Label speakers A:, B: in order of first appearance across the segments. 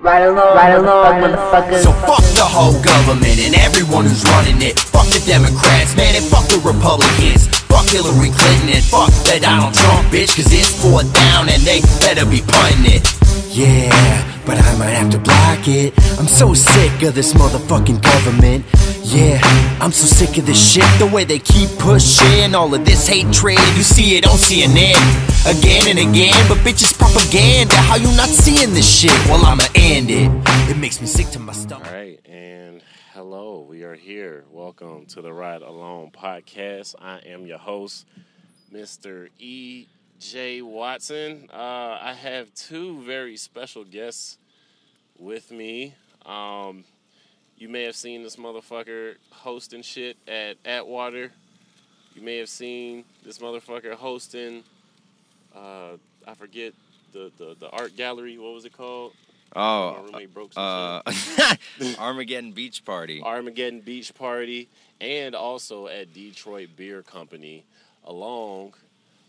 A: Right along, right along, motherfuckers.
B: So fuck the whole government and everyone who's running it. Fuck the Democrats, man, and fuck the Republicans. Fuck Hillary Clinton and fuck that Donald Trump, bitch, cause it's four down and they better be punting it. Yeah, but I might have to block it. I'm so sick of this motherfucking government. Yeah, I'm so sick of this shit. The way they keep pushing all of this hatred. You see it on CNN again and again. But bitch, it's propaganda. How you not seeing this shit? Well, I'ma end it. It makes me sick to my stomach.
C: All right, and hello, we are here. Welcome to the Ride Alone podcast. I am your host, Mr. E. J. Watson. Uh, I have two very special guests with me. Um, you may have seen this motherfucker hosting shit at Atwater. You may have seen this motherfucker hosting. Uh, I forget the, the the art gallery. What was it called? My
D: Oh,
C: roommate broke some shit.
D: uh, Armageddon Beach Party.
C: Armageddon Beach Party, and also at Detroit Beer Company, along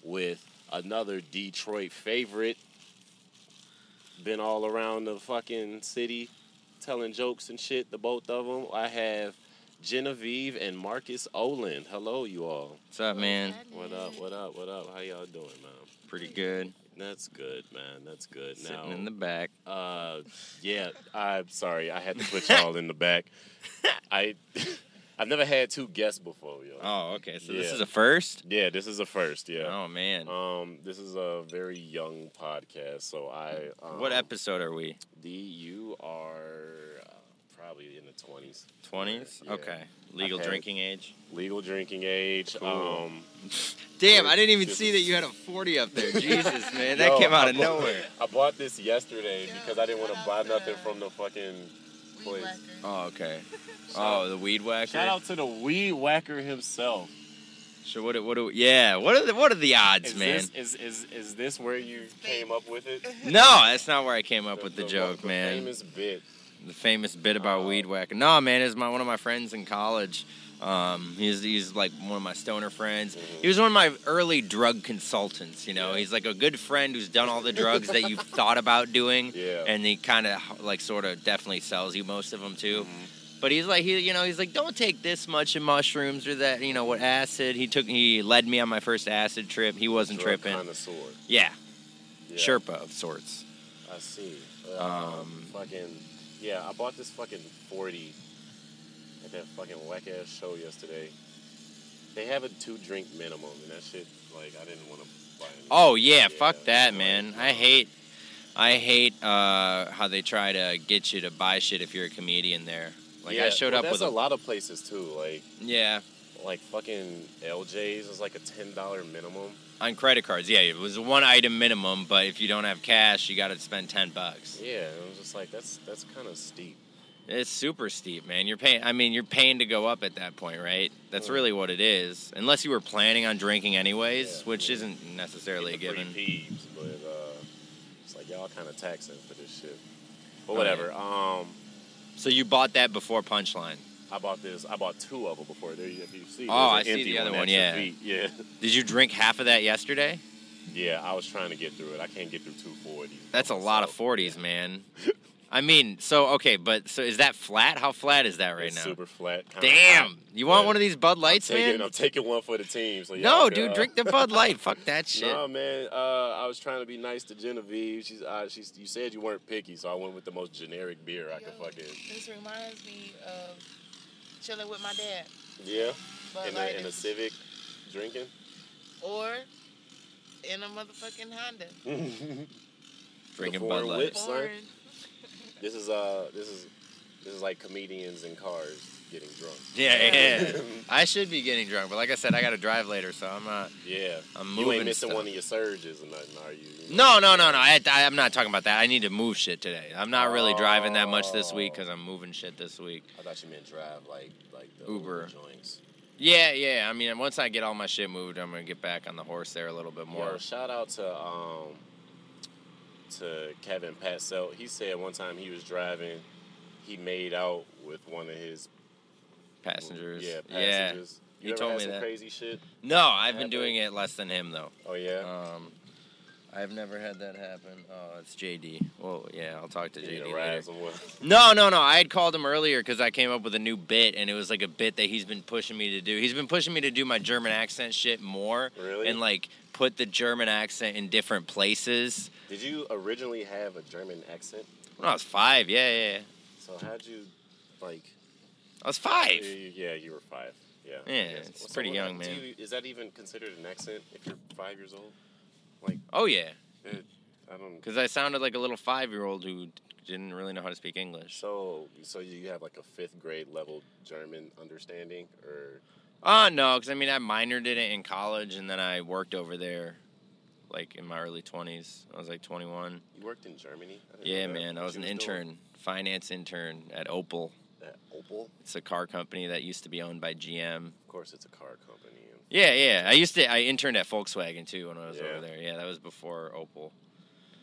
C: with another Detroit favorite. Been all around the fucking city telling jokes and shit, the both of them. I have Genevieve and Marcus Olin. Hello, you all.
D: What's up, man?
C: What up, what up, what up? How y'all doing, man?
D: Pretty good.
C: That's good, man. That's good.
D: Sitting in the back.
C: Uh, yeah, I'm sorry. I had to put y'all in the back. I, I've never had two guests before, yo.
D: Oh, okay. So this
C: Yeah.
D: is a first.
C: Yeah, this is a first. Yeah.
D: Oh man.
C: Um, this is a very young podcast, so I. Um,
D: What episode are we?
C: D, you are uh, probably in the twenties.
D: Twenties.
C: Yeah.
D: Okay. Legal
C: Okay.
D: drinking age.
C: Legal drinking age.
D: Cool.
C: Um,
D: Damn, I didn't even see that you had a forty up there. Jesus, man, that
C: yo,
D: came out
C: I
D: of
C: bought-
D: nowhere.
C: I bought this yesterday
E: Yo,
C: because I didn't want to
E: shout
C: buy
E: out
C: nothing
E: to-
C: from the fucking. Please.
D: Oh, okay. Oh, the weed whacker.
C: Shout out to the weed whacker himself.
D: So what? do- What do? Yeah. What are the? What are the odds,
C: Is
D: man?
C: this is, is is this where you came up with it?
D: No, that's not where I came up with the joke,
C: the
D: man.
C: Famous bit.
D: the famous bit about
C: Oh.
D: weed whacking. No, man, it's my one of my friends in college. Um, he's he's like one of my stoner friends. He was one of my early drug consultants. You know, he's like a good friend who's done all the drugs that you've thought about doing.
C: Yeah.
D: and he kind of like sort of definitely sells you most of them too.
C: Mm-hmm.
D: But he's like he you know he's like don't take this much of mushrooms or that you know what acid. He took he led me on my first acid trip. He wasn't
C: Drug
D: tripping.
C: Connoisseur.
D: Yeah,
C: Yeah,
D: Sherpa of sorts.
C: I see. um,
D: Um,
C: fucking yeah, I bought this fucking forty at that fucking whack ass show yesterday. They have a two drink minimum, and that shit like I didn't want to buy. Any.
D: Oh yeah, fuck
C: Yeah,
D: that,
C: like,
D: man.
C: no.
D: I hate, I hate uh, how they try to get you to buy shit if you're a comedian there. Like
C: Yeah,
D: I showed
C: well,
D: up
C: that's
D: with a,
C: a lot of places too, like
D: yeah
C: like fucking LJ's is like a ten dollar minimum.
D: on credit cards. Yeah, it was a one item minimum, but if you don't have cash, you got to spend ten bucks.
C: Yeah, and I was just like that's that's kind of steep.
D: It's super steep, man. You're paying. I mean, you're paying to go up at that point, right? That's
C: Mm.
D: really what it is. Unless you were planning on drinking anyways,
C: Yeah,
D: which
C: yeah.
D: isn't necessarily a
C: Get the
D: given.
C: free Peeves, but uh, it's like y'all kind of taxing for this shit. But
D: Oh,
C: whatever. Um,
D: So you bought that before punchline.
C: I bought this. I bought two of them before. There, you- if you see. there's
D: Oh,
C: an
D: I see
C: empty
D: the other
C: at
D: one,
C: your
D: yeah.
C: feet. yeah,
D: Did you drink half of that yesterday?
C: yeah. I was trying to get through it. I can't get through two forties.
D: That's a lot of forties, man. I mean, so okay, but so is that flat? How flat is that right
C: it's
D: now?
C: Super flat. kinda hot.
D: Damn, you want
C: Yeah.
D: one of these Bud Lights,
C: I'm taking,
D: man?
C: I'm taking one for the team. So
D: No,
C: y'all can,
D: dude,
C: uh,
D: drink the Bud Light. Fuck that shit.
C: No, man. Uh, I was trying to be nice to Genevieve. She's, uh, she's. You said you weren't picky, so I went with the most generic beer I could fucking.
E: This reminds me of chilling with my dad.
C: Yeah,
E: But
C: in
E: like
C: a, in a
E: it's-
C: Civic, drinking.
E: Or in a motherfucking Honda.
C: the
D: Drinking Bud
C: foreign
D: Light.
C: whips. Sorry?
E: Foreign.
C: This is uh this is this is like comedians in cars getting drunk.
D: Yeah, yeah. I should be getting drunk, but like I said, I got to drive later, so I'm not.
C: yeah.
D: I'm
C: you ain't
D: moving
C: missing
D: stuff.
C: one of your surges or nothing, are you?
D: No, no, no, no. I, I, am not talking about that. I need to move shit today. I'm not really driving that much this week because I'm moving shit this week.
C: I thought you meant drive like like the
D: Uber.
C: joints.
D: Yeah, yeah. I mean, once I get all my shit moved, I'm gonna get back on the horse there a little bit more.
C: Yo, shout out to um to Kevin Patsell. He said one time he was driving, he made out with one of his
D: Passengers.
C: Yeah, passengers. You
D: He
C: ever
D: told
C: had
D: me
C: some
D: that.
C: crazy shit? Oh,
D: No, I've been
C: Happened.
D: Uh, doing it less than him though.
C: Oh yeah.
D: Um, I've never had that happen. Oh, it's JD. Well, yeah, I'll talk to
C: You need
D: JD
C: to
D: later.
C: rise and what?
D: No, no, no. I had called him earlier because I came up with a new bit, and it was like a bit that he's been pushing me to do. He's been pushing me to do my German accent shit more,
C: Really?
D: and like put the German accent in different places.
C: Did you originally have a German accent?
D: When I was five, yeah, yeah, yeah.
C: So how'd you, like?
D: I was five.
C: y- Yeah, you were five. Yeah.
D: Yeah,
C: Yes.
D: it's
C: So
D: pretty
C: what-
D: young,
C: do
D: man.
C: you- is that even considered an accent if you're five years old?
D: Oh yeah,
C: It, I don't.
D: because I sounded like a little five-year-old who didn't really know how to speak English.
C: So, so you have like a fifth grade level German understanding, or
D: Oh no, because I mean I minored in it in college, and then I worked over there, like in my early twenties. I was like twenty-one.
C: you worked in Germany? I didn't
D: Yeah,
C: know that.
D: man. I
C: What
D: was
C: you
D: an
C: doing?
D: intern, finance intern at Opel.
C: At Opel.
D: It's a car company that used to be owned by GM.
C: Of course, it's a car company. and-
D: Yeah, yeah. I used to. I interned at Volkswagen too when I was
C: Yeah.
D: over there. Yeah, that was before Opel.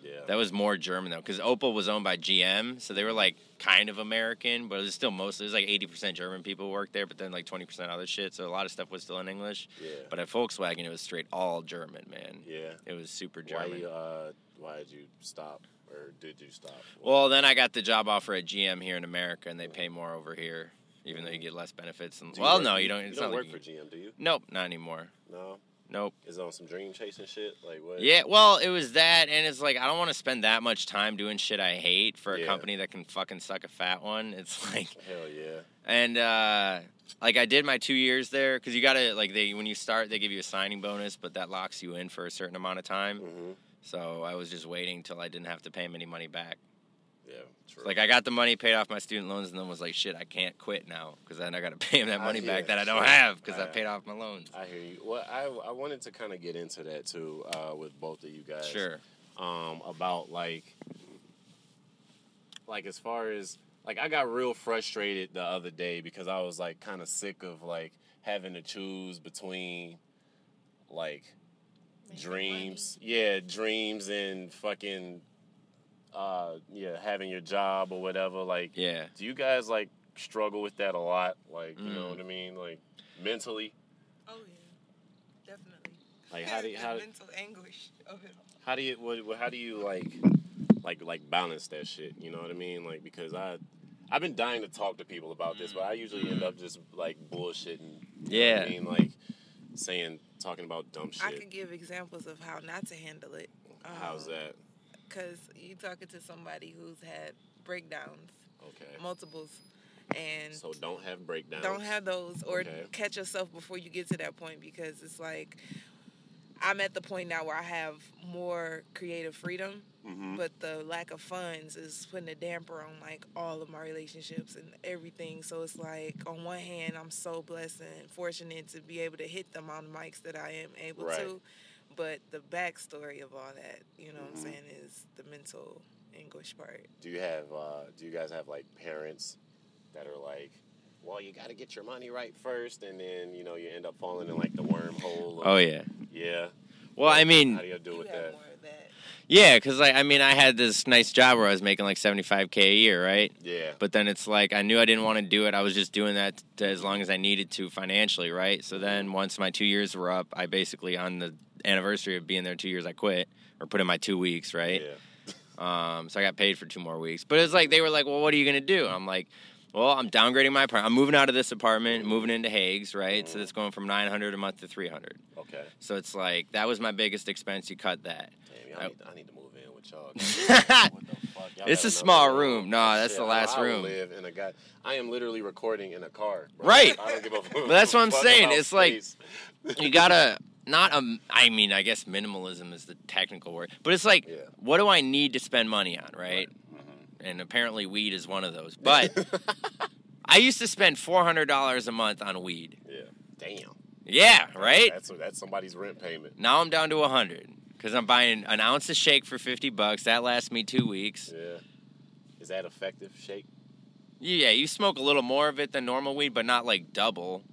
C: Yeah.
D: That was more German though, because Opel was owned by GM, so they were like kind of American, but it was still mostly it was like eighty percent German people worked there, but then like twenty percent other shit. So a lot of stuff was still in English.
C: yeah.
D: But at Volkswagen, it was straight all German, man.
C: yeah.
D: It was super German.
C: Why you? Uh, why did you stop, or did you stop?
D: Well, then I got the job offer at GM here in America, and they pay more over here, even though you get less benefits. And,
C: Do you
D: well,
C: work-
D: no, you don't.
C: You
D: It's
C: don't
D: not
C: work
D: like
C: for
D: you-
C: GM, do you?
D: Nope, not anymore.
C: No.
D: Nope.
C: Is it on some dream chasing shit? Like what?
D: Yeah, well, it was that, and it's like I don't want to spend that much time doing shit I hate for a
C: Yeah.
D: company that can fucking suck a fat one. It's like,
C: Hell yeah.
D: and uh like I did my two years there because you gotta like they when you start they give you a signing bonus, but that locks you in for a certain amount of time.
C: Mm-hmm.
D: So I was just waiting till I didn't have to pay them any money back.
C: Yeah. True.
D: It's Like I got the money, paid off my student loans, and then was like, "Shit, I can't quit now because then I got to pay him that
C: I
D: money
C: hear
D: back that I
C: that
D: don't
C: shit.
D: have because I
C: I-
D: paid off my loans."
C: I hear you. Well, I I wanted to kind of get into that too uh, with both of you guys.
D: Sure.
C: um, about like like as far as like I got real frustrated the other day because I was like kind of sick of like having to choose between like
E: Making
C: dreams, yeah, dreams and fucking uh yeah, having your job or whatever like
D: Yeah.
C: do you guys like struggle with that a lot? Like, you know
D: Mm.
C: what I mean? Like mentally?
E: money. Oh yeah, definitely.
C: Like how do you,
E: The
C: how do,
E: mental anguish of it all.
C: how do you what, what- how do you like like like balance that shit you know what i mean like because i i've been dying to talk to people about this
E: Mm.
C: but i usually end up just like bullshitting you know what
D: Yeah.
C: i mean like saying talking about dumb
E: I
C: shit
E: could give examples of how not to handle it.
C: how's
E: uh,
C: that
E: Because you talking to somebody who's had breakdowns,
C: okay
E: multiples, and
C: so don't have breakdowns
E: don't have those or
C: Okay.
E: catch yourself before you get to that point because it's like I'm at the point now where I have more creative freedom,
C: Mhm.
E: but the lack of funds is putting a damper on like all of my relationships and everything. So it's like on one hand, I'm so blessed and fortunate to be able to hit the amount of mics that I am able
C: Right. Mm-hmm.
E: to, but the backstory of all that, you know, what I'm saying, is the mental anguish part.
C: do you have uh do you guys have like parents that are like well you got to get your money right first and then you know you end up falling in like the wormhole of-
D: Oh yeah.
C: yeah
D: Well, I
C: how
D: mean,
C: do you deal
E: You
C: with
E: have
C: that
E: more of that.
D: yeah, because like I mean, I had this nice job where I was making like seventy five k a year, right?
C: yeah
D: But then it's like I knew I didn't want to do it. I was just doing that to, as long as I needed to financially, right? So
C: Mm-hmm.
D: then once my two years were up, I basically on the anniversary of being there two years, I quit or put in my two weeks, right?
C: yeah
D: Um, so I got paid for two more weeks. But it's like they were like, "Well, what are you gonna do?" I'm like, "Well, I'm downgrading my apartment. I'm moving out of this apartment, moving into Hague's, right? So it's going from 900 a month to 300.
C: okay
D: So it's like that was my biggest expense. You cut that.
C: Damn, y'all
D: I-
C: need, I need to move in with y'all. What the fuck? Y'all
D: It's
C: got
D: a
C: another
D: small room. Nah, that's the
C: I-
D: last
C: I
D: room.
C: Live in a guy. I am literally recording in a car. bro.
D: Right.
C: I don't give a fuck.
D: But that's what I'm
C: fuck
D: saying.
C: about
D: It's like-
C: space.
D: You gotta not um. I mean, I guess minimalism is the technical word, but it's like,
C: Yeah.
D: what do I need to spend money on, right? And apparently, weed is one of those. But I used to spend four hundred dollars a month on weed.
C: yeah. Damn.
D: Yeah, right.
C: That's that's somebody's rent payment.
D: Now I'm down to 100 because I'm buying an ounce of shake for 50 bucks. That lasts me two weeks.
C: Yeah. Is that effective shake?
D: Yeah, you smoke a little more of it than normal weed, but not like double.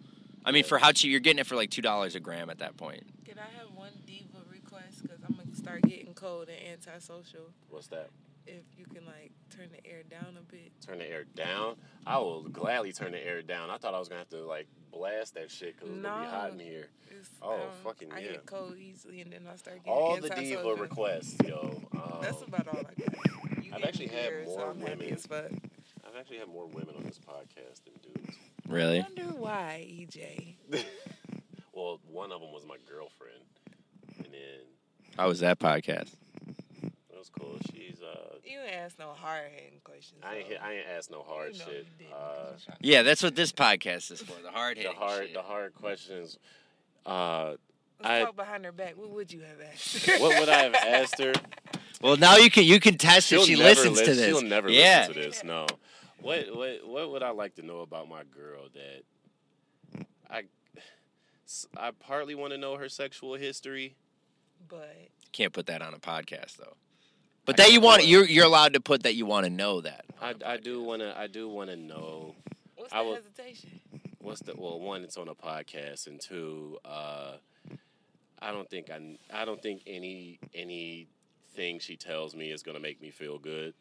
D: I mean, for how cheap you're getting it for like two dollars a gram at that point.
E: Can I have one diva request? Because I'm going to start getting cold and antisocial.
C: What's that?
E: if you can like turn the air down a bit.
C: Turn the air down. I will gladly turn the air down. I thought I was gonna have to like blast that shit because it's gonna be hot in
E: No.
C: here.
E: It's,
C: Oh,
E: um,
C: fucking
E: I
C: yeah.
E: get cold easily and then I start getting
C: All the diva
E: antisocial.
C: requests, yo. Um,
E: That's about all I got. You
C: I've
E: gave
C: actually
E: me
C: had
E: yours,
C: more
E: so I'm happy
C: women.
E: as fuck.
C: I've actually had more women on this podcast than dudes.
E: I
D: Really?
E: wonder why, E EJ.
C: Well, one of them was my girlfriend, and then
D: How was that podcast?
C: it was cool. She's uh,
E: You ain't ask no hard hitting questions.
C: I ain't hit- I ain't asked no hard
E: You know
C: shit.
E: you didn't,
C: Uh,
E: 'cause you tried-
D: Yeah, that's what this podcast is for. The hard
C: the
D: hitting.
C: hard the hard questions. Uh,
E: Let's
C: I-
E: talk behind her back. What would you have asked?
C: what would I have asked her?
D: Well, now you can you can test if she
C: never
D: listens to
C: lis-
D: this.
C: She'll never
D: yeah.
C: listen to this. No. What what what would I like to know about my girl that I s- I partly want to know her sexual history.
E: but
D: Can't put that on a podcast though. But
C: I
D: that you
C: can
D: want
C: put-
D: you're you're allowed to put that you want to know that.
C: I, I do want to I do want to know
E: what's
C: I
E: the
C: would-
E: hesitation?
C: what's the well one it's on a podcast and two uh I don't think I I don't think any any thing she tells me is going to make me feel good.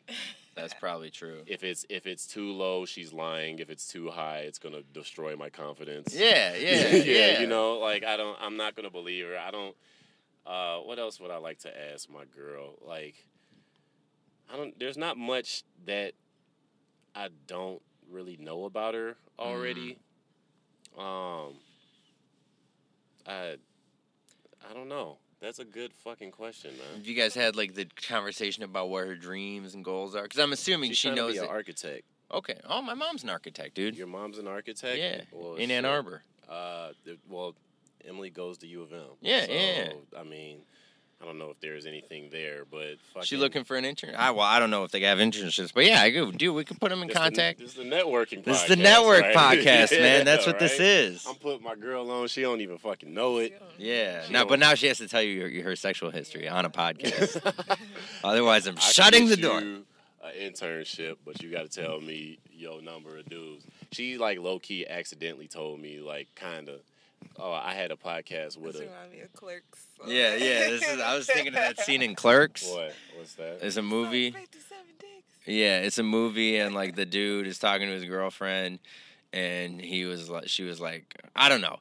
D: That's probably true.
C: If it's if it's too low, she's lying. If it's too high, it's going to destroy my confidence.
D: Yeah, yeah, yeah.
C: you know, like I don't, I'm not gonna believe her. I don't. Uh, what else would I like to ask my girl? Like, I don't. There's not much that I don't really know about her already.
D: Mm-hmm.
C: Um, I, I don't know. That's a good fucking question, man.
D: You guys had like the conversation about what her dreams and goals are, because I'm assuming
C: She's
D: she
C: trying to
D: knows.
C: be an
D: That,
C: architect.
D: okay. Oh, my mom's an architect, dude.
C: Your mom's an architect.
D: Yeah,
C: Well,
D: in Ann
C: shit.
D: Arbor.
C: Uh, th- well, Emily goes to U of M.
D: Yeah,
C: so,
D: yeah.
C: I mean, I don't know if there's anything there, but fucking,
D: She looking for an intern. I well, I don't know if they have internships, but yeah, I go, dude. We could put them in
C: this
D: contact.
C: The, this is the networking.
D: This is
C: podcast,
D: the network
C: right?
D: podcast,
C: Yeah,
D: man. That's what this
C: right?
D: is.
C: I'm putting my girl on. She don't even fucking know it.
D: Yeah.
C: She
D: Now,
C: don't-
D: but now she has to tell you her, her sexual history on a podcast. Otherwise, I'm
C: I can
D: shutting the
C: get
D: door.
C: you An internship, but you got to tell me your number of dudes. She like low key accidentally told me like kind of. Oh, I had a podcast with
E: This
C: a
E: remind me of Clerks. so-
D: Yeah, yeah. This is. I was thinking of that scene in Clerks.
C: what? What's that?
D: It's a
E: So
D: movie.
E: 57 dicks.
D: Yeah, it's a movie, and like the dude is talking to his girlfriend, and he was like, she was like, I don't know.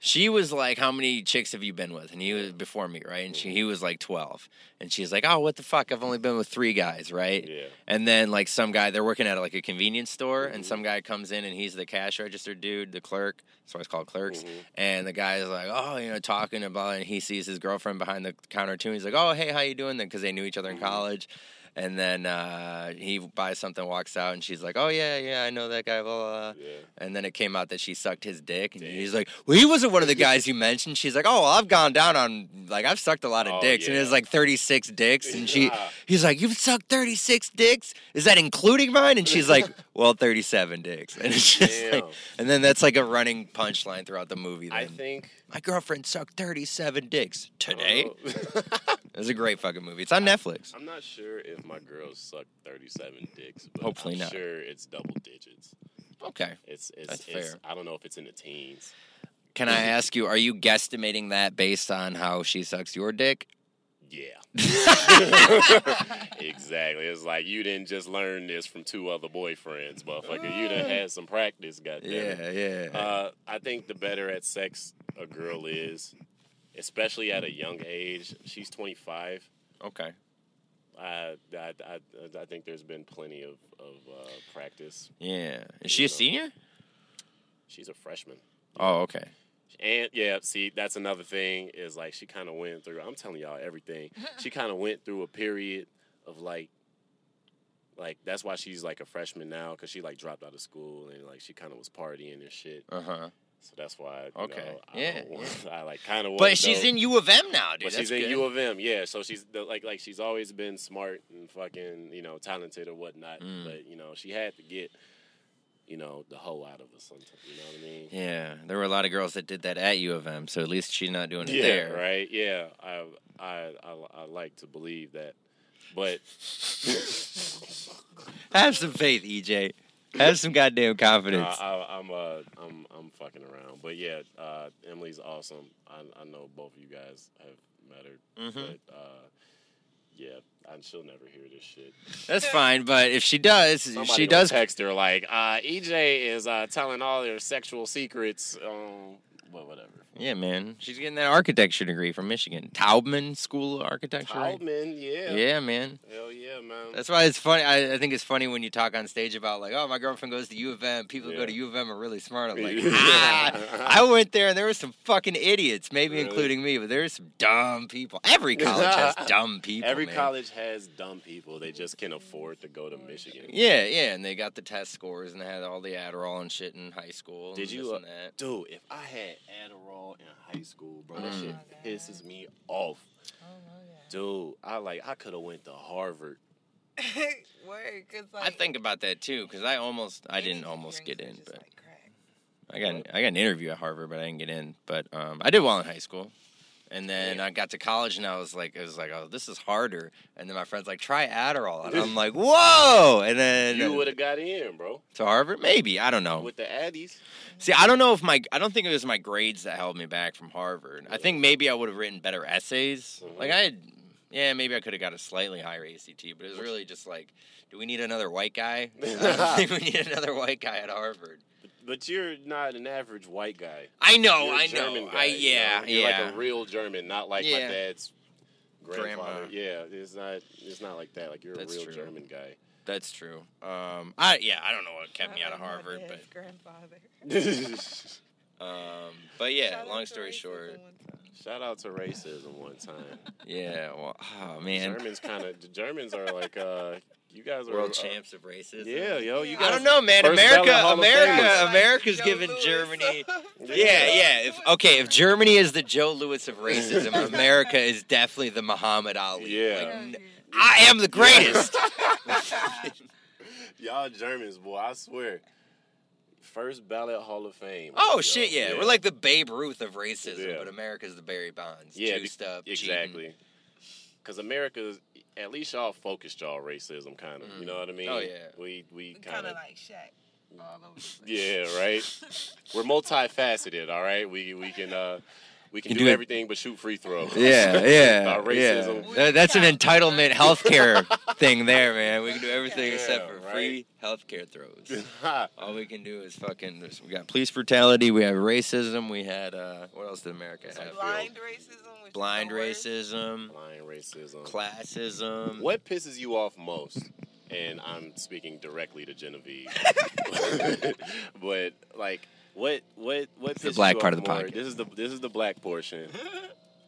D: She was like, "How many chicks have you been with?" And he was before me, right? And she, he was like twelve, and she's like, "Oh, what the fuck? I've only been with three guys, right?"
C: Yeah.
D: And then like some guy, they're working at like a convenience store, and some guy comes in and he's the cash register dude, the clerk. That's why it's called clerks. And the guy's like, "Oh, you know, talking about," and he sees his girlfriend behind the counter too. And he's like, "Oh, hey, how you doing?" Then because they knew each other in college. And then uh, he buys something, walks out, and she's like, "Oh yeah, yeah, I know that guy." Blah, blah. blah."
C: Yeah.
D: And then it came out that she sucked his dick, and he's like, "Well, he wasn't one of the guys you mentioned." She's like, "Oh, well, I've gone down on like I've sucked a lot of
C: Oh,
D: dicks, and it
C: yeah.
D: was like thirty six dicks." And she,
C: Yeah.
D: he's like, "You've sucked thirty six dicks? Is that including mine?" And she's like, "Well, thirty seven dicks." And it's just like,
C: Damn.
D: and then that's like a running punchline throughout the movie. Then.
C: I think
D: my girlfriend sucked thirty seven dicks
C: I don't
D: today.
C: know.
D: It was a great fucking movie. It's on Netflix.
C: I'm not sure if my girls suck 37 dicks, but
D: Hopefully
C: I'm
D: not.
C: sure it's double digits.
D: Okay.
C: It's it's,
D: That's
C: it's
D: fair.
C: I don't know if it's in the teens.
D: Can I ask you, are you guesstimating that based on how she sucks your dick?
C: Yeah. exactly. It's like you didn't just learn this from two other boyfriends, motherfucker. You done had some practice, goddamn.
D: Yeah, yeah.
C: Uh, I think the better at sex a girl is, especially at a young age. She's 25.
D: okay.
C: I, I, I, I think there's been plenty of, of uh, practice.
D: Yeah. Is she a senior?
C: She's a freshman.
D: Oh, okay.
C: And yeah, see, that's another thing is like she kind of went through. I'm telling y'all everything. she kind of went through a period of like, like that's why she's like a freshman now because she like dropped out of school and like she kind of was partying and shit.
D: Uh huh.
C: So that's why. You
D: Okay.
C: Know, I
D: Yeah,
C: don't want- I like kind of.
D: But she's in U of M now, dude.
C: But
D: That's
C: she's in
D: good.
C: U of M, yeah. So she's the, like, like she's always been smart and fucking, you know, talented or whatnot.
D: Mm.
C: But you know, she had to get, you know, the hoe out of us. Sometimes, you know what I mean?
D: Yeah, there were a lot of girls that did that at U of M, so at least she's not doing it
C: yeah,
D: there.
C: right? Yeah, I, I, I, I like to believe that, but
D: Have some faith, EJ. Have some goddamn
C: uh,
D: confidence.
C: I, I'm, uh, I'm, I'm fucking around. But yeah, uh, Emily's awesome. I, I know both of you guys have met her,
D: Mhm.
C: but uh, yeah, and she'll never hear this shit.
D: That's fine, but if she does, if
C: Somebody
D: she
C: gonna
D: does.
C: text her like, uh, EJ is uh, telling all their sexual secrets. Um, well, whatever.
D: Yeah, man, she's getting that architecture degree from Michigan, Taubman School of Architecture. right?
C: Childman, yeah.
D: Yeah, man.
C: Hell yeah, man.
D: That's why it's funny. I, I think it's funny when you talk on stage about like, oh, my girlfriend goes to U of M. People who
C: Yeah.
D: go to U of M are really smart. I'm like,
C: Yeah.
D: ah, I went there and there were some fucking idiots, maybe
C: Really?
D: including me, but there were some dumb people. Every college has dumb people.
C: Every
D: man.
C: college has dumb people. They just can't afford to go to Michigan.
D: Yeah, yeah, and they got the test scores and they had all the Adderall and shit in high school.
C: Did
D: and
C: you,
D: This
C: uh,
D: and that.
C: Dude, if I had Adderall in high school, bro, that
D: Mm.
C: shit pisses me off. Dude, I like I could have went to Harvard.
E: Word, 'cause,
D: I
E: like,
D: think about that too because I almost, I didn't
E: anything
D: almost
E: drinks
D: get
E: are
D: in,
E: just
D: but
E: like crack.
D: I got an, I got an interview at Harvard, but I didn't get in. But um, I did well in high school, and then I got to college, and I was like, it was like, oh, this is harder. And then my friends like, try Adderall, and I'm like, whoa. And then
C: You would have got in, bro,
D: to Harvard, maybe I don't know.
C: with the Addies.
D: See, I don't know if my I don't think it was my grades that held me back from Harvard. I think maybe I would have written better essays.
C: Mm-hmm.
D: Like I had, yeah, maybe I could have got a slightly higher ACT, but it was really just like, do we need another white guy? I don't think we need another white guy at Harvard.
C: But you're not an average white guy.
D: I know,
C: You're a
D: Oh, I
C: German
D: know.
C: guy,
D: I
C: you
D: yeah,
C: know? You're
D: yeah.
C: like a real German, not like my
D: Yeah.
C: dad's
D: Grandma.
C: grandfather. Yeah, it's not it's not like that. Like you're
D: That's
C: a real
D: true.
C: German guy.
D: That's true. Um, I yeah, I don't know what kept me
E: Shout
D: out of
E: my
D: Harvard,
E: dad's
D: but
E: grandfather.
D: um, but yeah.
E: Shout out
D: long
E: to
D: story
E: racism
D: short,
E: one time.
C: Shout out to racism one time.
D: yeah. Well, oh man,
C: Germans kind of the Germans are like uh you guys are
D: world
C: uh,
D: champs of racism.
C: Yeah, yo, you
E: Yeah.
C: guys
D: I don't know, man.
C: First ballot
D: America,
C: Hall of
D: America,
C: Famers.
E: Like
D: America's
E: Joe
D: giving
E: Louis.
D: Germany. Yeah, yeah. If okay, if Germany is the Joe Lewis of racism, America is definitely the Muhammad Ali.
C: Yeah.
D: Like,
E: Yeah,
D: n-
E: yeah.
D: I am the greatest.
C: Y'all Germans, boy, I swear. First ballot Hall of Fame.
D: oh
C: Yo,
D: shit, yeah. We're like the Babe Ruth of racism,
C: Yeah.
D: but America's the Barry Bonds.
C: Yeah,
D: two
C: be-
D: step,
C: exactly. Because America's at least y'all focused y'all racism kind of. You know what I mean?
D: Oh, yeah.
C: We we kind
E: Kind
C: of
E: of like Shaq. All over the place.
C: yeah right. We're multifaceted. All right, we we can uh we can,
D: Can
C: do,
D: do it.
C: everything but shoot free throws.
D: yeah.
C: Our racism.
D: That- that's an entitlement healthcare thing there, man. We can do everything
C: Yeah,
D: except for
C: right.
D: free healthcare throws.
C: Ha.
D: All we can do is fucking. there's- We got police brutality. We have racism. We had uh, what else did America have?
E: Blind racism. Which is
D: Blind
E: the worst.
D: racism,
C: Blind racism.
D: classism.
C: What pisses you off most? And I'm speaking directly to Genevieve. but like what what what
D: the
C: pisses
D: black
C: you
D: part
C: off
D: of the
C: more?
D: podcast.
C: This is the this is the black portion.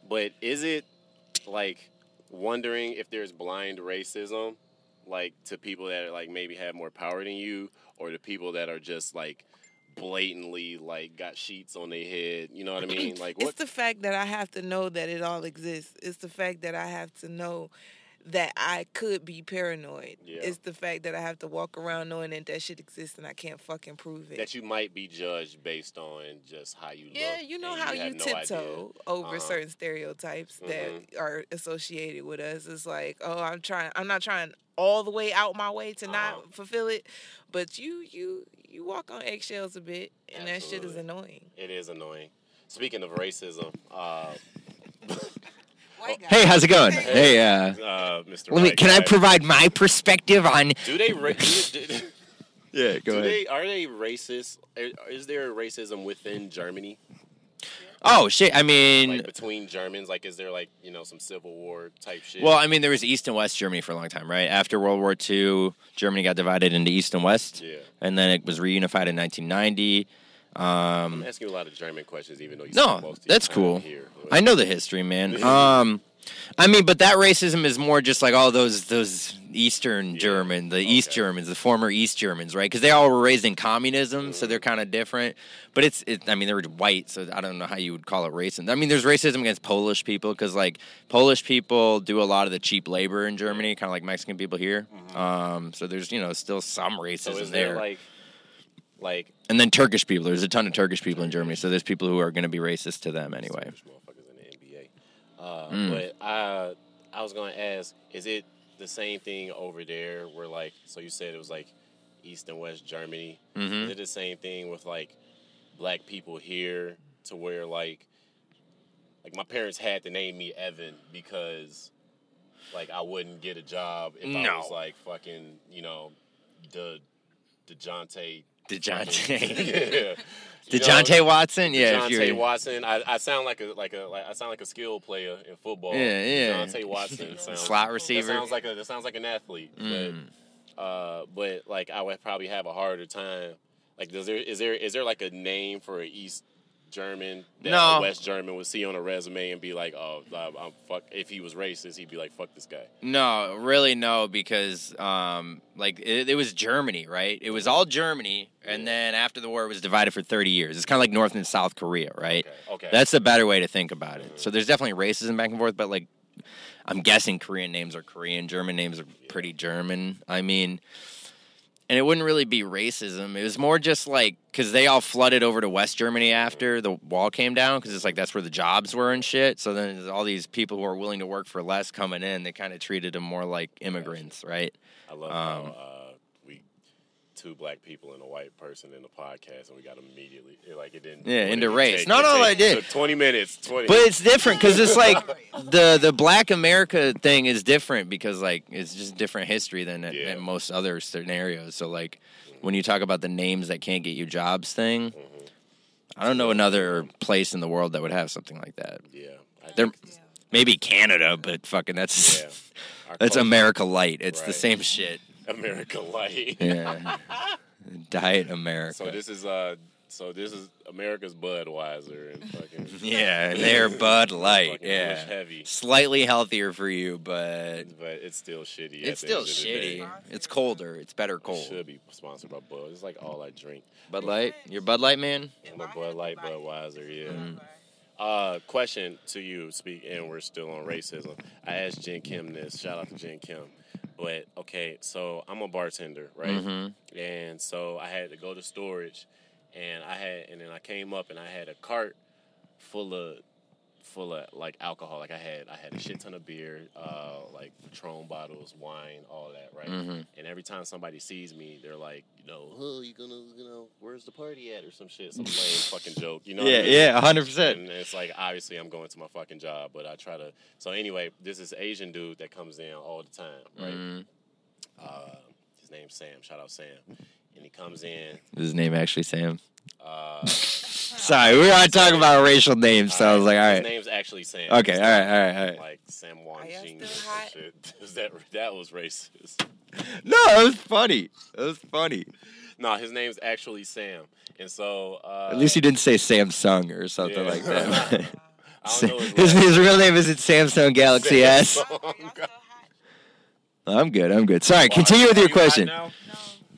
C: but is it like wondering if there's blind racism like to people that are like maybe have more power than you or to people that are just like blatantly like got sheets on their head, you know what I mean? Like what
E: It's the fact that I have to know that it all exists. It's the fact that I have to know that I could be paranoid.
C: Yeah.
E: It's the fact that I have to walk around knowing that that shit exists and I can't fucking prove it.
C: that you might be judged based on just how you look.
E: yeah, you know
C: and
E: how
C: have
E: you
C: no idea.
E: tiptoe over
C: Uh-huh.
E: certain stereotypes
C: Mhm.
E: that are associated with us. It's like, oh, I'm trying. I'm not trying all the way out my way to
C: Uh-huh.
E: not fulfill it, but you, you, you walk on eggshells a bit, and that shit is
C: Absolutely.
E: annoying.
C: It is annoying. Speaking of racism, uh,
E: White guy.
D: Hey, how's it going? Hey, uh,
C: uh, Mr.
D: let me.
C: White
D: Can I
C: Guy,
D: provide my perspective on?
C: Do they ra- do, do,
D: Yeah, go
C: do they are they racist? Are- Is there racism within Germany,
D: Oh shit! I mean,
C: like between Germans? Like, is there like you know some civil war type shit?
D: well, I mean, there was East and West Germany for a long time, right? After World War II, Germany got divided into East and West,
C: yeah.
D: and then it was reunified in 1990. Um,
C: I'm asking you a lot of German questions, even though you
D: No,
C: spend most of your
D: that's
C: time
D: cool.
C: Here.
D: I know the history, man. Um, I mean, but that racism is more just like all those those Eastern German, the East
C: okay.
D: Germans, the former East Germans, right? Because they all were raised in communism, so
C: Mm-hmm.
D: they're kind of different. But it's, it, I mean, they were white, so I don't know how you would call it racism. I mean, there's racism against Polish people because like Polish people do a lot of the cheap labor in Germany, kind of like Mexican people here. Um, so there's you know still some
C: Mm-hmm. So
D: racism
C: is
D: there.
C: there like, like
D: and then Turkish people, there's a ton of Turkish people in Germany, so there's people who are going to be racist to them anyway.
C: Selfish motherfuckers in the NBA. Uh,
D: Mm.
C: But I, I was gonna ask, is it the same thing over there? Where like, so you said it was like East and West Germany.
D: Mm-hmm.
C: Is it the same thing with like black people here to where like, like my parents had to name me Evan because Like I wouldn't get a job if I
D: No.
C: was like fucking, you know, the DeJounte.
D: DeJounte.
C: yeah. You know,
D: DeJounte Watson? Yeah, if
C: DeJounte
D: you're
C: Watson. I, I sound like a like a like I sound like a skill player in football.
D: Yeah, yeah.
C: DeJounte Watson sounds
D: slot
C: that
D: receiver.
C: sounds like a that sounds like an athlete.
D: Mm.
C: But uh but like I would probably have a harder time. Like does there is there is there like a name for an East German that
D: No.
C: a West German would see on a resume and be like, oh, I'm, I'm fuck. If he was racist, he'd be like, fuck this guy.
D: No, really, no, because um, like it, it was Germany, right? It was all Germany, and then after the war, it was divided for thirty years. It's kind of like North and South Korea, right?
C: Okay, okay.
D: That's the better way to think about it. So there's definitely racism back and forth, but like, I'm guessing Korean names are Korean, German names are pretty German. I mean, and it wouldn't really be racism. It was more just like because they all flooded over to West Germany after the wall came down because it's like that's where the jobs were and shit. So then there's all these people who are willing to work for less coming in, they kind of treated them more like immigrants, right?
C: I love
D: Um,
C: how uh, we two black people and a white person in the podcast, and we got immediately like it didn't.
D: Yeah,
C: what
D: into
C: did it
D: race.
C: take?
D: No,
C: It
D: no,
C: take-
D: I did.
C: took Twenty minutes. Twenty.
D: But it's different because it's like the the Black America thing is different because like it's just different history than at,
C: Yeah.
D: at most other scenarios. So like when you talk about the names that can't get you jobs thing, I don't know another place in the world that would have something like that.
C: yeah, I
D: There
C: think-
D: maybe Canada, but fucking that's
C: yeah. Our
D: that's
C: culture-
D: America light. It's the
C: Right.
D: same shit.
C: America light.
D: Yeah. Diet America.
C: So this is uh, so this is America's Budweiser and fucking
D: yeah, they're Bud Light.
C: Fucking
D: Yeah,
C: Bush heavy.
D: slightly healthier for you, but
C: but it's still shitty. at
D: It's
C: the
D: still
C: end of the day.
D: shitty. It's colder. It's better cold.
C: Should be sponsored by Bud. It's like all I drink.
D: Bud Light. Your Bud Light man.
E: If
C: I'm a
E: I had
C: Bud
E: to
C: Light,
E: buy it,
C: Budweiser. Yeah.
D: Mm-hmm.
E: I'd buy
C: Uh, question to you. Speak, and we're still on racism. I asked Jen Kim this. Shout out to Jen Kim. But okay, so I'm a bartender, right?
D: Mm-hmm.
C: And so I had to go to storage, and I had, and then I came up and I had a cart full of, full of like alcohol. Like I had, I had a shit ton of beer, uh, like Patron bottles, wine, all that, right?
D: Mm-hmm.
C: And every time somebody sees me, they're like, you know, oh, you gonna, you know, where's the party at, or some shit, some lame fucking joke, you know? what I
D: Yeah,
C: mean?
D: yeah, hundred percent.
C: And it's like obviously I'm going to my fucking job, but I try to. So anyway, this is Asian dude that comes in all the time, right?
D: Mm. Mm-hmm.
C: Uh, his name's Sam. Shout out Sam. And he comes in.
D: His name actually Sam.
C: Uh,
D: Sorry, we were not talking about racial names, so I was like, all
C: His
D: right,
C: name's actually Sam.
D: okay,
C: It's
D: all
C: not
D: right, all right, all right.
C: Like Sam Wan
E: Are y'all
C: Jing.
E: still
C: or
E: hot?
C: Shit. Is that that was racist?
D: No, it was funny. It was funny.
C: No, his name's actually Sam. And so uh,
D: At least he didn't say Samsung or something
C: yeah.
D: like that.
C: I don't know his,
D: his,
C: last
D: his real name isn't Samsung Galaxy S.
C: Samsung.
E: Are y'all still hot?
D: I'm good. I'm good.
C: name.
D: Sorry. Continue with
C: Are
D: your
C: you hot
D: question.
C: now?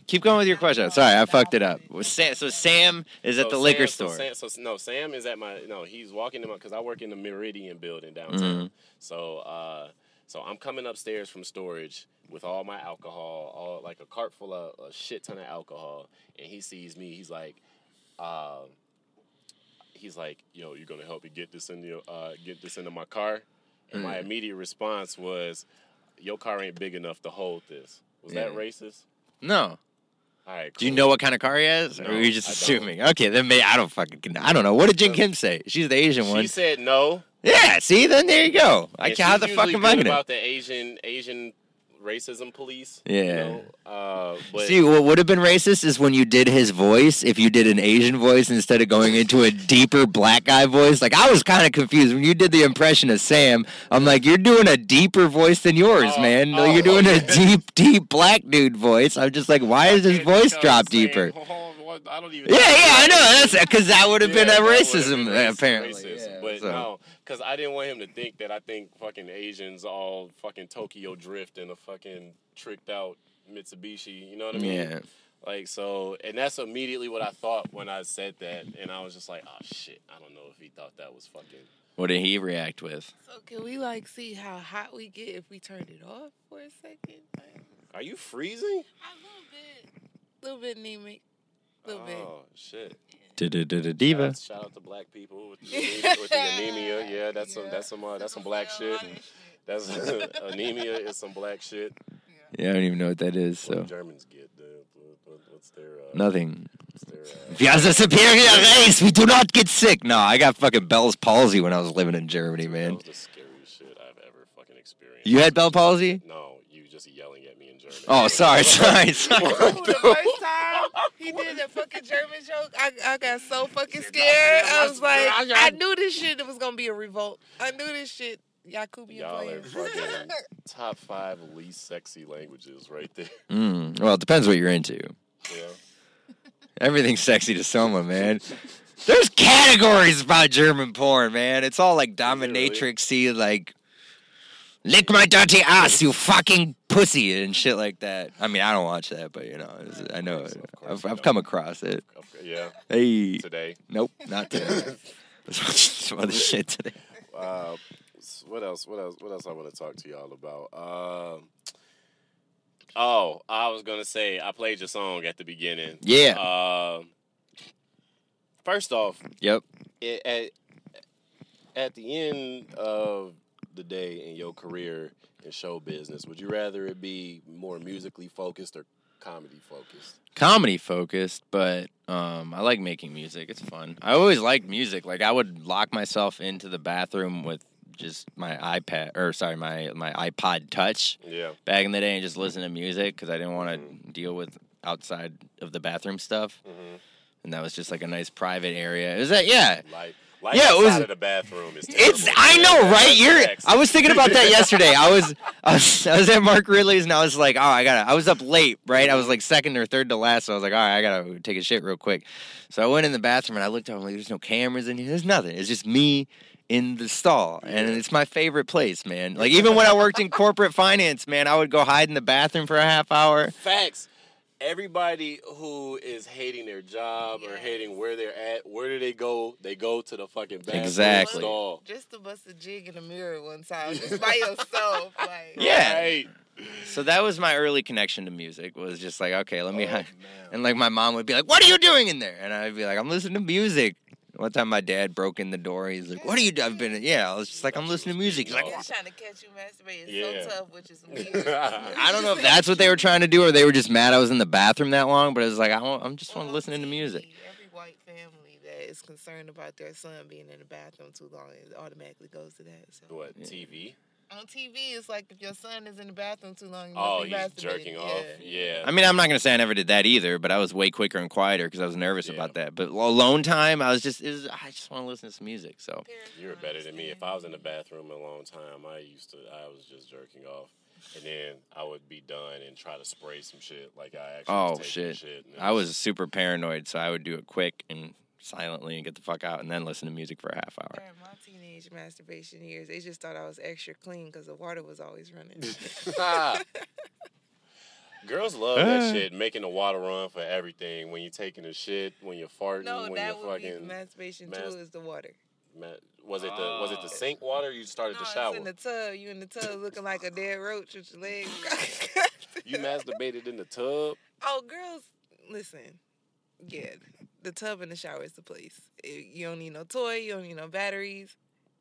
D: Keep going with your question. Sorry, I fucked it up. Was Sa- So Sam is at
C: So
D: the liquor
C: Oh, Sam-
D: store.
C: So Sam, so s- no, Sam is at my no. He's walking him up because I work in the Meridian building downtown.
D: Mm-hmm.
C: So uh, so I'm coming upstairs from storage with all my alcohol, all like a cart full of a shit ton of alcohol, and he sees me. He's like, uh, he's like, yo, you gonna help me get this in your uh, get this into my car? And
D: Mm.
C: my immediate response was, your car ain't big enough to hold this. Was that
D: Yeah.
C: racist?
D: No.
C: All right.
D: Mm. Do you
C: cool.
D: know what kind of car he has, or are you just
C: I don't.
D: assuming? Okay, then may I don't fucking I don't know. What did Jin Kim say? She's the Asian one.
C: She said no.
D: yeah. See, then there you go. I
C: And
D: ca- how
C: she's
D: the fuck
C: usually
D: am I
C: good
D: gonna?
C: about the Asian Asian racism police? you
D: Yeah.
C: know? Uh, but
D: See, what would have been racist is when you did his voice. If you did an Asian voice instead of going into a deeper black guy voice, like I was kind of confused when you did the impression of Sam. I'm like, you're doing a deeper voice than yours,
C: Oh,
D: man.
C: oh,
D: you're doing a
C: okay.
D: deep, deep black dude voice. I'm just like, why is his
C: Fucking
D: voice
C: Nico
D: drop
C: saying,
D: deeper?
C: "Oh, what- I don't even.
D: Yeah, yeah, I know. That's because that would have
C: Yeah,
D: been a
C: that would've
D: racism, uh,
C: been raci-
D: apparently.
C: racist.
D: Yeah,
C: but
D: so.
C: no, because I didn't want him to think that I think fucking Asians all fucking Tokyo drift in a fucking tricked out Mitsubishi. You know what I mean?
D: Yeah.
C: Like so, and that's immediately what I thought when I said that, and I was just like, oh shit, I don't know if he thought that was fucking.
D: What did he react with?
E: So can we like see how hot we get if we turn it off for a second? Like,
C: Are you freezing?
E: a little bit, little bit anemic, little bit.
C: Oh shit. Shout
D: Diva.
C: out- Shout out to black people with the, anemia- with the anemia. Yeah, that's some that's some uh, that's some black shit. That's anemia is some black shit.
D: Yeah, I don't even know what that is.
C: What do
D: So
C: Germans get dude? What- what- What's their uh,
D: nothing.
C: What's their, uh,
D: We are the superior race. We do not get sick. No, I got fucking Bell's palsy when I was living in Germany,
C: that
D: man.
C: was the scariest shit I've ever fucking Korean.
D: You had Bell palsy?
C: No, you just yelling at me in German.
D: Oh, sorry, sorry, sorry.
E: Ooh, the first time he did that fucking German joke, I, I got so fucking scared. I was like, I knew this shit was gonna be a revolt. I knew this shit. Yakubian
C: Y'all are
E: players.
C: fucking top five least sexy languages right there.
D: Mm, well, it depends what you're into.
C: Yeah.
D: Everything's sexy to someone, man. There's categories about German porn, man. It's all like
C: really?
D: dominatrixy, like lick my dirty ass, you fucking pussy, and shit like that. I mean, I don't watch that, but you know, it's- I know it. I've, I've come across it.
C: Okay, yeah.
D: Hey,
C: Today.
D: nope, not today. Let's watch some other shit today.
C: Uh, s- what else? What else? What else? I want to talk to y'all about. Um oh, I was gonna say I played your song at the beginning.
D: Yeah.
C: Um, first off,
D: Yep.
C: it, at at the end of the day in your career in show business, would you rather it be more musically focused or comedy focused?
D: comedy focused, but um, I like making music. It's fun. I always liked music. Like I would lock myself into the bathroom with just my iPad or sorry, my my iPod Touch
C: Yeah.
D: back in the day and just listen to music because I didn't want to deal with outside of the bathroom stuff. And that was just like a nice private area. It was that yeah.
C: Life, life
D: Yeah, it
C: outside
D: was-
C: of the bathroom is terrible.
D: It's I know,
C: Yeah,
D: right? You're
C: facts.
D: I was thinking about that yesterday. I was I was, I was at Mark Ridley's and I was like, oh, I gotta. I was up late, right? I was like second or third to last. So I was like, all right, I gotta take a shit real quick. So I went in the bathroom and I looked up. I'm like, there's no cameras in here. There's nothing. It's just me in the stall, and it's my favorite place, man. Like even when I worked in corporate finance, man, I would go hide in the bathroom for a half hour.
C: Facts. Everybody who is hating their job or hating where they're at, where do they go? They go to the fucking bathroom
D: Exactly.
C: stall.
E: Just to bust a jig in the mirror one time, just by yourself. Like,
D: Yeah.
C: Right.
D: So that was my early connection to music. Was just like, okay, let me.
C: Oh,
D: hide.
C: man.
D: And like my mom would be like, "What are you doing in there?" And I'd be like, "I'm listening to music." One time my dad broke in the door. He's like, "What are you?" do-" I've been yeah. I was just like, "I'm listening to music." He's like,
E: They're trying to catch you masturbating
C: Yeah.
E: so tough, which is weird.
D: "I don't know if that's what they were trying to do, or they were just mad I was in the bathroom that long." But it was like, I want, I'm just want
E: On
D: listening to
E: TV,
D: music.
E: Every white family that is concerned about their son being in the bathroom too long, it automatically goes to that. So.
C: what TV?
E: On TV, it's like if your son is in the bathroom too long, you must
C: Oh,
E: be
C: he's
E: masturbating.
C: jerking
E: yeah.
C: off. Yeah.
D: I mean, I'm not gonna say I never did that either, but I was way quicker and quieter because I was nervous
C: Yeah.
D: about that. But alone time, I was just, it was, I just want to listen to some music. So
E: Parents
C: You're
E: don't
C: better than me.
E: understand.
C: If I was in the bathroom a long time, I used to, I was just jerking off. And then I would be done and try to spray some shit. Like I actually was
D: Oh
C: taking
D: shit.
C: and it
D: I was super paranoid, so I would do it quick and silently and get the fuck out and then listen to music for a half hour.
E: During my teenage masturbation years, they just thought I was extra clean because the water was always running.
C: Girls love
D: Ah.
C: that shit, making the water run for everything. When you're taking a shit, when you're farting,
E: no,
C: when
E: that
C: you're
E: would be
C: fucking.
E: masturbation
C: mas-
E: too. Is the water?
C: Ma- was it the was it the
D: Oh.
C: sink water? Or you started
E: No,
C: to
E: it's
C: shower.
E: in the tub. You in the tub looking like a dead roach with your legs.
C: You masturbated in the tub.
E: oh, girls, listen. Yeah, the tub and the shower is the place. It- you don't need no toy. You don't need no batteries.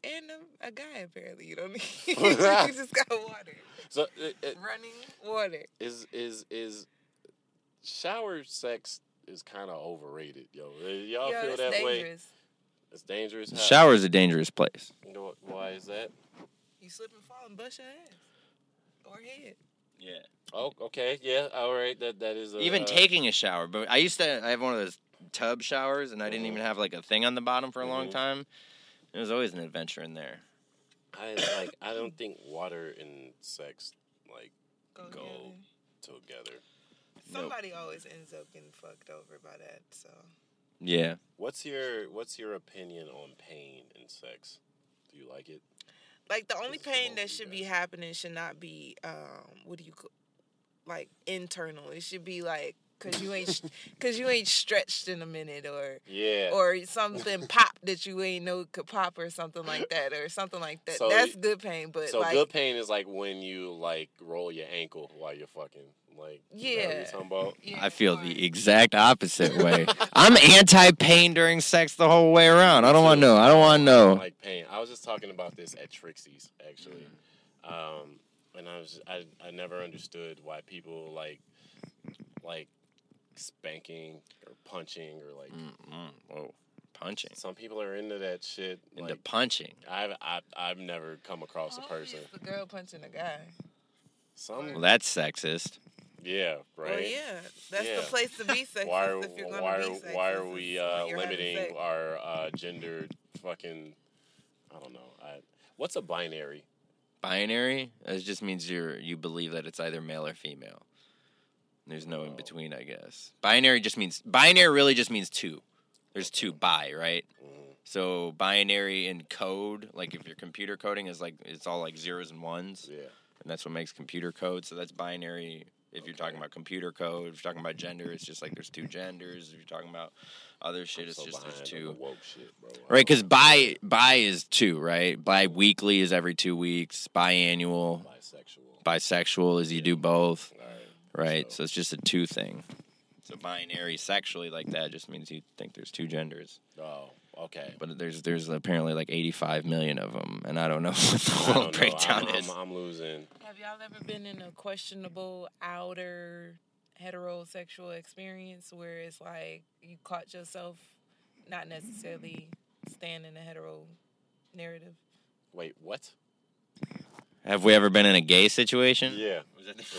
E: And a, a guy apparently you don't need. you just got water,
C: So it, it,
E: running water.
C: is is is shower sex is kind of overrated, yo. Uh, Y'all
E: Yo,
C: feel
E: it's
C: that way?
E: dangerous.
C: It's dangerous. How-
D: Shower is a dangerous place.
C: you know what- Why is that?
E: You slip and fall and bust your ass or head.
D: Yeah.
C: Oh, okay, yeah, all right. That that is a,
D: Even
C: uh,
D: taking a shower, but I used to I have one of those tub showers and I didn't
C: Mhm.
D: even have like a thing on the bottom for a long
C: Mhm.
D: time. It was always an adventure in there.
C: I like. I don't think water and sex like
E: Go.
C: Go.
E: together.
C: together.
E: Somebody always ends up getting fucked over by that. So
D: Yeah.
C: What's your What's your opinion on pain and sex? Do you like it?
E: like the only
C: This is
E: pain
C: what we
E: that should be
C: got.
E: happening should not be um what do you ca- like internal. It should be like cause you ain't cause you ain't stretched in a minute or
C: Yeah.
E: or something pop that you ain't know could pop or something like that or something like that.
C: So
E: That's
C: you-
E: good pain, but
C: so
E: like
C: good pain is like when you like roll your ankle while you're fucking like is that what
E: Yeah.
C: you're talking about
E: yeah,
D: I feel
E: or-
D: the exact opposite way. I'm anti pain during sex the whole way around. I don't want to know. I don't want to know.
C: like pain. I was just talking about this at Trixie's actually,
E: Mm.
C: um, and I was I, I never understood why people like like spanking or punching or like
D: Mm, mm, Whoa. punching.
C: Some people are into that shit.
D: Into
C: Like,
D: punching.
C: I've, I've I've never come across a person.
E: Oh, The girl punching a guy.
D: Well,
C: Some
D: that's sexist.
C: yeah right.
E: Well, Oh, yeah, that's the
C: Yeah.
E: place to be sexist
C: why are
E: if you're gonna
C: why
E: be
C: are,
E: sexist.
C: why
E: is
C: are we
E: when
C: uh,
E: you're having
C: limiting
E: sex.
C: our uh, gender fucking I don't know I, what's a binary
D: Binary. That just means you're you believe that it's either male or female. There's no in between, I guess. Binary just means binary. Really, just means two. There's two bi, right?
C: Mm-hmm.
D: So binary in code, like if you're computer coding, is like it's all like zeros and ones.
C: yeah
D: and that's what makes computer code. So that's binary. If you're talking about computer code, if you're talking about gender, it's just like there's two genders. If you're talking about other shit, it's
C: so
D: just
C: behind on
D: there's
C: the
D: two.
C: woke shit bro
D: Right, because bi bi is two, right? Bi weekly is every two weeks. Biannual,
C: bisexual
D: bisexual is you do both,
C: all right
D: right? So it's just a two thing. So binary sexually like that just means you think there's two genders,
C: Oh, okay.
D: but there's there's apparently like 85 million of them, and I don't know what the
C: I don't
D: whole
C: know.
D: breakdown
C: I'm,
D: is.
C: I'm, I'm losing.
E: Have y'all ever been in a questionable outer heterosexual experience where it's like you caught yourself not necessarily staying in a hetero narrative?
C: Wait, what?
D: Have we ever been in a gay situation?
C: Yeah.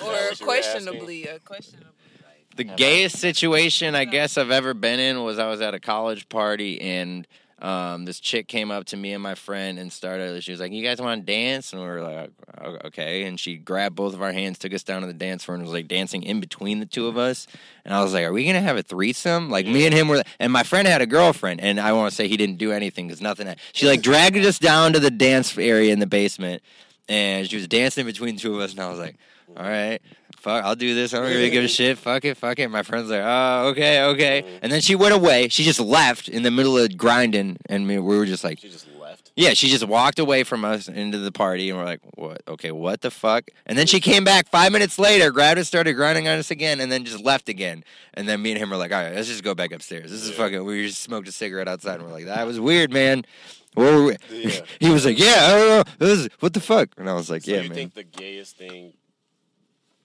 E: Or questionably, or questionably. Like,
D: The gayest situation I guess I've ever been in was I was at a college party and um, this chick came up to me and my friend and started. She was like, "You guys want to dance?" And we were like, "O- "Okay." And she grabbed both of our hands, took us down to the dance floor, and was like dancing in between the two of us. And I was like, "Are we gonna have a threesome?" Like me and him were. And my friend had a girlfriend, and I want to say he didn't do anything because nothing. She like dragged us down to the dance area in the basement, and she was dancing between the two of us, and I was like, "All right." Fuck, I'll do this. I don't really give a shit. Fuck it, fuck it. My friend's like, oh, okay, okay. And then she went away. She just left in the middle of grinding, and we we were just like,
C: She just left.
D: yeah, she just walked away from us into the party, and we're like, what? Okay, what the fuck? And then she came back five minutes later, grabbed us, started grinding on us again, and then just left again. And then me and him were like, all right, let's just go back upstairs. This is fucking. We just smoked a cigarette outside, and we're like, that was weird, man. What were we?
C: Yeah.
D: he was like, yeah, I don't know. This is, what the fuck? And I was like,
C: So
D: yeah,
C: you
D: man.
C: think the gayest thing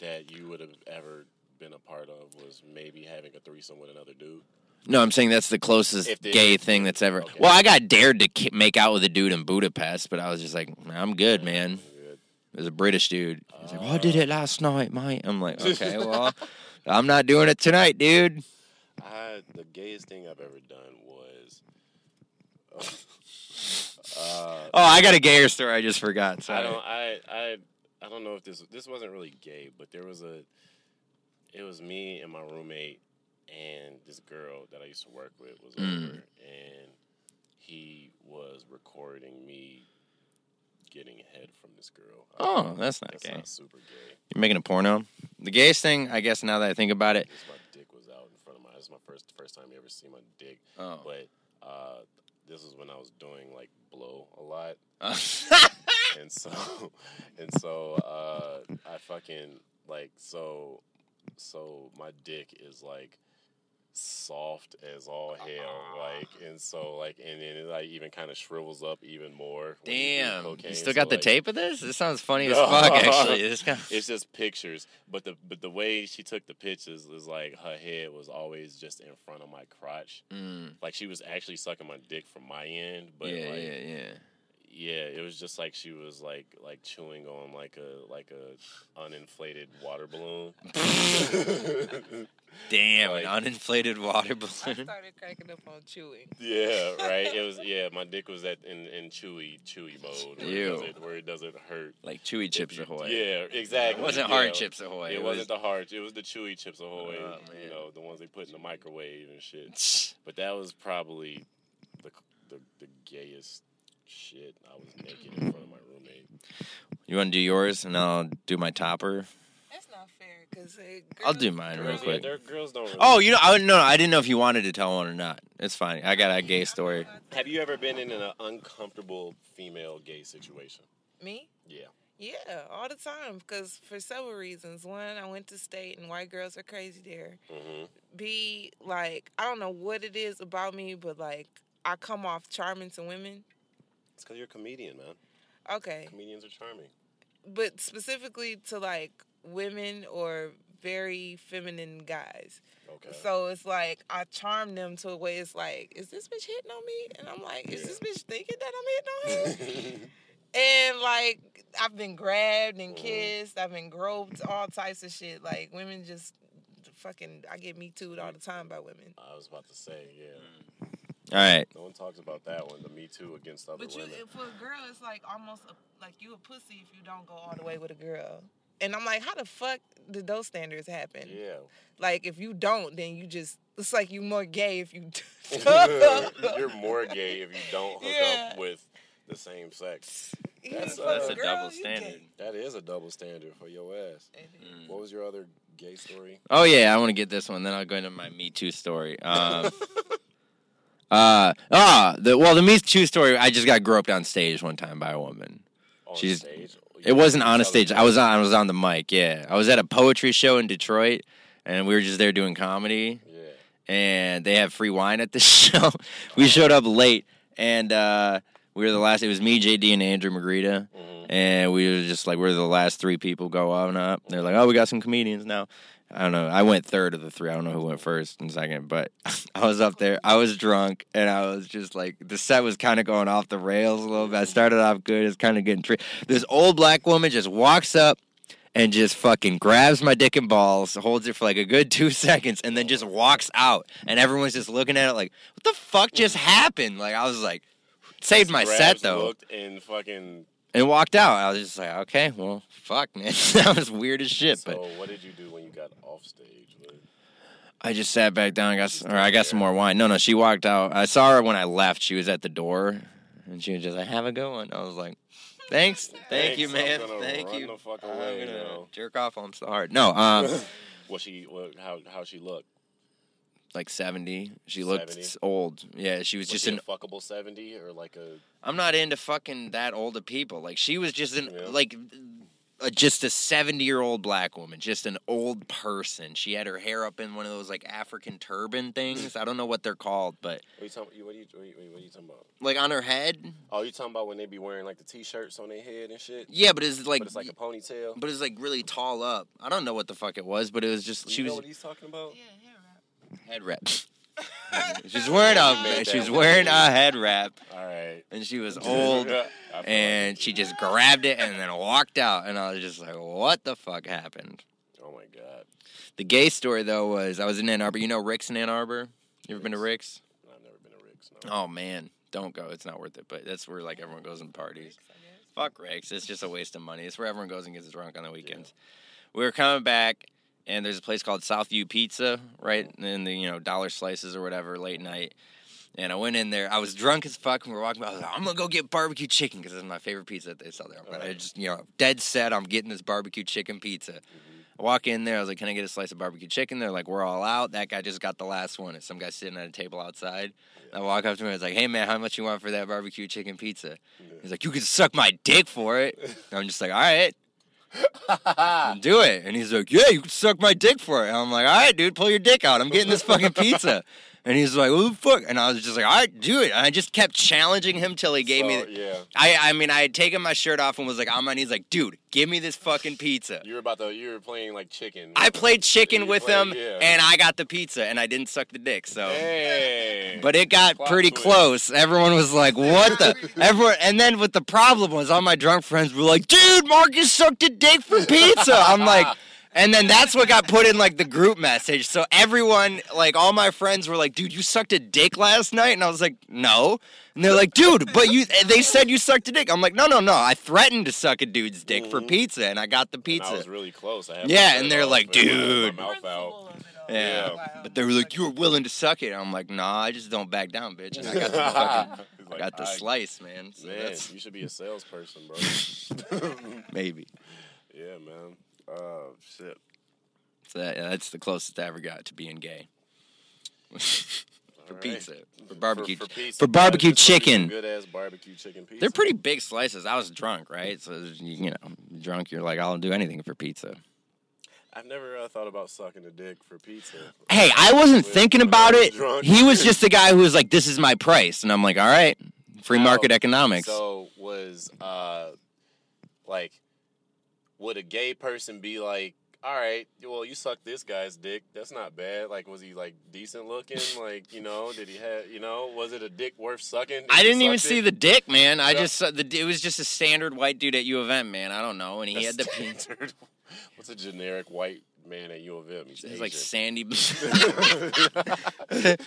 C: that you would have ever been a part of was maybe having a threesome with another dude?
D: No, I'm saying that's the closest
C: If they-
D: gay thing that's ever.
C: Okay.
D: Well, I got dared to ki- make out with a dude in Budapest, but I was just like, "Nah, I'm good, man.
C: Good.
D: It was a British dude. He's like, well, I did it
C: Oh.
D: last night, mate. I'm like, okay, well, I'm not doing it tonight, dude.
C: I the gayest thing I've ever done was. uh,
D: Oh, I got a gayer story I just forgot.
C: I
D: Sorry.
C: don't. I. I. I don't know if this. This wasn't really gay, but there was a. It was me and my roommate, and this girl that I used to work with was
D: Mm.
C: over, and he was recording me getting head from this girl. I don't
D: Oh,
C: know,
D: that's not
C: that's
D: gay.
C: not super gay.
D: You're making a porno. The gayest thing, I guess, now that I think about it.
C: Just my dick was out in front of my. This is my first first time you ever see my dick,
D: Oh.
C: but uh, this was when I was doing like blow a lot, and so and so uh I fucking like so so my dick is like soft as all hell like and so like and then it like even kind of shrivels up even more when you do
D: Damn. You
C: cocaine.
D: still
C: So,
D: got the
C: like,
D: tape of this? This sounds funny as
C: No.
D: fuck, actually. This kind of-
C: it's just pictures but the but the way she took the pictures was like her head was always just in front of my crotch
D: Mm.
C: like she was actually sucking my dick from my end but
D: yeah,
C: like
D: yeah, yeah.
C: yeah, it was just like she was like like chewing on like a like a uninflated water balloon.
D: Damn,
C: Like-
D: an uninflated water
E: I
D: balloon.
E: started cracking up on chewing.
C: yeah, right. It was yeah. My dick was at in, in chewy chewy mode. Where
D: Ew.
C: It doesn't, where it doesn't hurt.
D: Like Chewy Chips Ahoy.
C: Yeah, exactly.
D: It wasn't
C: yeah.
D: hard Chips Ahoy.
C: It, wasn't the hard. It was the chewy chips ahoy.
D: Oh,
C: you
D: man.
C: know the ones they put in the microwave and shit.
D: was
C: But that was probably the the, the gayest shit. I was naked in front of my roommate.
D: You want to do yours, and I'll do my topper.
E: That's not fair, cause hey,
D: I'll
E: girls-
D: do mine real
C: Girls, yeah,
D: quick.
C: their- girls don't. Really
D: Oh, you know, I no, no, I didn't know if you wanted to tell one or not. It's fine. I got a gay story.
C: Have you ever been in an uncomfortable female gay situation?
E: Me?
C: Yeah.
E: Yeah, all the time. Because for several reasons. One, I went to state and white girls are crazy there.
C: Mm-hmm.
E: B, like, I don't know what it is about me, but like, I come off charming to women.
C: It's because you're a comedian, man.
E: Okay.
C: Comedians are charming.
E: But specifically to like women or very feminine guys.
C: Okay.
E: So it's like I charm them to a way it's like, is this bitch hitting on me? And I'm like, is
C: Yeah.
E: this bitch thinking that I'm hitting on her? and like I've been grabbed and
D: Mm-hmm.
E: kissed, I've been groped, all types of shit. Like women just fucking I get me tooed all the time by women.
C: I was about to say, yeah.
D: All right.
C: No one talks about that one, the Me Too against other
E: But you
C: women.
D: uh,
E: for a girl it's like almost a, like you a pussy if you don't go all the way with a girl. And I'm like, how the fuck did those standards happen?
C: yeah.
E: Like if you don't, then you just it's like you more gay if you
C: You're more gay if you don't hook
E: Yeah.
C: up with the same sex.
E: That's,
D: That's
C: Uh,
D: a double standard.
C: That is a double standard for your ass. What was your other gay story?
D: Oh yeah, I want to get this one. Then I'll go into my Me Too story. Um, uh, ah, the well, the Me Too story. I just got groped on stage one time by a woman.
C: On
D: She's-
C: stage?
D: It wasn't on a stage. I was on. I was on the mic. Yeah, I was at a poetry show in Detroit, and we were just there doing comedy.
C: Yeah.
D: and they have free wine at the show. we showed up late, and uh, we were the last. It was me, JD, and Andrew Margarita, Mm-hmm. and we were just like we are the last three people go on up. They're like, oh, we got some comedians now. I don't know. I went third of the three. I don't know who went first and second, but I was up there. I was drunk, and I was just like, the set was kind of going off the rails a little bit. I started off good. It's kind of getting tri- This old black woman just walks up and just fucking grabs my dick and balls, holds it for like a good two seconds, and then just walks out. And everyone's just looking at it like, what the fuck just happened? Like, I was like, saved my set
C: Grabs,
D: though,
C: Looked and fucking.
D: and walked out. I was just like, okay, well, fuck, man. that was weird as shit.
C: So,
D: But
C: what did you do when you got off stage? Like,
D: I just sat back down and got, s- or I got some more wine. No, no, she walked out. I saw her when I left. She was at the door, and she was just like, have a good one. I was like, thanks. Thank you,
C: Thanks, I'm
D: man.
C: gonna
D: Thank
C: run
D: you.
C: the fuck
D: I'm
C: away,
D: gonna
C: yo.
D: jerk off on so hard. No, um,
C: What she? What, how? How she looked?
D: like 70. She looked
C: 70?
D: old. Yeah, she was
C: Was
D: just
C: she
D: an
C: a fuckable seventy or like a?
D: I'm not into fucking that old of people. Like she was just an
C: Yeah.
D: like uh, just a 70-year-old black woman, just an old person. She had her hair up in one of those like African turban things. I don't know what they're called, but
C: What you talking? What are you? What are you, what are you talking about?
D: like on her head?
C: Oh, you talking about when they be wearing like the t-shirts on their head and shit?
D: Yeah, but it's like
C: But it's like a ponytail.
D: but it's like really tall up. I don't know what the fuck it was, but it was just
C: you
D: she
C: know
D: was
C: what he's talking about?
D: head wrap. she's wearing a
C: Made that
D: she's
C: one.
D: wearing a head wrap
C: All right.
D: and she was old
C: I feel like-
D: and she just grabbed it and then walked out and i was just like what the fuck happened
C: oh my god,
D: the gay story though was i was in ann arbor you know rick's in ann arbor you ever been to rick's
C: I've never been a Rick's. No.
D: oh man don't go it's not worth it but that's where like everyone goes and parties fuck rick's it's just a waste of money it's where everyone goes and gets drunk on the weekends we were coming back and there's a place called south u pizza right in the you know dollar slices or whatever late night and I went in there. I was drunk as fuck. And we were walking. by. I was like, "I'm gonna go get barbecue chicken because it's my favorite pizza that they sell there." But I just, you know, dead set. I'm getting this barbecue chicken pizza. I walk in there. I was like, "Can I get a slice of barbecue chicken?" They're like, "We're all out." That guy just got the last one. It's some guy sitting at a table outside. I walk up to him. I was like, "Hey man, how much you want for that barbecue chicken pizza?" He's like, "You can suck my dick for it." And I'm just like, "All right." I'll do it. And he's like, Yeah, you can suck my dick for it. And I'm like, All right, dude, pull your dick out. I'm getting this fucking pizza. And he's like, Oh, fuck. And I was just like, All right, do it. And I just kept challenging him till he gave me.
C: So, Oh, yeah.
D: I, I mean, I had taken my shirt off and was like on my knees, like, dude, give me this fucking pizza.
C: You were about to. You were playing like chicken.
D: I played chicken
C: You
D: with
C: played-
D: him
C: yeah.
D: and I got the pizza and I didn't suck the dick. So.
C: Hey.
D: But it got
C: Plot
D: pretty
C: twist.
D: close. Everyone was like, "What the?" Everyone, and then what the problem was, all my drunk friends were like, "Dude, Marcus sucked a dick for pizza." I'm like, and then that's what got put in like the group message. So everyone, like all my friends, were like, "Dude, you sucked a dick last night," and I was like, "No." And they're like, "Dude, but you," they said you sucked a dick. I'm like, "No, no, no. I threatened to suck a dude's dick for pizza, and I got the
C: Mm-hmm. And
D: pizza."
C: I was really close. I had
D: Yeah,
C: my
D: and
C: shirt
D: they're
C: off
D: like,
C: and my-
D: dude.
C: My mouth out.
D: yeah.
C: Yeah.
D: But they were like, "You were willing to suck it." I'm like, "Nah, I just don't back down, bitch." And I got the fucking
C: He's
D: I
C: like,
D: got the
C: I-
D: slice, man. So
C: Man,
D: that's
C: you should be a salesperson, bro.
D: maybe.
C: yeah, man. Oh shit.
D: So that, that's the closest I ever got to being gay. for
C: right.
D: pizza, for barbecue,
C: for,
D: for,
C: for pizza, yeah,
D: barbecue
C: just some
D: chicken.
C: Good ass barbecue chicken pizza.
D: They're pretty big slices. I was drunk, right? So you know, drunk, you're like, I'll do anything for pizza.
C: I've never uh, thought about sucking a dick for pizza.
D: Hey, I wasn't
C: When-
D: thinking
C: when I
D: about
C: was
D: it.
C: drunk.
D: He was just the guy who was like, "This is my price," and I'm like, "All right, free market
C: Oh,
D: economics."
C: So was uh, like, would a gay person be like, all right, well, you sucked this guy's dick. That's not bad. Like, was he like decent looking? Like, you know, did he have? You know, was it a dick worth sucking? If
D: I
C: you
D: didn't even
C: sucked
D: see
C: it-
D: the dick, man. I
C: Yeah.
D: just saw the it was just a standard white dude at U of M, man. I don't know, and he had the pink.
C: standard. What's a generic white man at U of M? He's,
D: He's like
C: Asian.
D: sandy. the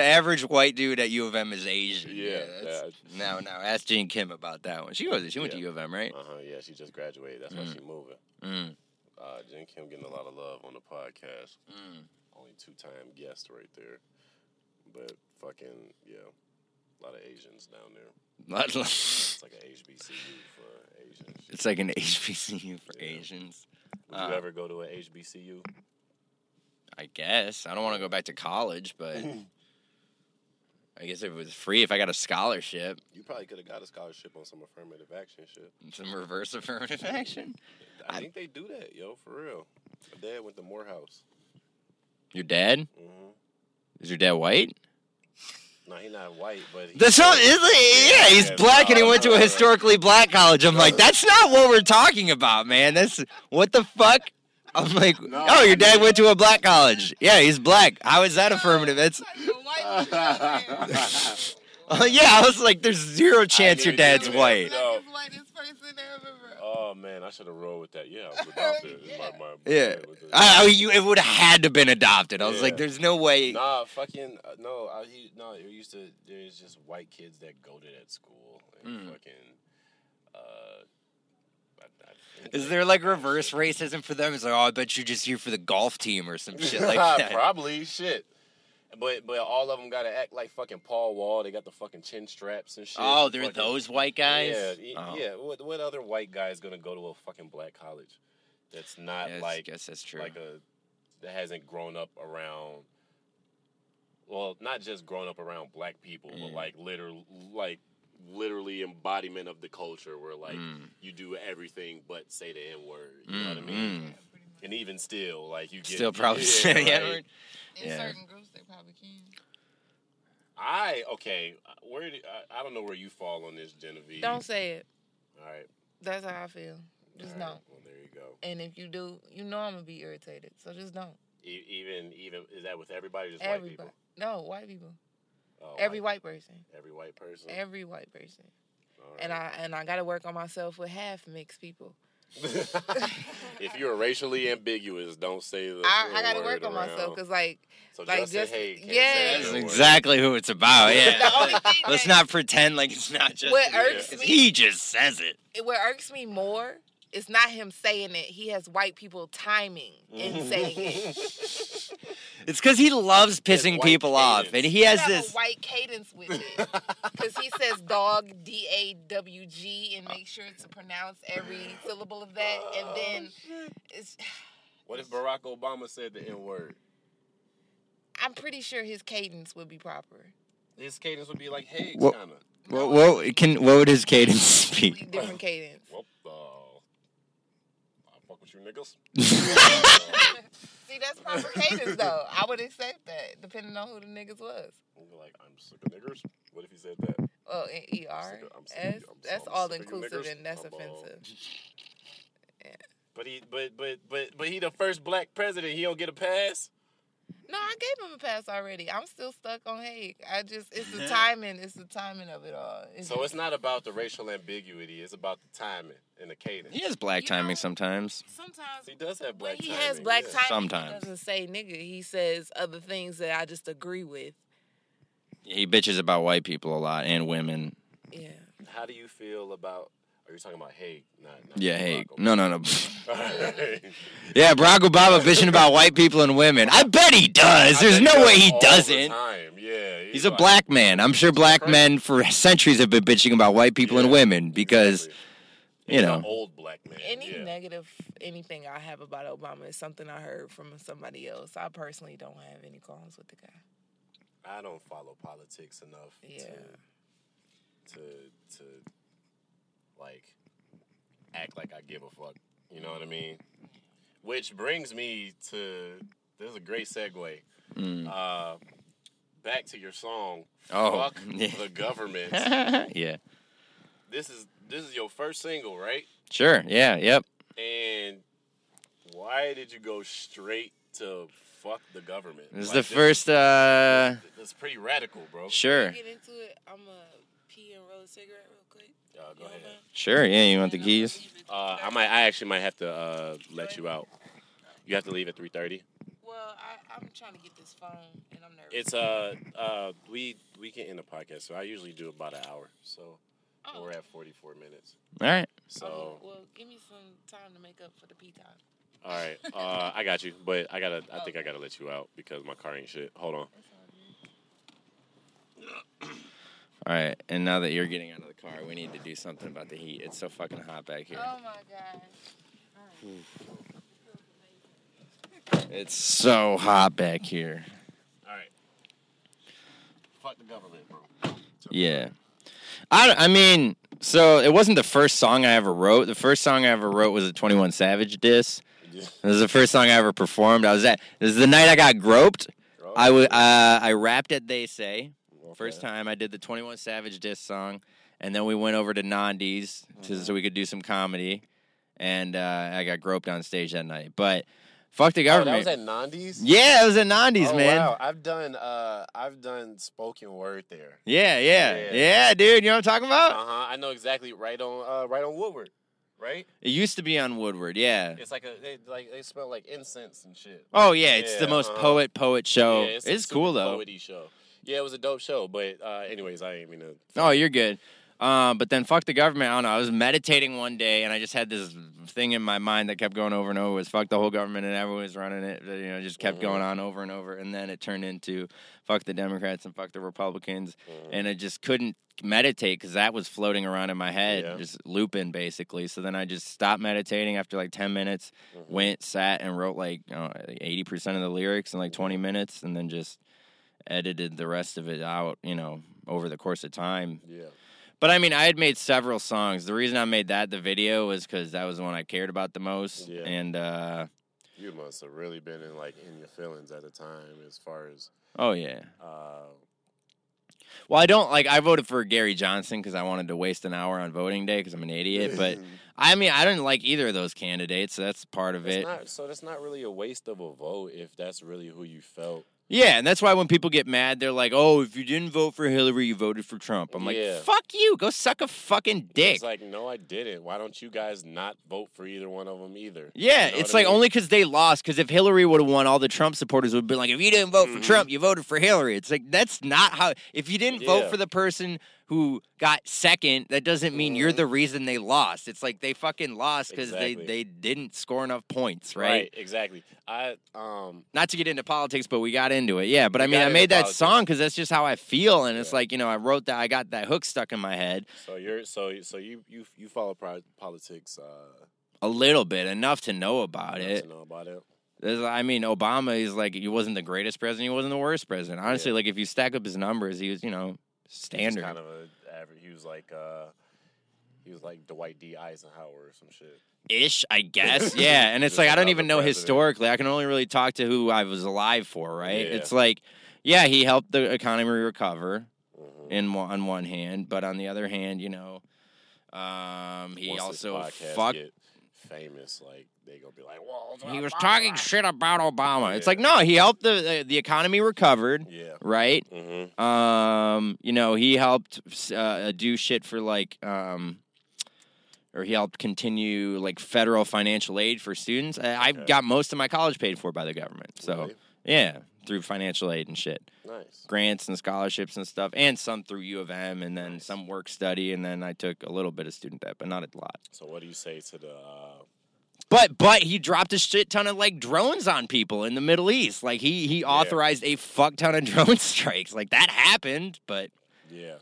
D: average white dude at U of M is Asian.
C: Yeah,
D: that's- No, no. Ask Jean Kim about that one. She was. She went to
C: Yeah.
D: U of M, right?
C: Uh huh. Yeah, she just graduated. That's why she moving.
D: Mm.
C: Uh, Jen Kim getting a lot of love on the podcast.
D: Mm.
C: Only two time guest right there, but fucking yeah, a lot of Asians down there. It's like a HBCU for Asians.
D: It's like an HBCU for
C: Yeah.
D: Asians.
C: Would
D: Uh,
C: you ever go to a HBCU?
D: I guess. I don't want to go back to college, but I guess if it was free, if I got a scholarship,
C: You probably could have got a scholarship on some affirmative action shit.
D: some reverse affirmative action.
C: I,
D: I-
C: think they do that, yo, for real. My dad went to Morehouse.
D: Your dad?
C: hmm
D: Is your dad white?
C: No, he not white, but he,
D: That's not, it's like- yeah, he's
C: Yeah,
D: black and he
C: no,
D: went to
C: no,
D: a
C: no.
D: historically black college. I'm like, that's not what we're talking about, man. That's what the fuck? I'm like, oh, your dad went to a black college. Yeah, he's black. How is that affirmative? That's
E: Like a white woman.
D: yeah. I was like, there's zero chance
C: knew
D: your
C: you
D: dad's
C: were
D: white.
C: No.
E: Blackest, whitest person ever.
C: Oh man, I should have rolled with that. Yeah, I was adopted. It's my- my-
D: Yeah.
C: with the-
D: I, I- you, it would have had to been adopted. I was
C: Yeah.
D: like, there's no way.
C: Nah, fucking uh, no. I he, no. It used to. There's just white kids that go to that school and
D: Mm.
C: fucking. Uh, I, I think
D: Is
C: they-
D: there like reverse racism for them? It's like, oh, I bet you're just here for the golf team or some shit like that.
C: Probably shit. But but all of them gotta act like fucking Paul Wall. They got the fucking chin straps and shit.
D: oh, they're
C: Fucking-
D: those white guys.
C: Yeah, y-
D: Oh.
C: yeah. What, what other white guy is gonna go to a fucking black college that's not
D: Yeah, I
C: like
D: guess that's true.
C: like a that hasn't grown up around well not just grown up around black people but
D: Mm.
C: like literal like literally embodiment of the culture where like
D: Mm.
C: you do everything but say the n word you know what i
D: Mm,
C: mean
D: mm.
C: and even still like you get
D: Still probably
C: yeah,
D: say
C: like,
D: yeah, right.
E: In
D: Yeah.
E: certain groups, they probably can.
C: i okay where do, I, I don't know where you fall on this genevieve
E: Don't say it.
C: all right
E: That's how I feel. Just
C: all right,
E: don't.
C: well there you go
E: And if you do, you know I'm gonna be irritated. So just don't.
C: E- even even is that with everybody or just white
E: Everybody.
C: people
E: No, white people.
C: oh,
E: Every
C: white,
E: white person.
C: every white person
E: Every white person.
C: All
E: And
C: right.
E: I and I gotta work on myself with half mixed people.
C: if you're racially ambiguous, don't say the.
E: I, I gotta
C: word
E: work on
C: around.
E: myself because like
C: so
E: like,
C: Justin
E: just-
C: Haig can't
E: yeah.
C: say
D: That's
C: the word.
D: exactly who it's about.
E: the
D: Yeah.
E: only thing
D: Let's
E: that-
D: not pretend like it's not just.
E: what irks
C: Yeah.
E: me
D: He just says it.
E: it- what irks me more is not him saying it. He has white people timing and saying it.
D: It's because he loves pissing
C: white
D: people off,
C: cadence.
D: and he has
E: Have a
D: this.
E: white cadence with it because he says dog D A W G and make sure to pronounce every syllable of that, and
C: Oh,
E: then it's.
C: What if Barack Obama said the N word?
E: I'm pretty sure his cadence would be proper.
C: His cadence would be like Haig's
D: Wha-
C: kind of.
D: What, what can what would his cadence be?
E: Completely Different cadence.
C: What the? uh, I fuck with you niggas.
E: See, that's proper cadence though. I would accept that depending on who the niggas was.
C: And you're like I'm sick of niggers. What if he said that?
E: Well, in ER,
C: sick of- I'm
E: that's,
C: sick of you- I'm so-
E: that's
C: I'm
E: all
C: sick of you
E: inclusive
C: niggers.
E: and that's
C: I'm all-
E: offensive.
C: But he, but but but but he the first black president. He don't get a pass.
E: No, I gave him a pass already. I'm still stuck on Haig. I just it's the timing, it's the timing of it all. It's
C: Mm-hmm. So it's not about the racial ambiguity. It's about the timing and the cadence.
D: He has black
E: You
D: timing
E: know-
D: sometimes.
E: sometimes
C: He does have
E: when
C: black.
E: he
C: timing,
E: has black
C: yeah.
E: timing,
D: Sometimes.
E: he doesn't say nigga. He says other things that I just agree with.
D: He bitches about white people a lot and women.
C: Mm-hmm.
E: Yeah.
C: How do you feel about? Are you talking about hate? Not, not
D: Yeah,
C: Barack
D: hey,
C: Obama.
D: no, no, no.
C: Alright.
D: yeah, Barack Obama bitching about white people and women. I bet he does. There's
C: I think
D: no
C: that's
D: way he
C: all the
D: doesn't.
C: time, Yeah,
D: He's a
C: like-
D: black man. I'm sure black
C: crazy.
D: men for centuries have been bitching about white people and
C: Yeah,
D: women because,
C: exactly.
D: you
C: He's
D: know,
C: an old black man.
E: Any
C: yeah.
E: negative anything I have about Obama is something I heard from somebody else. I personally don't have any qualms with the guy.
C: I don't follow politics enough.
E: Yeah.
C: To, to to like act like I give a fuck. You know what I mean? Which brings me to this is a great segue. Uh, back to your song.
D: Mm. Oh,
C: Fuck
D: yeah.
C: the government.
D: yeah,
C: this is this is your first single, right?
D: sure, yeah, yep.
C: and why did you go straight to fuck the government?
D: This is
C: Like,
D: the first. uh
C: That's pretty radical, bro.
D: Sure,
E: Get into it. I'm a pee and roll a cigarette real quick.
C: Uh, go
E: You don't
C: ahead.
E: mind?
D: sure. Yeah, you want the keys?
C: Uh, I might. I actually might have to uh, let you out. You have to leave at three thirty.
E: Well, I, I'm trying to get this phone, and I'm nervous.
C: It's uh, uh, we we can end the podcast. So I usually do about an hour. So
E: Oh,
C: we're at forty four minutes.
D: All right.
C: So.
E: okay, well, give me some time to make up for the pee time.
C: All right, uh, I got you, but I gotta. I think I gotta let you out because my car ain't shit. Hold on.
D: All right. And now that you're getting out of the car, we need to do something about the heat. It's so fucking hot back here.
E: Oh my gosh.
D: It's so hot back here.
C: All right. Fuck the government, bro.
D: Yeah. I, I mean, so it wasn't the first song I ever wrote. The first song I ever wrote was a 21 Savage diss. It was the first song I ever performed. I was at this is the night I got groped. I wa- uh, I rapped at They Say. First time I did the 21 Savage diss song and then we went over to Nandi's to, so we could do some comedy and uh, I got groped on stage that night. But fuck the
C: Oh,
D: government.
C: that was at Nandi's.
D: yeah, it was at Nandi's,
C: oh,
D: man.
C: Wow, I've done. Uh, I've done spoken word there.
D: Yeah, yeah,
C: Yeah.
D: yeah, dude. You know what I'm talking about?
C: Uh huh. I know exactly. Right on. Uh, right on Woodward. Right.
D: It used to be on Woodward, yeah.
C: It's like a. They, like they smell like incense and shit.
D: Oh yeah, it's
C: Yeah,
D: the most
C: uh-huh.
D: poet poet show.
C: Yeah,
D: Oh, it's
C: a super
D: cool though.
C: poety show. Yeah, it was a dope show, but uh, anyways, I ain't mean to.
D: Oh, you're good. Um, but then fuck the government. I don't know. I was meditating one day and I just had this thing in my mind that kept going over and over. was fuck the whole government and everyone's running it. You know, just kept going on over and over. And then it turned into fuck the Democrats and fuck the Republicans. And I just couldn't meditate because that was floating around in my head,
C: Yeah.
D: just looping basically. So then I just stopped meditating after like 10 minutes, went, sat, and wrote like I don't know, like 80% of the lyrics in like 20 minutes and then just edited the rest of it out, you know, over the course of time.
C: Yeah.
D: But I mean, I had made several songs. The reason I made that the video was because that was the one I cared about the most.
C: Yeah.
D: And uh,
C: You must have really been in like in your feelings at the time, as far as.
D: oh yeah.
C: Uh,
D: Well, I don't like. I voted for Gary Johnson because I wanted to waste an hour on voting day because I'm an idiot. But I mean, I didn't like either of those candidates. So that's part of
C: It's
D: it.
C: not, so that's not really a waste of a vote if that's really who you felt.
D: Yeah, and that's why when people get mad, they're like, "Oh, if you didn't vote for Hillary, you voted for Trump." I'm
C: Yeah.
D: like, "Fuck you! Go suck a fucking dick."
C: It's like, no, I didn't. Why don't you guys not vote for either one of them either?
D: Yeah,
C: You know
D: it's
C: what I
D: like
C: mean?
D: only because they lost. Because if Hillary would have won, all the Trump supporters would have been like, "If you didn't vote
C: Mm-hmm.
D: for Trump, you voted for Hillary." It's like that's not how. If you didn't
C: Yeah.
D: vote for the person who got second, that doesn't mean you're the reason they lost. It's like they fucking lost because
C: Mm-hmm. Exactly.
D: they they didn't score enough points, right?
C: exactly. I um
D: Not to get into politics, but we got into it. Yeah, but I
C: We
D: mean,
C: got
D: I
C: into
D: made that
C: politics.
D: song because that's just how I feel, and it's
C: Yeah.
D: like you know, I wrote that, I got that hook stuck in my head
C: so you're so so you you you follow pro- politics uh
D: a little bit, enough to know about
C: enough
D: it.
C: to know about it.
D: There's, I mean, Obama is like he wasn't the greatest president, he wasn't the worst president. Honestly, like if you stack up his numbers, he was you know
C: He's
D: standard.
C: kind of a average. He was like uh he was like Dwight D Eisenhower or some shit.
D: ish, I guess. yeah, and it's
C: Just
D: like I don't
C: another
D: even know
C: president.
D: historically. I can only really talk to who I was alive for, right?
C: Yeah.
D: It's like, yeah, he helped the economy recover
C: Mm-hmm.
D: in one, on one hand, but on the other hand, you know, um, he
C: Once this
D: also
C: podcast
D: fucked.
C: get famous like they gonna be like, "Whoa."
D: He was talking shit about Obama. It's
C: Yeah.
D: like no, he helped the the economy recovered,
C: Yeah.
D: right?
C: Mhm.
D: Um, you know, he helped uh, do shit for like, um, or he helped continue like federal financial aid for students. I, I got most of my college paid for by the government. So
C: Really?
D: yeah, through financial aid and shit,
C: Nice.
D: grants and scholarships and stuff, and some through U of M, and then some work study, and then I took a little bit of student debt, but not a lot.
C: So what do you say to the uh
D: But but he dropped a shit ton of like drones on people in the Middle East. Like he he authorized a fuck ton of drone strikes. Like that happened, but.
C: yeah.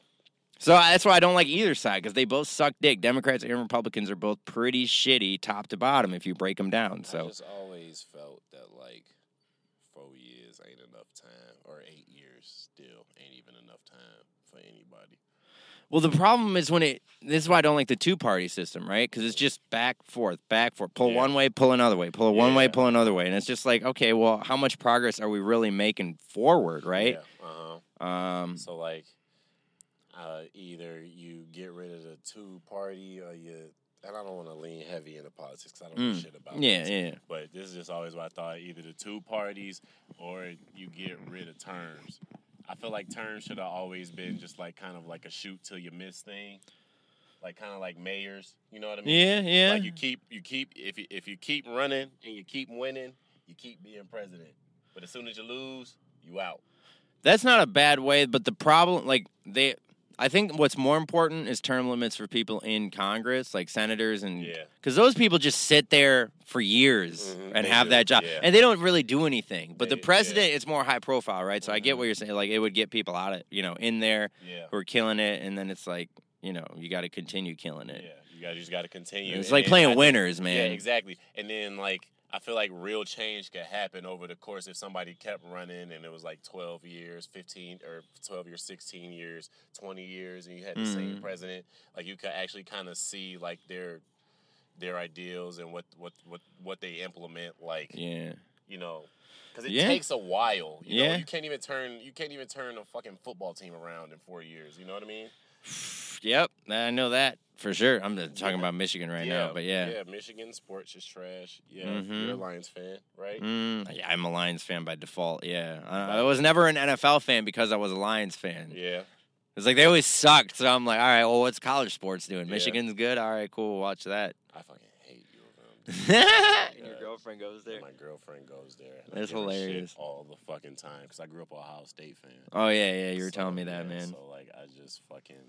D: So I- that's why I don't like either side because they both suck dick. Democrats and Republicans are both pretty shitty top to bottom if you break them down.
C: I
D: So
C: just always felt that like four years ain't enough time, or eight years still ain't even enough time for anybody.
D: well, the problem is when it. This is why I don't like the two party system, right? Because it's just back forth, back forth. Pull
C: Yeah.
D: one way, pull another way. Pull one way,
C: Yeah.
D: pull another way, and it's just like, okay, well, how much progress are we really making forward, right?
C: Yeah, uh-huh.
D: Um,
C: So like, uh, either you get rid of the two party, or you and I don't want to lean heavy into politics because I don't know
D: Mm.
C: shit about
D: Yeah,
C: this.
D: yeah.
C: But this is just always what I thought: either the two parties or you get rid of terms. I feel like terms should have always been just like kind of like a shoot till you miss thing, like kind of like mayors. You know what I mean?
D: Yeah, yeah.
C: Like you keep you keep if you, if you keep running and you keep winning, you keep being president. But as soon as you lose, you out.
D: That's not a bad way, but the problem, like they, I think what's more important is term limits for people in Congress, like senators and
C: Yeah.
D: because those people just sit there for years
C: Mhm,
D: and
C: they
D: have
C: do,
D: that job,
C: yeah.
D: and they don't really do anything. But
C: They- Mm-hmm.
D: the president, it's more high profile, right? So I get what you're saying. Like it would get people out of, you know, in there
C: Yeah.
D: who are killing it, and then it's like, you know, you got to continue killing
C: Yeah,
D: it.
C: you got you just got to continue.
D: It's
C: And
D: like
C: then I
D: playing
C: think-
D: winners, man.
C: Yeah, exactly. And then like I feel like real change could happen over the course if somebody kept running and it was like 12 years, 15 or 12 years, 16 years, 20 years and you had the same
D: Mhm.
C: president, like you could actually kind of see like their their ideals and what what what what they implement like
D: Yeah.
C: you know because it
D: Yeah.
C: takes a while you know
D: Yeah.
C: you can't even turn you can't even turn a fucking football team around in four years you know what i mean
D: Yep, I know that for sure. I'm just talking about Michigan right now, but
C: yeah michigan sports is trash yeah
D: Mhm.
C: you're a lions fan right
D: Mm, yeah, I'm a Lions fan by default. Yeah, I, I was never an NFL fan because I was a Lions fan.
C: yeah
D: It's like they always sucked. So I'm like, all right, well, what's college sports doing?
C: Yeah.
D: Michigan's good. All right, cool. Watch that.
C: i fucking hate you around
D: and
C: your
D: girlfriend goes
C: my girlfriend goes there and I
D: That's
C: give her shit
D: hilarious.
C: all the fucking time because i grew up a ohio state fan
D: Oh yeah, yeah. You were
C: So,
D: telling me that,
C: yeah,
D: man.
C: So like, I just fucking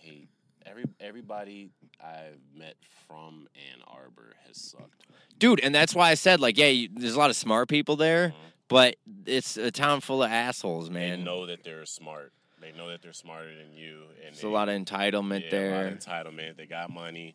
C: hate every everybody I've met from Ann Arbor has sucked.
D: Dude, and that's why I said like, yeah, you, there's a lot of smart people there, but it's a town full of assholes,
C: They
D: man.
C: know that they're smart. They know that they're smarter than you. And
D: There's
C: they,
D: a lot of entitlement
C: yeah,
D: there.
C: A lot of entitlement. They got money.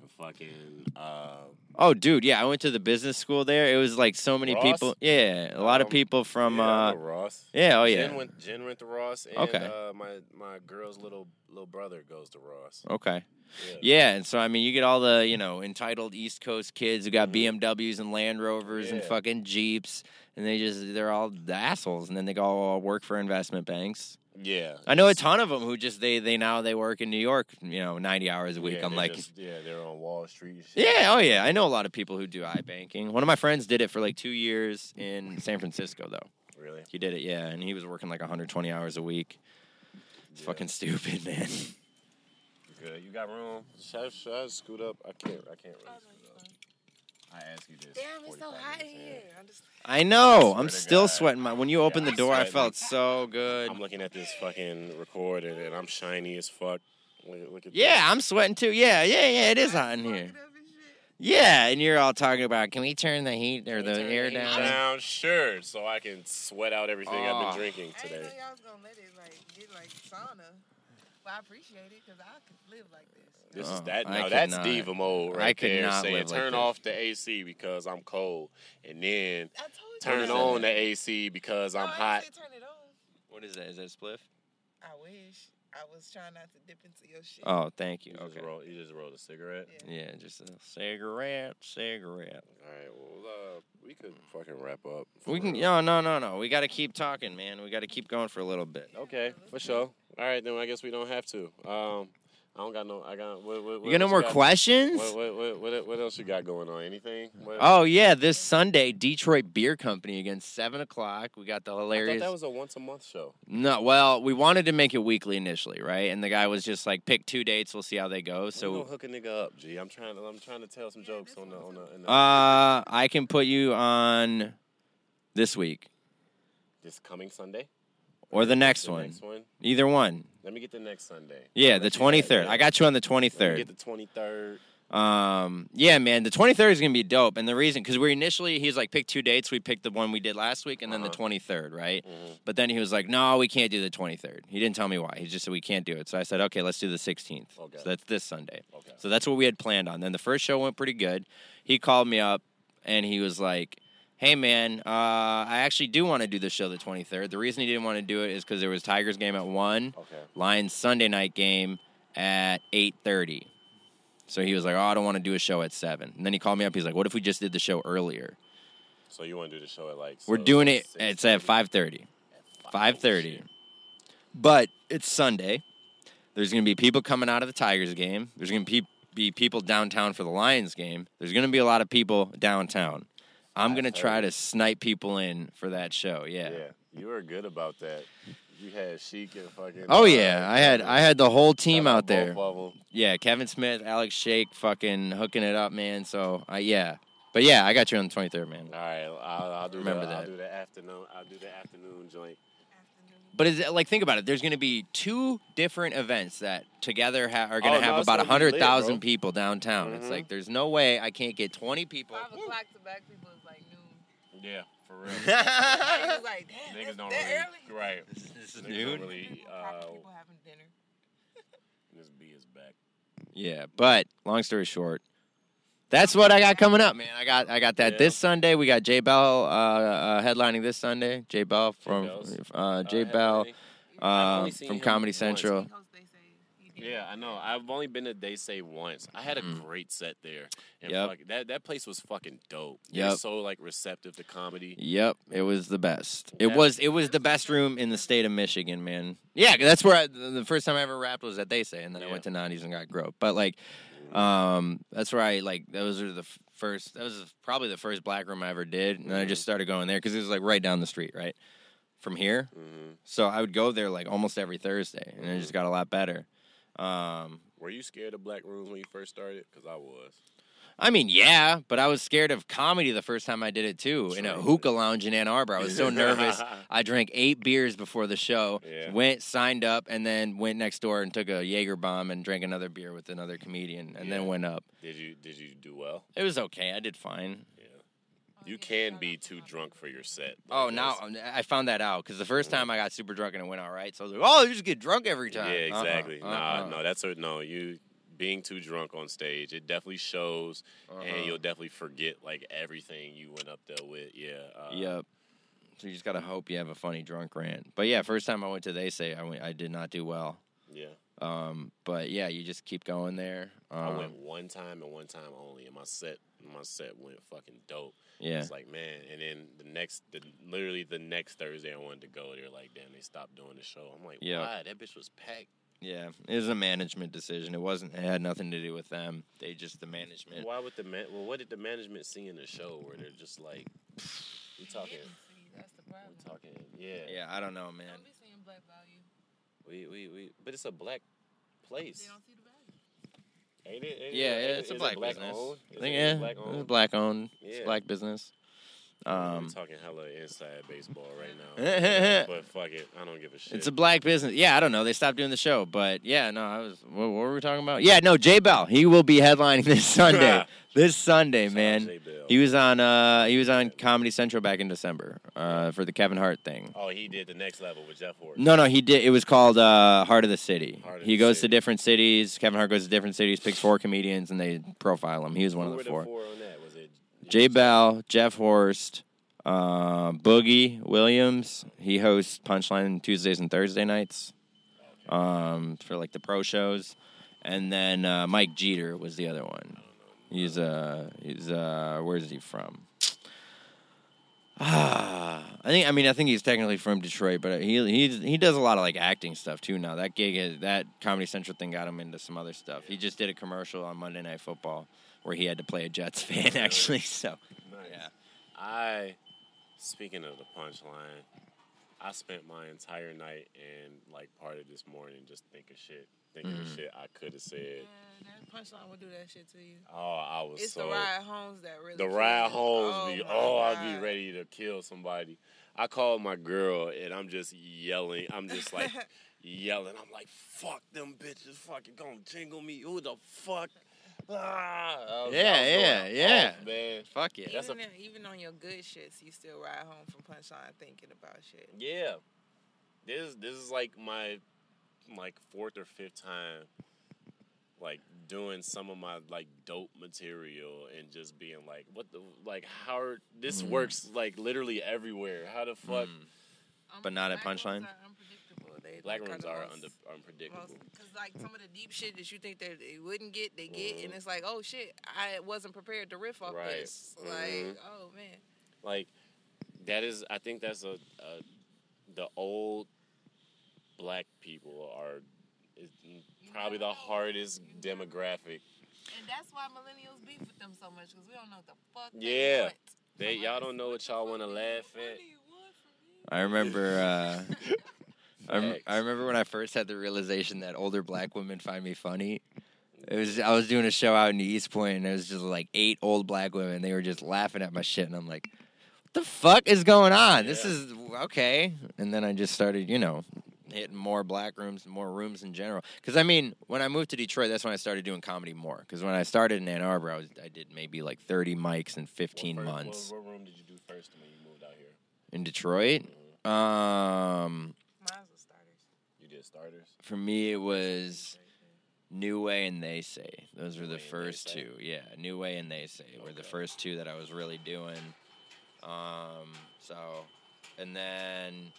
C: And fucking. Uh,
D: Oh, dude, yeah, I went to the business school there. It was like so many
C: Ross?
D: people. Yeah, a lot
C: Um,
D: of people from.
C: yeah, I
D: uh
C: know Ross.
D: Yeah, oh
C: Jen
D: yeah.
C: went, Jen went to Ross. And,
D: Okay.
C: Uh, my my girl's little little brother goes to Ross.
D: Okay.
C: Yeah.
D: Oh, Yeah, and so I mean, you get all the
C: Mm.
D: you know entitled East Coast kids who got BMWs and Land Rovers and
C: Mm-hmm. Yeah.
D: fucking Jeeps, and they just they're all the assholes, and then they go all work for investment banks.
C: Yeah.
D: I know a ton of them who just they they now they work in New York, you know, ninety hours a week.
C: Yeah,
D: I'm
C: they
D: like,
C: just- yeah, they're on Wall Street. and shit.
D: yeah, oh yeah, I know a lot of people who do iBanking. One of my friends did it for like two years in San Francisco though.
C: Really.
D: He did it, yeah, and he was working like 120 hours a week. It's
C: Yeah.
D: fucking stupid, man.
C: Good. You got room? Should I, should I scoot up? I can't. I can't really scoot up. I ask you this.
E: Damn, it's so
C: 45
E: hot in
C: minutes
E: here.
C: in.
E: I'm just
D: I
C: I
D: know.
C: swear
D: I'm
C: to
D: still
C: God.
D: sweating. My, when you opened
C: Yeah,
D: the
C: I'm
D: door, I
C: sweating.
D: felt so good.
C: I'm looking at this fucking recording and I'm shiny as fuck. Look, at- look at
D: Yeah, I'm sweating too. Yeah, yeah, yeah. It is hot in here.
E: fucking up and shit.
D: Yeah, and you're all talking about can we turn the heat or
C: this. Turn
D: the air
C: heat
D: down?
C: down. Sure, so I can sweat out everything I've
D: Oh.
C: been drinking
E: I didn't
C: today.
E: know y'all was gonna let it like get like sauna. Well, I appreciate it because I could live like this.
C: This
D: Oh,
C: is that.
D: I
C: Now
D: could
C: that's
D: not.
C: diva mode right
D: I could
C: there.
D: not
C: saying
D: live like
C: turn
D: this.
C: off the AC because I'm cold, and then
E: I told you.
C: turn
E: that.
C: on the AC because
E: No,
C: I'm
E: I didn't
C: hot.
E: say Turn it on.
D: What is that? Is that spliff?
E: I wish I was trying not to dip into your shit.
D: Oh, thank
C: You
D: you.
C: just
D: Okay.
C: roll. You just rolled a cigarette.
E: Yeah.
D: Yeah, just a cigarette, cigarette.
C: All right. Well, uh, we could fucking wrap up.
D: We
C: for
D: can.
C: real.
D: No, no, no, no. We got to keep talking, man. We got to keep going for a little bit.
C: Okay, for sure. All right, then I guess we don't have to. Um, I don't got no. I got. What, what, what
D: You got no
C: else
D: more
C: got?
D: questions?
C: What, what, what, what, what else you got going on? Anything? What,
D: Oh yeah, this Sunday, Detroit Beer Company again, seven o'clock. We got the
C: I thought
D: hilarious.
C: that was a once a month show.
D: No, well, we wanted to make it weekly initially, right? And the guy was just like, pick two dates, we'll see how they go.
C: So
D: So,
C: hook a nigga up, G. I'm trying to. I'm trying to tell some jokes on the on the, on the
D: uh, I can put you on this week
C: this coming Sunday.
D: or the next
C: The
D: one,
C: Next one.
D: either one.
C: Let me get the next Sunday.
D: Yeah,
C: Let
D: the
C: me-
D: twenty third.
C: yeah.
D: I got you on the twenty
C: Let me
D: third.
C: get the twenty third.
D: Um, yeah, man, the 23rd is gonna be dope, and the reason because we initially he's like pick two dates. We picked the one we did last week, and then
C: Uh-huh.
D: the 23rd, right?
C: Mhm.
D: But then he was like, "No, we can't do the 23rd." He didn't tell me why. He just said we can't do it. So I said, "Okay, let's do the 16th."
C: Okay.
D: So that's this Sunday.
C: Okay.
D: So that's what we had planned on. Then the first show went pretty good. He called me up and he was like, "Hey man, uh, I actually do want to do the show the 23rd. The reason he didn't want to do it is because there was Tigers game at one,
C: Okay.
D: Lions Sunday night game at 8:30." So he was like, "Oh, I don't want to do a show at 7." And then he called me up. He's like, "What if we just did the show earlier?
C: So you want to do the show at like?
D: We're
C: so
D: doing it.
C: six-
D: It's at 5:30."
C: five.
D: Five thirty. But it's Sunday. There's gonna be people coming out of the Tigers game. There's gonna be be people downtown for the Lions game. There's going to be a lot of people downtown. I'm going to try to snipe people in for that show. Yeah.
C: Yeah, you were good about that. You had Sheik and fucking.
D: Oh
C: uh,
D: yeah, I had I had the whole team
C: both
D: out there.
C: of 'em.
D: Yeah, Kevin Smith, Alex Shake, fucking hooking it up, man. So I yeah, but yeah, I got you on the 23rd, man.
C: All right, I'll, I'll do
D: Remember
C: the, I'll
D: that.
C: do the afternoon. I'll do the afternoon joint.
D: But is it, like, think about it. There's going to be two different events that together ha- are
C: Oh,
D: going
C: no,
D: to have
C: it's
D: about
C: gonna be lit,
D: hundred thousand
C: bro.
D: people downtown.
C: Mhm.
D: It's like there's no way I can't get 20 people.
E: Five o'clock to black people is like noon.
C: Yeah, for real.
E: He was like, damn,
C: Niggas
E: that's
C: don't
E: that
C: really
E: early.
C: right.
D: This is
C: Niggas
D: noon?
C: don't really. Uh,
E: Probably people having dinner.
C: this B is back.
D: Yeah, but long story short, that's what I got coming up, man. I got I got that
C: Yeah.
D: this Sunday. We got J Bell uh, uh, headlining this Sunday. J Bell from
C: J. Bell's,
D: uh, J
C: Uh,
D: Bell
C: Hellbilly. I've
D: uh,
C: only seen
D: from
C: him
D: Comedy
C: once.
D: Central.
E: Because they say he did.
C: Yeah, I know. I've only been to They Say once. I had a
D: Mm.
C: great set there. And
D: Yep.
C: fuck, that that place was fucking dope. They're
D: Yep.
C: so like receptive to comedy.
D: Yep, it was the best. It
C: Yeah.
D: was it was the best room in the state of Michigan, man. Yeah, 'cause that's where I, the the first time I ever rapped was at They Say, and then
C: Yeah.
D: I went to Nineties and got Grope. But like, um, that's where I like those are the f- first. That was probably the first black room I ever did, and then I
C: Mm-hmm.
D: just started going there because it was like right down the street, right from here.
C: Mm-hmm.
D: So I would go there like almost every Thursday, and it just got a lot better. Um,
C: Were you scared of black rooms when you first started? Because I was.
D: I mean, yeah, but I was scared of comedy the first time I did it too in a
C: True.
D: hookah lounge in Ann Arbor. I was so nervous. I drank eight beers before the show,
C: Yeah.
D: went, signed up, and then went next door and took a Jaeger bomb and drank another beer with another comedian and
C: Yeah.
D: then went up.
C: Did you did you do well?
D: It was okay. I did fine.
C: You can be too drunk for your set.
D: Oh,
C: Like,
D: now
C: it's-
D: I'm- I found that out because the first time I got super drunk and it went all right. So I was like, oh, you just get drunk every
C: Yeah,
D: time. Uh-uh,
C: exactly. Nah,
D: uh-uh.
C: no, that's a no. You being too drunk on stage, it definitely shows,
D: uh-uh. Uh-huh.
C: and you'll definitely forget like everything you went up there with. Yeah. Uh,
D: Yep. So you just gotta hope you have a funny drunk rant. But yeah, first time I went to they say I went, I did not do well.
C: Yeah.
D: Um, but yeah, you just keep going there. Um,
C: I went one time and one time only, and my set my set went fucking dope.
D: yeah,
C: It's like man, and then the next, the, literally the next Thursday, I wanted to go. They're like, damn, they stopped doing the show. I'm like,
D: Yeah.
C: why? That bitch was packed.
D: yeah. It was a management decision. It wasn't. It had nothing to do with them. They just the management.
C: Why would the man? Well, what did the management see in the show where they're just like, we talking,
E: Didn't see, that's the problem.
C: we talking, yeah,
D: Yeah, I don't know, man.
E: Don't be seeing black value.
C: we we we. But it's a black
E: They
C: place,
E: don't see the value.
C: ain't it? Ain't it-
D: Yeah, yeah.
C: ain't it-
D: It's a
C: is it
D: black business.
C: owned?
D: I
C: Is
D: think
C: it-
D: yeah,
C: is it black
D: it's
C: owned?
D: black owned. It's
C: Yeah.
D: black business.
C: We're
D: Um,
C: talking hella inside baseball right now, but fuck it, I don't give a shit.
D: It's a black business. Yeah, I don't know. They stopped doing the show, but yeah, no, I was. What, what were we talking about? Yeah, no, J Bell. He will be headlining this Sunday. this Sunday,
C: Shout out J
D: man.
C: Bell.
D: He was on. Uh, he was on Comedy Central back in December uh, for the Kevin Hart thing.
C: Oh, he did the next level with Jeff Horton.
D: No, no, he did. It was called uh, Heart of the City.
C: Heart of
D: he
C: the
D: goes
C: City.
D: to different cities. Kevin Hart goes to different cities, picks four comedians, and they profile him. He was one
C: Who
D: of
C: were
D: the
C: the
D: four.
C: four on that? Was it
D: J Bell, Jeff Horst, uh, Boogie Williams. He hosts Punchline Tuesdays and Thursday nights um, for like the pro shows, and then uh, Mike Jeter was the other one. He's uh he's uh where is he from? Ah, I think I mean I think he's technically from Detroit, but he he he does a lot of like acting stuff too now. That gig is- that Comedy Central thing got him into some other stuff. He just did a commercial on Monday Night Football where he had to play a Jets fan actually. So
C: Nice.
D: yeah,
C: I, speaking of the punchline, I spent my entire night and like part of this morning just thinking shit, thinking
D: Mm.
C: of shit I could have said.
E: Yeah, that Uh, punchline will do that shit to you.
C: Oh, I was
E: It's
C: so
E: the ride homes that really.
C: the
E: kill
C: ride
E: you.
C: homes be
E: my
C: oh, I'd
E: God.
C: be ready to kill somebody. I called my girl and I'm just yelling. I'm just like yelling. I'm like, fuck them bitches, fucking gonna jingle me. Who the fuck? Ah, I was- I
D: Yeah,
C: was
D: yeah,
C: going
D: yeah.
C: off, man.
D: fuck yeah.
C: That's
E: Even, in- even on your good shits, you still ride home from punchline thinking about shit.
C: Yeah. This this is like my like fourth or fifth time like doing some of my like dope material and just being like what the like how are, this works like literally everywhere. How the fuck
D: But not at punchline?
E: Um, Black rooms are unpredictable. They
C: black
E: kinda
C: rooms are
E: most-
C: under, unpredictable.
E: Because like some of the deep shit that you think that they wouldn't get, they get, and it's like, oh shit, I wasn't prepared to riff off
C: Mm-hmm. Right.
E: this. Like,
C: Mhm.
E: oh man,
C: Like that is I think that's a, a the old mm, black people are is probably the hardest demographic
E: And that's why millennials beef with them so much because we don't know what the fuck
C: Yeah.
E: they want.
C: They y'all don't know what y'all want to laugh
E: What
C: at.
E: do you want from me?
D: I remember. Uh, I, rem-
C: Facts.
D: I remember when I first had the realization that older black women find me funny. It was I was doing a show out in the East Point, and it was just like eight old black women. They were just laughing at my shit, and I'm like, "What the fuck is going on? This
C: Yeah.
D: is okay." And then I just started, you know, hitting more black rooms, and more rooms in general. Because I mean, when I moved to Detroit, that's when I started doing comedy more. Because when I started in Ann Arbor, I was I did maybe like 30 mics in 15
C: What first-
D: months
C: What, what room did you do first when you moved out here?
D: in Detroit. Um,
E: Mine's was starters.
C: You did starters.
D: for me, it was New Way and They Say. Those were the first
C: Say.
D: two. Yeah, New Way and They Say were the
C: Okay.
D: first two that I was really doing. Um, so, and then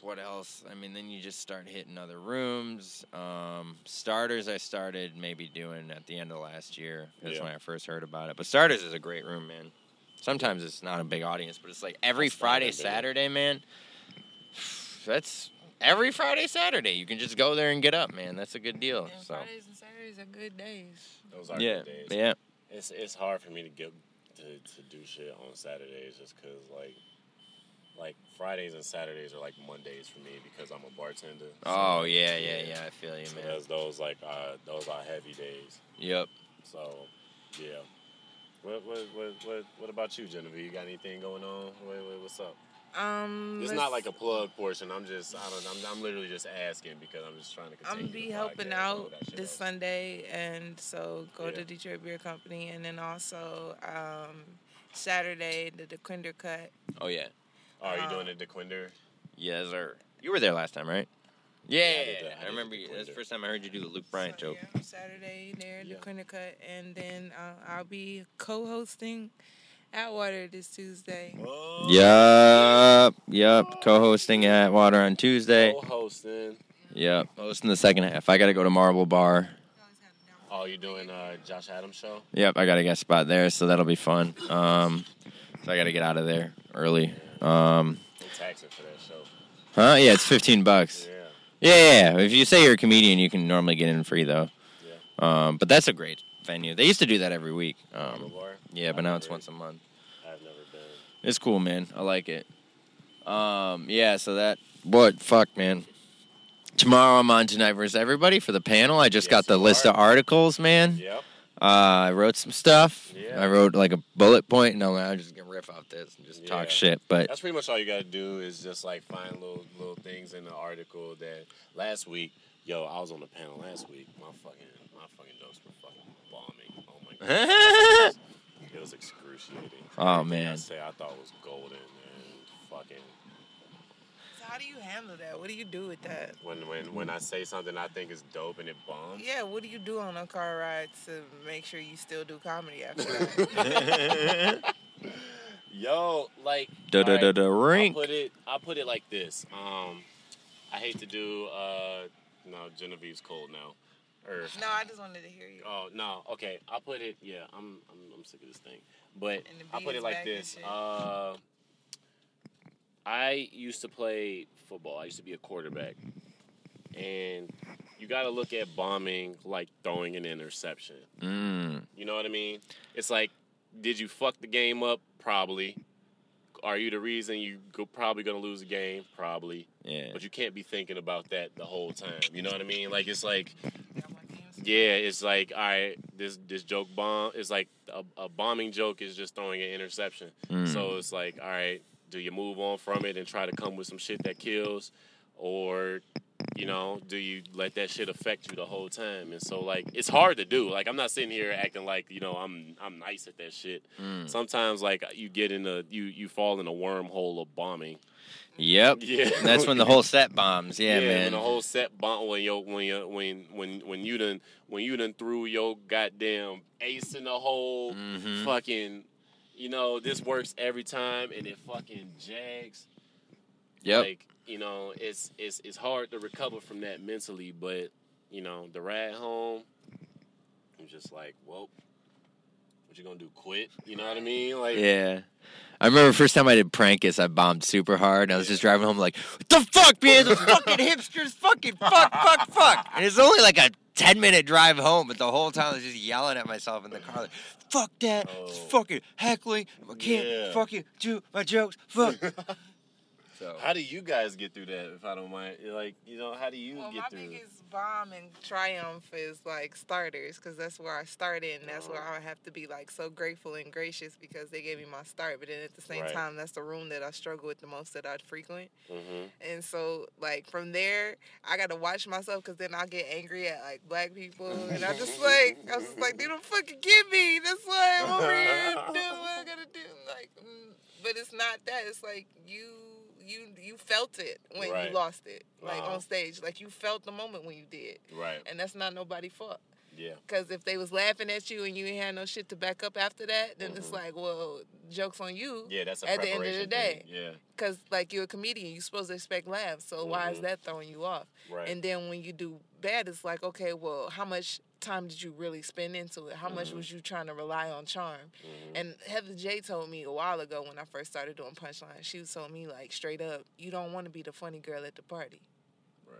D: what else? I mean, then you just start hitting other rooms. Um, starters, I started maybe doing at the end of last year. That's
C: Yeah.
D: when I first heard about it. But starters is a great room, man. Sometimes it's not a big audience, but it's like every
C: Starter,
D: Friday,
C: dude.
D: Saturday, man. That's every Friday, Saturday. You can just go there and get up, man. That's a good deal.
E: And
D: So
E: Fridays and Saturdays are good days.
C: Those are
D: yeah,
C: good days.
D: yeah.
C: It's it's hard for me to get to, to do shit on Saturdays just because like like Fridays and Saturdays are like Mondays for me because I'm a bartender. So,
D: Oh yeah, yeah, yeah. I feel you,
C: so
D: man.
C: that's those like uh, those are heavy days.
D: Yep.
C: So yeah. What what what what, what about you, Genevieve? You got anything going on? What, what, what's up?
E: Um,
C: It's
E: let's-
C: not like a plug portion. I'm just I don't I'm, I'm literally just asking because I'm just trying to.
E: I'm
C: Continue
E: gonna
C: the
E: be helping
C: podcast and all
E: out
C: that shit
E: this
C: else.
E: Sunday, and so go
C: Yeah.
E: to Detroit Beer Company, and then also um, Saturday the Dequinder Cut.
D: Oh yeah.
C: Oh, are you
E: uh,
C: doing it, DeQuinder?
D: Yes, sir. You were there last time, right? Yeah,
C: I did that. I
D: I,
C: did
D: remember
C: the
D: you. That's the
C: blender.
D: first time I heard you do the Luke Bryant
E: So,
D: joke.
E: yeah, Saturday there
C: Yeah.
E: Dequinder Cut, and then uh, I'll be co-hosting Atwater this Tuesday.
C: Oh,
D: Yup, yup. Co-hosting at Water on Tuesday.
C: Oh. Co-hosting.
D: Yup, hosting the second half. I gotta go to Marble Bar.
C: Oh, you doing uh, Josh Adams show?
D: Yep, I got a guest spot there, so that'll be fun. Um, so I gotta get out of there early. Um,
C: They taxing for that show.
D: huh? Yeah, it's fifteen bucks.
C: Yeah.
D: Yeah, yeah, yeah. If you say you're a comedian, you can normally get in free though.
C: Yeah.
D: Um, but that's a great venue. They used to do that every week. Um,
C: Boulevard?
D: yeah, but
C: I've
D: now it's
C: never-
D: once a month.
C: I've never been.
D: It's cool, man. I like it. Um, yeah, so that what fuck, man. Tomorrow I'm on tonight versus everybody for the panel. I just
C: Yes,
D: got the
C: you
D: list
C: are.
D: of articles, man.
C: Yep.
D: Uh, I wrote some stuff.
C: Yeah.
D: I wrote like a bullet point, and I'm, like, I'm just gonna riff off this and just
C: Yeah.
D: talk shit. But
C: That's pretty much all you gotta do is just like find little little things in the article that last week, yo, I was on the panel last week. My fucking my fucking jokes were fucking bombing. Oh my god. It was excruciating. Everything
D: oh
C: I
D: man,
C: say I thought was golden and fucking
E: So how do you handle that? What do you do with that?
C: when when when I say something I think is dope and it bombs.
E: Yeah, what do you do on a car ride to make sure you still do comedy after that?
C: Yo, like
D: da da da
C: alright,
D: da
C: I
D: rink.
C: put it I put it like this. Um I hate to do uh no, Genevieve's cold now. Or
E: no, I just wanted to hear you.
C: Oh no, okay. I'll put it. Yeah, I'm I'm, I'm sick of this thing. But
E: And the
C: I'll put
E: beat
C: it
E: is
C: like
E: back and
C: this.
E: shit.
C: Uh, I used to play football. I used to be a quarterback, and you got to look at bombing like throwing an interception.
D: Mm.
C: You know what I mean? It's like, did you fuck the game up? Probably. Are you the reason you go, probably gonna lose the game? Probably.
D: Yeah,
C: But you can't be thinking about that the whole time. You know what I mean? Like it's like
E: Got my games.
C: yeah, it's like all right, this this joke bomb is like a, a bombing joke is just throwing an interception.
D: Mm.
C: So it's like all right, do you move on from it and try to come with some shit that kills, or you know, do you let that shit affect you the whole time? And so like it's hard to do. Like I'm not sitting here acting like you know I'm I'm nice at that shit.
D: Mm.
C: Sometimes like you get in a you you fall in a wormhole of bombing.
D: yep.
C: Yeah,
D: That's when the whole set bombs. Yeah,
C: When
D: man.
C: the whole set bomb when yo when yo when when when you done when you done threw your goddamn ace in the hole,
D: Mhm.
C: fucking, you know this works every time and it fucking jags.
D: yep.
C: Like you know it's it's it's hard to recover from that mentally, but you know the ride home, I'm just like, well, What you gonna do? Quit? You know what I mean? Like,
D: Yeah. I remember first time I did Prankus, I bombed super hard. And I was just driving home like, what the fuck, man? Those fucking hipsters, fucking fuck, fuck, fuck. And it's only like a 10 minute drive home, but the whole time I was just yelling at myself in the car like, fuck that. It's
C: Oh.
D: fucking heckling. I can't
C: Yeah.
D: fucking do my jokes. Fuck. so,
C: how do you guys get through that? If I don't mind, like, you know, how do you
E: Well, my
C: get through? it?
E: biggest bomb and triumph is like starters, because that's where I started, and that's where
C: Oh.
E: I have to be like so grateful and gracious because they gave me my start. But then at the same
C: Right.
E: time, that's the room that I struggle with the most that I frequent.
C: Mhm.
E: And so, like from there, I gotta watch myself because then I get angry at like black people, and I just like I was just like they don't fucking get me. That's why I'm over here doing what I gotta do. Like, mm, but it's not that. It's like you you you felt it when
C: Right.
E: you lost it, like
C: Uh-huh.
E: on stage. Like you felt the moment when you did,
C: Right.
E: and that's not nobody fault.
C: Yeah.
E: Because if they was laughing at you and you ain't had no shit to back up after that, then it's like, well, jokes on you.
C: Mm-hmm. Yeah. That's a
E: at the end of the
C: preparation
E: day
C: thing. Yeah.
E: because like you're a comedian, you're supposed to expect laughs. So why is that throwing you off?
C: Mm-hmm. Right.
E: And then when you do bad, it's like, okay, well, how much time did you really spend into it? How
C: Mm-hmm.
E: much was you trying to rely on charm? And Heather J told me a while ago when I first started doing punchline, she told me like straight up, you don't want to be the funny girl at the party.
C: Right.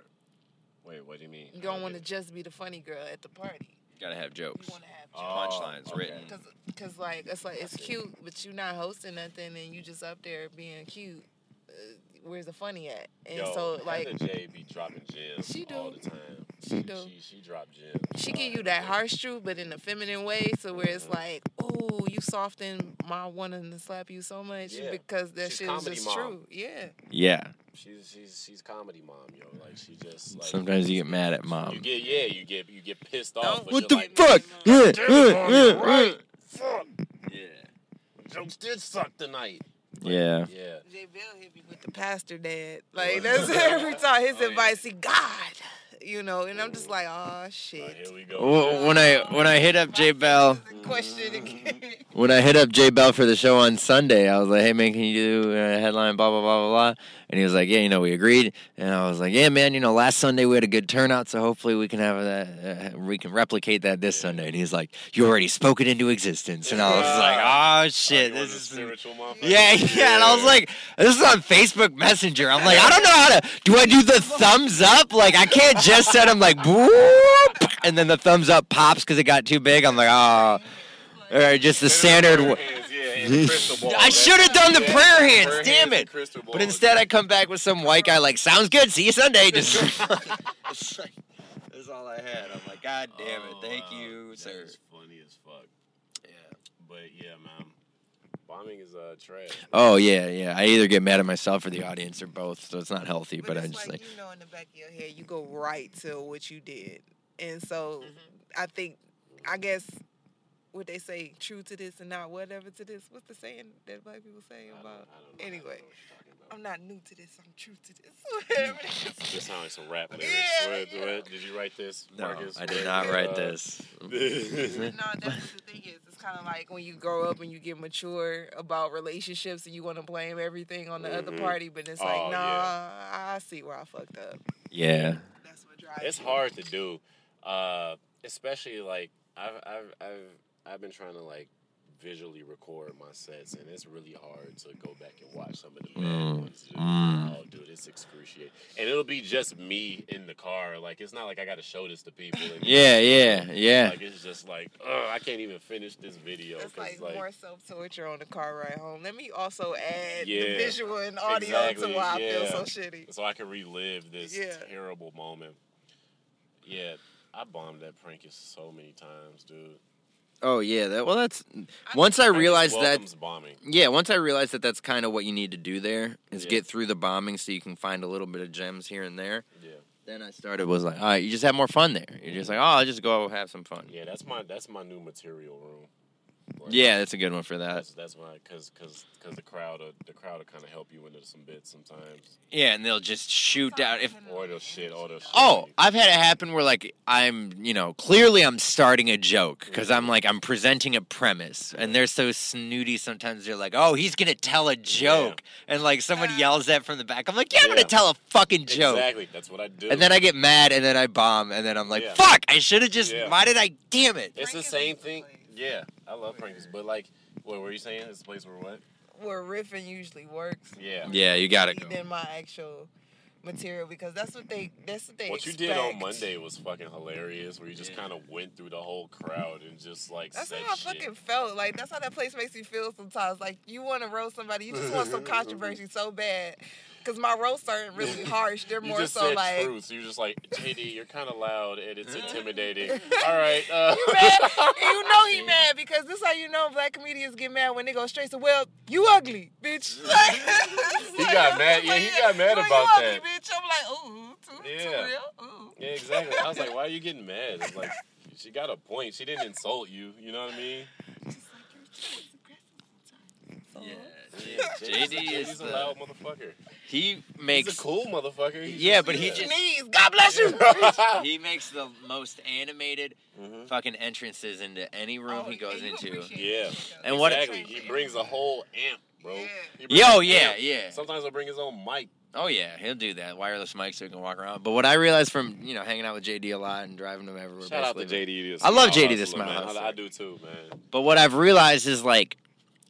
C: Wait. What do you mean?
E: You
C: I
E: don't want to
C: get it.
E: just be the funny girl at the party.
D: gotta have
E: You
D: jokes.
E: want to have charm.
C: Oh,
D: Punchlines
C: okay.
D: written.
E: Cause, Cause, like it's like it's cute, but you not hosting nothing, and you just up there being cute. Uh, where's the funny at? And
C: Yo,
E: so like
C: Heather J be dropping gems
E: She do.
C: all the time.
E: She do.
C: She, she drop gems.
E: She
C: Uh,
E: give you that harsh truth, but in a feminine way, so where
C: Mm-hmm.
E: it's like, oh, you soften my wanting to slap you so much
C: Yeah.
E: because that
C: She's
E: shit is
C: comedy
E: just
C: mom.
E: true. Yeah.
D: Yeah.
C: She's she's she's comedy mom, yo. Like she just like
D: Sometimes you get mad at
C: you
D: mom.
C: get yeah, you get you get pissed off. but
D: What the
C: you're like,
D: fuck? Yeah,
C: "Damn,
D: yeah,
C: you're
D: yeah,
C: right. Fuck.
D: yeah.
C: Jokes did suck tonight.
D: Yeah.
C: Yeah.
E: J. Bill hit me with the pastor dad. Like that's every time his
D: Oh, yeah.
E: advice, he God, you know, and I'm just like, oh
C: Oh,
E: shit.
C: here we go.
D: Wh- When I when I hit up J
C: Oh,
D: Bell,
E: Question
C: Mm-hmm.
E: again.
D: when I hit up Jay Bell for the show on Sunday, I was like, "Hey man, can you do a headline?" Blah blah blah blah blah. And he was like, "Yeah, you know, we agreed." And I was like, "Yeah, man, you know, last Sunday we had a good turnout, so hopefully we can have that. Uh, we can replicate that this Sunday." And he's like, "You already spoke it into existence." And I was like, "Oh shit,
C: You want
D: this
C: a
D: is."
C: spiritual motherfucker?
D: Yeah, yeah, and I was like, this is on Facebook Messenger. I'm like, I don't know how to. Do I do the thumbs up? Like, I can't just set. I'm like, boop, and then the thumbs up pops because it got too big. I'm like, oh, or just the standard. w-
C: Yeah, and the crystal ball.
D: I should have done the
C: Yeah,
D: prayer hands,
C: prayer
D: damn
C: hands and
D: it.
C: crystal
D: But
C: balls.
D: instead, I come back with some white guy, like, sounds good, see you Sunday. Just it's like, that's all I had. I'm like, God damn it,
C: Oh,
D: thank
C: wow.
D: you,
C: That
D: sir.
C: is funny as fuck. Yeah, but yeah, man. Bombing is uh, trash.
D: Oh, yeah, yeah. I either get mad at myself or the audience or both, so it's not healthy, but, I
E: it's
D: just
E: like,
D: like,
E: you know in the back of your head you go right to what you did and so i think i guess what they say true to this and not whatever to this what's the saying that black people say about anyway i'm not new to this i'm true to this whatever it is.
C: This sounds like some rap lyrics.
E: Yeah,
C: Where-
E: yeah.
C: where- did you write this,
D: no,
C: Marcus?
D: I did
C: Where-
D: not write
C: uh,
D: this.
E: no that's the thing is it's kind of like when you grow up and you get mature about relationships and you want to blame everything on the other party but it's like
C: Oh,
E: nah
C: yeah.
E: i see where i fucked up
D: Yeah.
E: that's what drives
C: it's
E: me.
C: hard to do, uh, especially like I've, I've I've I've been trying to like visually record my sets, and it's really hard to go back and watch some of the bad
D: Mm,
C: ones. Dude. Oh, dude, it's excruciating, and it'll be just me in the car. Like it's not like I got to show this to people. and-
D: Yeah, yeah, yeah.
C: Like it's just like ugh, I can't even finish this video
E: It's
C: 'cause,
E: like, more self torture on the car ride home. Let me also add
C: Yeah,
E: the visual and audio
C: exactly,
E: to why I
C: yeah.
E: feel so shitty.
C: so I can relive this
E: Yeah.
C: terrible moment. Yeah, I bombed that prank so many times, dude.
D: Oh yeah. That, well, that's once I
C: just
D: realized that.
C: welcomes bombing.
D: Yeah, once I realized that that's kind of what you need to do there is
C: Yeah.
D: get through the bombing so you can find a little bit of gems here and there.
C: Yeah,
D: Then I started was like, all right, you just have more fun there. You're just like, oh, I'll just go have some fun. Yeah,
C: yeah, that's my that's my new material room. Like,
D: that's a good one for that.
C: That's, that's my because because because the crowd will- the crowd will kind of help you into some bits sometimes
D: Yeah, and they'll just shoot down if.
E: Oh,
C: or they'll shit or they'll shit
D: Oh,
C: on you.
D: I've had it happen where like I'm, you know, clearly I'm starting a joke because I'm like I'm presenting a premise, and they're so snooty. Sometimes they're like, "Oh, he's gonna tell a joke," and like someone yells that from the back. I'm like, "Yeah, I'm
C: Yeah.
D: gonna tell a fucking joke."
C: exactly that's what I do.
D: And then I get mad, and then I bomb, and then I'm like,
C: Yeah.
D: "Fuck! I should have just.
C: Yeah.
D: Why did I? Damn it!"
C: it's the
E: Frank is
C: same
E: the
C: thing.
E: place.
C: Yeah, I love Pringles, but like, what were you saying? It's a place where what?
E: Where riffing usually works.
C: Yeah.
D: Yeah, you got it.
E: Than my actual material because that's what they that's what they
C: What you
E: expect.
C: did on Monday was fucking hilarious, where you just
D: Yeah.
C: kind of went through the whole crowd and just like
E: That's
C: said
E: how I
C: shit.
E: fucking felt. Like that's how that place makes me feel sometimes. Like you want to roast somebody, you just want some controversy so bad. Cause my roasts aren't really harsh. They're
C: You
E: more
C: just
E: so
C: said
E: like
C: truth. So you're just like, JD, you're kind of loud and it's intimidating. All right. Uh,
E: you mad. you know he mad because this how you know black comedians get mad when they go straight to well, you ugly, bitch. Like,
C: He got mad. Yeah, he got mad
E: "Well, you
C: about that."
E: Ugly, bitch. I'm like, ooh, too, too
C: Yeah.
E: real. Ooh.
C: yeah, exactly. I was like, why are you getting mad? It's like, she got a point. She didn't insult you. You know what I mean?
D: Yeah.
C: JD
D: is
C: He's a
D: the-
C: loud motherfucker.
D: He
C: He's
D: makes
C: a cool motherfucker. He's
D: Yeah, but he
E: Your
D: just-
E: knees. God bless you. bitch.
D: he makes the most animated
C: Mhm.
D: fucking entrances into any room
E: Oh,
D: he goes
E: yeah, you
D: into.
E: appreciate
C: Yeah.
D: And what?
C: Exactly. He brings a whole amp, bro.
E: Yeah.
C: He brings
D: Yo,
C: an
D: yeah,
C: amp.
D: yeah.
C: Sometimes he'll bring his own mic.
D: Oh yeah, he'll do that. Wireless mic so he can walk around. But what I realized from you know hanging out with JD a lot and driving him everywhere.
C: Shout out to
D: basically-
C: JD. the
D: I love
C: Smile
D: JD the
C: Hustler,
D: Smile
C: man.
D: Hustler.
C: I, I do too, man.
D: But what I've realized is like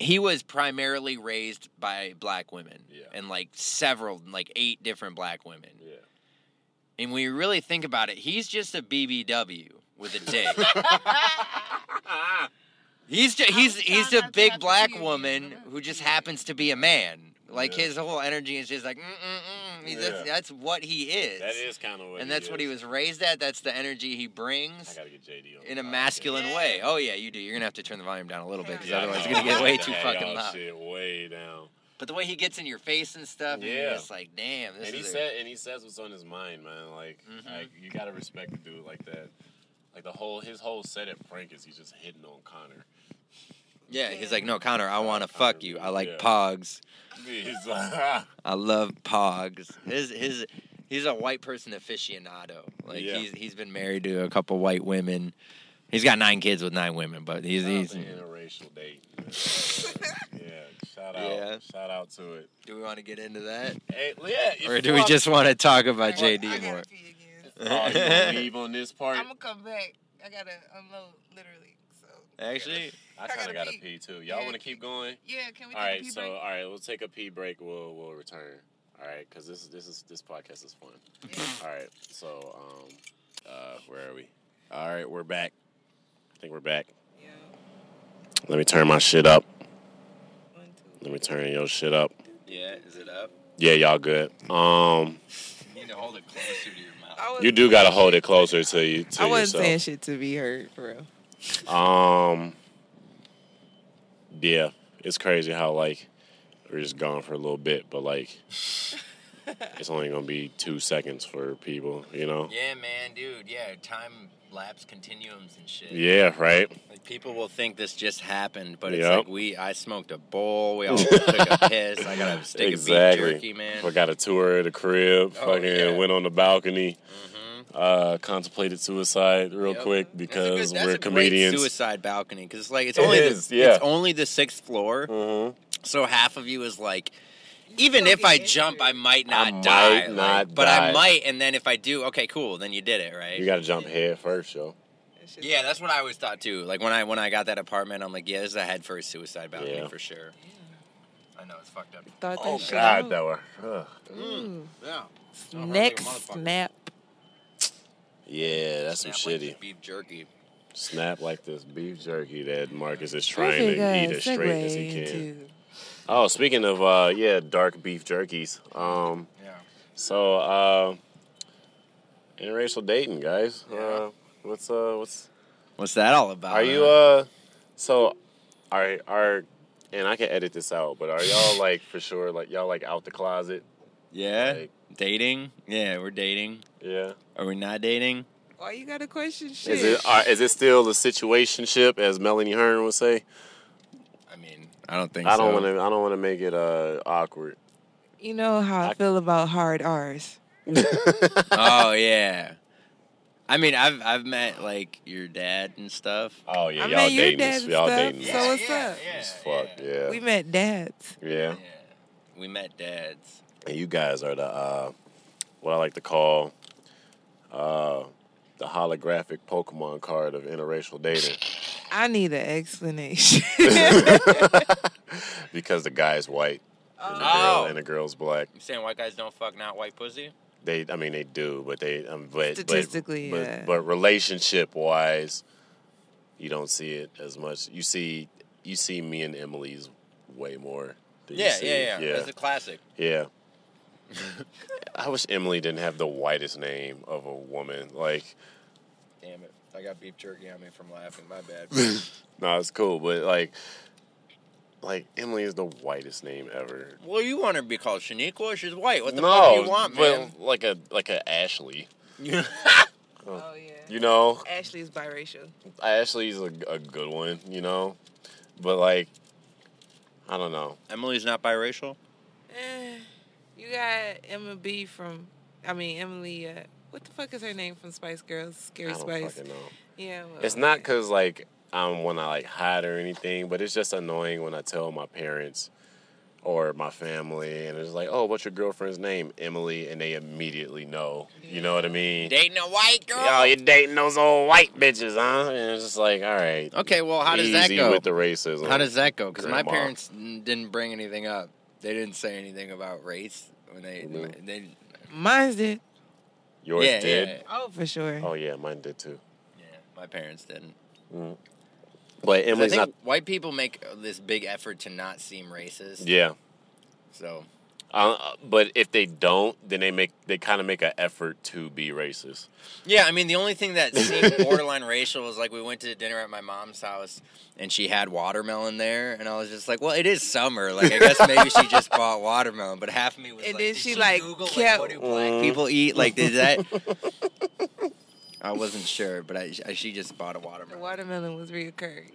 D: he was primarily raised by black women
C: Yeah.
D: and like several like eight different black women.
C: Yeah.
D: And when you really think about it, he's just a BBW with a dick. he's just, he's
E: I'm
D: he's
E: trying
D: a
E: not to
D: big
E: have to
D: black
E: be a
D: woman
E: man.
D: who just happens to be a man. Like
C: Yeah.
D: his whole energy is just like mm mm mm. He's- That's,
C: Yeah.
D: that's what he is.
C: That is kind of what
D: and that's what he
C: is.
D: was raised at. That's the energy he
C: I
D: brings
C: gotta get JD on
D: in
C: the
D: a
C: podcast.
D: masculine
E: Yeah.
D: way. Oh yeah, you do. You're gonna have to turn the volume down a little bit because
E: Yeah, I
D: otherwise
E: know.
D: you're gonna get way
E: Yeah,
D: too
C: Hey,
D: fucking
C: y'all
D: loud.
C: Shit, way down.
D: But the way he gets in your face and stuff, yeah.
C: Yeah.
D: you're just like, damn, this
C: and he
D: is. a-
C: said, and he says what's on his mind, man. Like,
D: Mhm.
C: like you gotta respect a dude like that. Like the whole his whole set at prank is he's just hitting on Connor.
D: yeah, he's like, no, Connor, I want to fuck you. I like
C: Yeah.
D: pogs.
C: He's like,
D: I love pogs. His his. He's a white person aficionado. Like
C: Yeah.
D: he's he's been married to a couple white women. He's got nine kids with nine women, but he's he's.
C: That's an interracial date. man. yeah, shout out,
D: Yeah.
C: shout out to it.
D: Do we want to get into that,
C: Hey, yeah, if
D: or
C: you
D: do we
C: want-
D: just want to talk about
E: I gotta
D: JD more?
E: pee again.
C: Oh, you gonna leave on this part?
E: I'm gonna come back. I gotta unload literally. So
D: Actually,
C: I kind
E: gotta
C: of gotta
E: pee.
C: pee too. Y'all
E: Yeah.
C: want to keep going?
E: yeah, can we
C: All
E: take a
C: right,
E: pee
C: so uh,
E: break?
C: all right, we'll take a pee break. We'll we'll return. All right, because this this is this podcast is fun. All right, so um, uh, where are we? All right, we're back. I think we're back.
E: Yeah.
C: Let me turn my shit up.
E: Yeah. One, two.
C: Let me turn your shit up.
D: yeah, is it up?
C: Yeah, y'all good. Um,
D: You need to hold it closer to your mouth.
E: I was,
C: you do gotta hold it closer to you to
E: I wasn't
C: yourself.
E: saying shit to be heard for real.
C: Um, yeah, it's crazy how like we're just gone for a little bit, but like it's only gonna be two seconds for people, you know?
D: Yeah, man, dude. Yeah, time lapse continuums and shit.
C: Yeah, right.
D: Like people will think this just happened, but it's
C: Yep.
D: like we I smoked a bowl, we all took a piss, I got a stick of beef jerky, man.
C: Forgot a tour of the crib.
D: Oh,
C: fucking
D: yeah.
C: went on the balcony.
D: Mhm.
C: Uh, contemplated suicide real
D: Yep.
C: quick
D: That's a good-
C: because
D: that's
C: we're
D: a great
C: comedians.
D: suicide balcony because it's like it's
C: It
D: only
C: is,
D: the,
C: yeah.
D: it's only the sixth floor,
C: Mhm.
D: so half of you is like. Even
E: still
D: if
E: be
D: I jump, I
E: injured.
D: might not
C: might
D: die. like,
C: not
D: but
C: die.
D: I might, and then if I do, okay, cool. Then you did it, right?
C: You gotta jump head first, yo.
E: That shit's
D: Yeah, that's what I always thought too. Like when I when I got that apartment, I'm like, yeah, this is a head first suicide balcony
C: Yeah.
D: for sure. I know it's fucked up.
E: Thought that
C: Oh
E: shit
C: God,
E: out.
C: that were. ugh.
E: Ooh.
D: Yeah. Oh,
E: Next
D: really, motherfucker.
E: snap.
C: Yeah, that's some
D: Snap like
C: shitty.
D: this beef jerky.
C: snap like this beef jerky that Marcus is trying to eat as straight as he can. Oh, speaking of uh, yeah, dark beef jerkies. Um,
D: Yeah.
C: so uh, interracial dating, guys. Uh, what's uh, what's
D: What's that all about?
C: are you uh, so are are and I can edit this out, but are y'all like for sure like y'all like out the closet?
D: yeah.
C: like-
D: dating? Yeah, we're dating.
C: Yeah.
D: Are we not dating?
E: Why you got a question shit?
C: Is it are, is it still a situationship as Melanie Hearn would say?
D: I mean, I don't think
C: I
D: so.
C: don't want to I don't want to make it uh awkward.
E: you know how I,
C: I-
E: feel about hard R's.
D: oh yeah. I mean, I've I've met like your dad and stuff.
C: Oh yeah,
E: I
C: y'all
E: met your
C: dating
E: dad
C: this.
E: and
C: Y'all
E: stuff,
C: dating
E: so
C: this.
E: what's up?
C: as fuck,
D: Yeah.
C: yeah.
E: We met dads.
C: yeah.
D: yeah. We met dads.
C: And you guys are the uh, what I like to call uh, the holographic Pokemon card of interracial dating.
E: I need an explanation.
C: because the guy's white and the,
D: Oh.
C: girl, and the girl's black.
D: You saying white guys don't fuck not white pussy?
C: They, I mean, they do, but they, um, but
E: Statistically,
C: but, but,
E: yeah.
C: but relationship wise, you don't see it as much. You see, you see me and Emily's way more. Than you
D: Yeah,
C: see-
D: yeah, yeah,
C: yeah,
D: It's a classic.
C: yeah. I wish Emily didn't have the whitest name of a woman. Like,
D: Damn it. I got beef jerky on me from laughing. My bad.
C: no, it's cool, but like, like Emily is the whitest name ever.
D: well, you want her to be called Shaniqua? She's white. What the
C: no,
D: fuck do you want,
C: but
D: man?
C: like a like a Ashley,
E: oh yeah.
C: you know.
E: Ashley's biracial.
C: Ashley's a, a good one, you know, but like, I don't know.
D: Emily's not biracial?
E: Eh, you got Emma B from, I mean Emily. Uh, what the fuck is her name from Spice Girls? Scary
C: I don't
E: Spice.
C: fucking know.
E: Yeah. Well,
C: It's not because like I don't want to like hide or anything, but it's just annoying when I tell my parents or my family, and it's like, oh, what's your girlfriend's name, Emily, and they immediately know. You know what I mean?
D: Dating a white girl?
C: Yo, you're dating those old white bitches, huh? And it's just like, all right.
D: Okay, well, how does
C: easy
D: that go?
C: with the racism?
D: How does that go? Because my
C: Grandma.
D: parents n- didn't bring anything up. They didn't say anything about race when they.
C: No.
D: they
E: Mine's did.
C: yours
D: yeah,
C: did?
D: yeah,
E: Oh, for sure.
C: Oh yeah, mine did too.
D: yeah. My parents didn't.
C: But
D: 'Cause I
C: Emily's
D: think
C: not.
D: white people make this big effort to not seem racist.
C: Yeah.
D: So
C: Uh, but if they don't, then they make they kind of make an effort to be racist.
D: Yeah, I mean, the only thing that seemed borderline racial was like we went to dinner at my mom's house and she had watermelon there, and I was just like, well, it is summer. Like, I guess maybe she just bought watermelon, but half of me was
E: And
D: like,
E: then
D: did
E: she, like,
D: Google,
E: kept-
D: like, what do
C: Mm.
D: black people eat? Like, did that? I wasn't sure, but I, I- she just bought a
E: The
D: watermelon.
E: watermelon was reoccurring.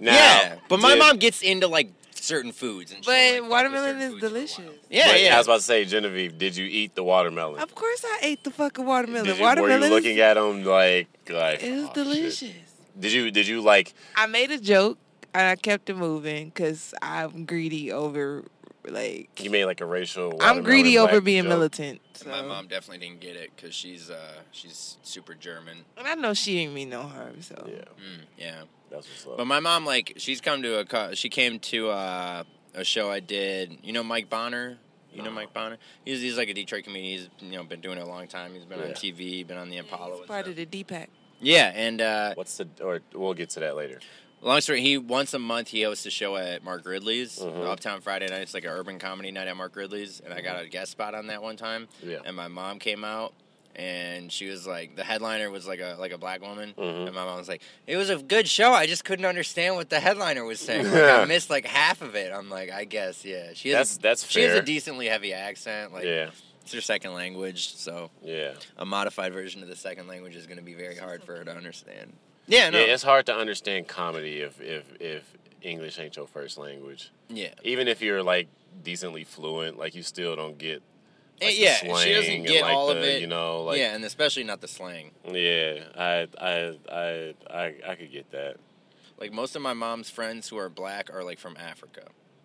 C: Now,
D: yeah, but my
C: did-
D: mom gets into like certain foods, and she'll, like,
E: But
D: fuck with
E: watermelon
D: certain
E: is
D: foods for a while.
E: delicious.
D: Yeah,
C: Wait, I
D: yeah.
C: was about to say, Genevieve, did you eat the watermelon?
E: Of course, I ate the fucking watermelon.
C: Did you,
E: watermelon
C: Were you looking
E: is,
C: at them like like?
E: it was
C: "Oh, shit."
E: delicious.
C: Did you did you like?
E: I made a joke and I kept it moving because I'm greedy over like
C: You made like a racial.
E: I'm
C: watermelon
E: greedy over
C: black
E: being
C: joke?
E: militant. So.
D: My mom definitely didn't get it because she's uh, she's super German.
E: and I know she didn't mean no harm. So
C: Yeah,
D: Mm, yeah.
C: that's what's up.
D: But my mom, like, she's come to a co- she came to uh, a show I did. You know Mike Bonner. You know
C: No.
D: Mike Bonner. He's he's like a Detroit comedian. He's you know been doing it a long time. He's been on
C: Yeah.
D: TV, been on the Apollo.
E: it's
D: and
E: part
D: stuff.
E: of the D pack.
D: yeah, and uh,
C: What's the or we'll get to that later.
D: long story, he once a month he hosts a show at Mark Ridley's
C: Mhm.
D: Uptown Friday night. It's like an urban comedy night at Mark Ridley's, and I got
C: Mm-hmm.
D: a guest spot on that one time.
C: Yeah.
D: And my mom came out. And she was like, the headliner was like a like a black woman,
C: Mhm.
D: and my mom was like, it was a good show. I just couldn't understand what the headliner was saying. Like,
C: Yeah.
D: I missed like half of it. I'm like, I guess, yeah. She has
C: That's that's
D: she
C: fair.
D: has a decently heavy accent. Like
C: yeah,
D: it's her second language, so
C: yeah.
D: a modified version of the second language is going to be very hard for her to understand. Yeah, no,
C: Yeah, it's hard to understand comedy if if if English ain't your first language.
D: yeah.
C: even if you're like decently fluent, like you still don't get like, the
D: Eh, yeah,
C: slang
D: she doesn't
C: and,
D: get
C: like,
D: all
C: the,
D: of it.
C: You know, like
D: yeah, and especially not the slang.
C: yeah, I I I I I could get that.
D: Like most of my mom's friends who are black are like from Africa.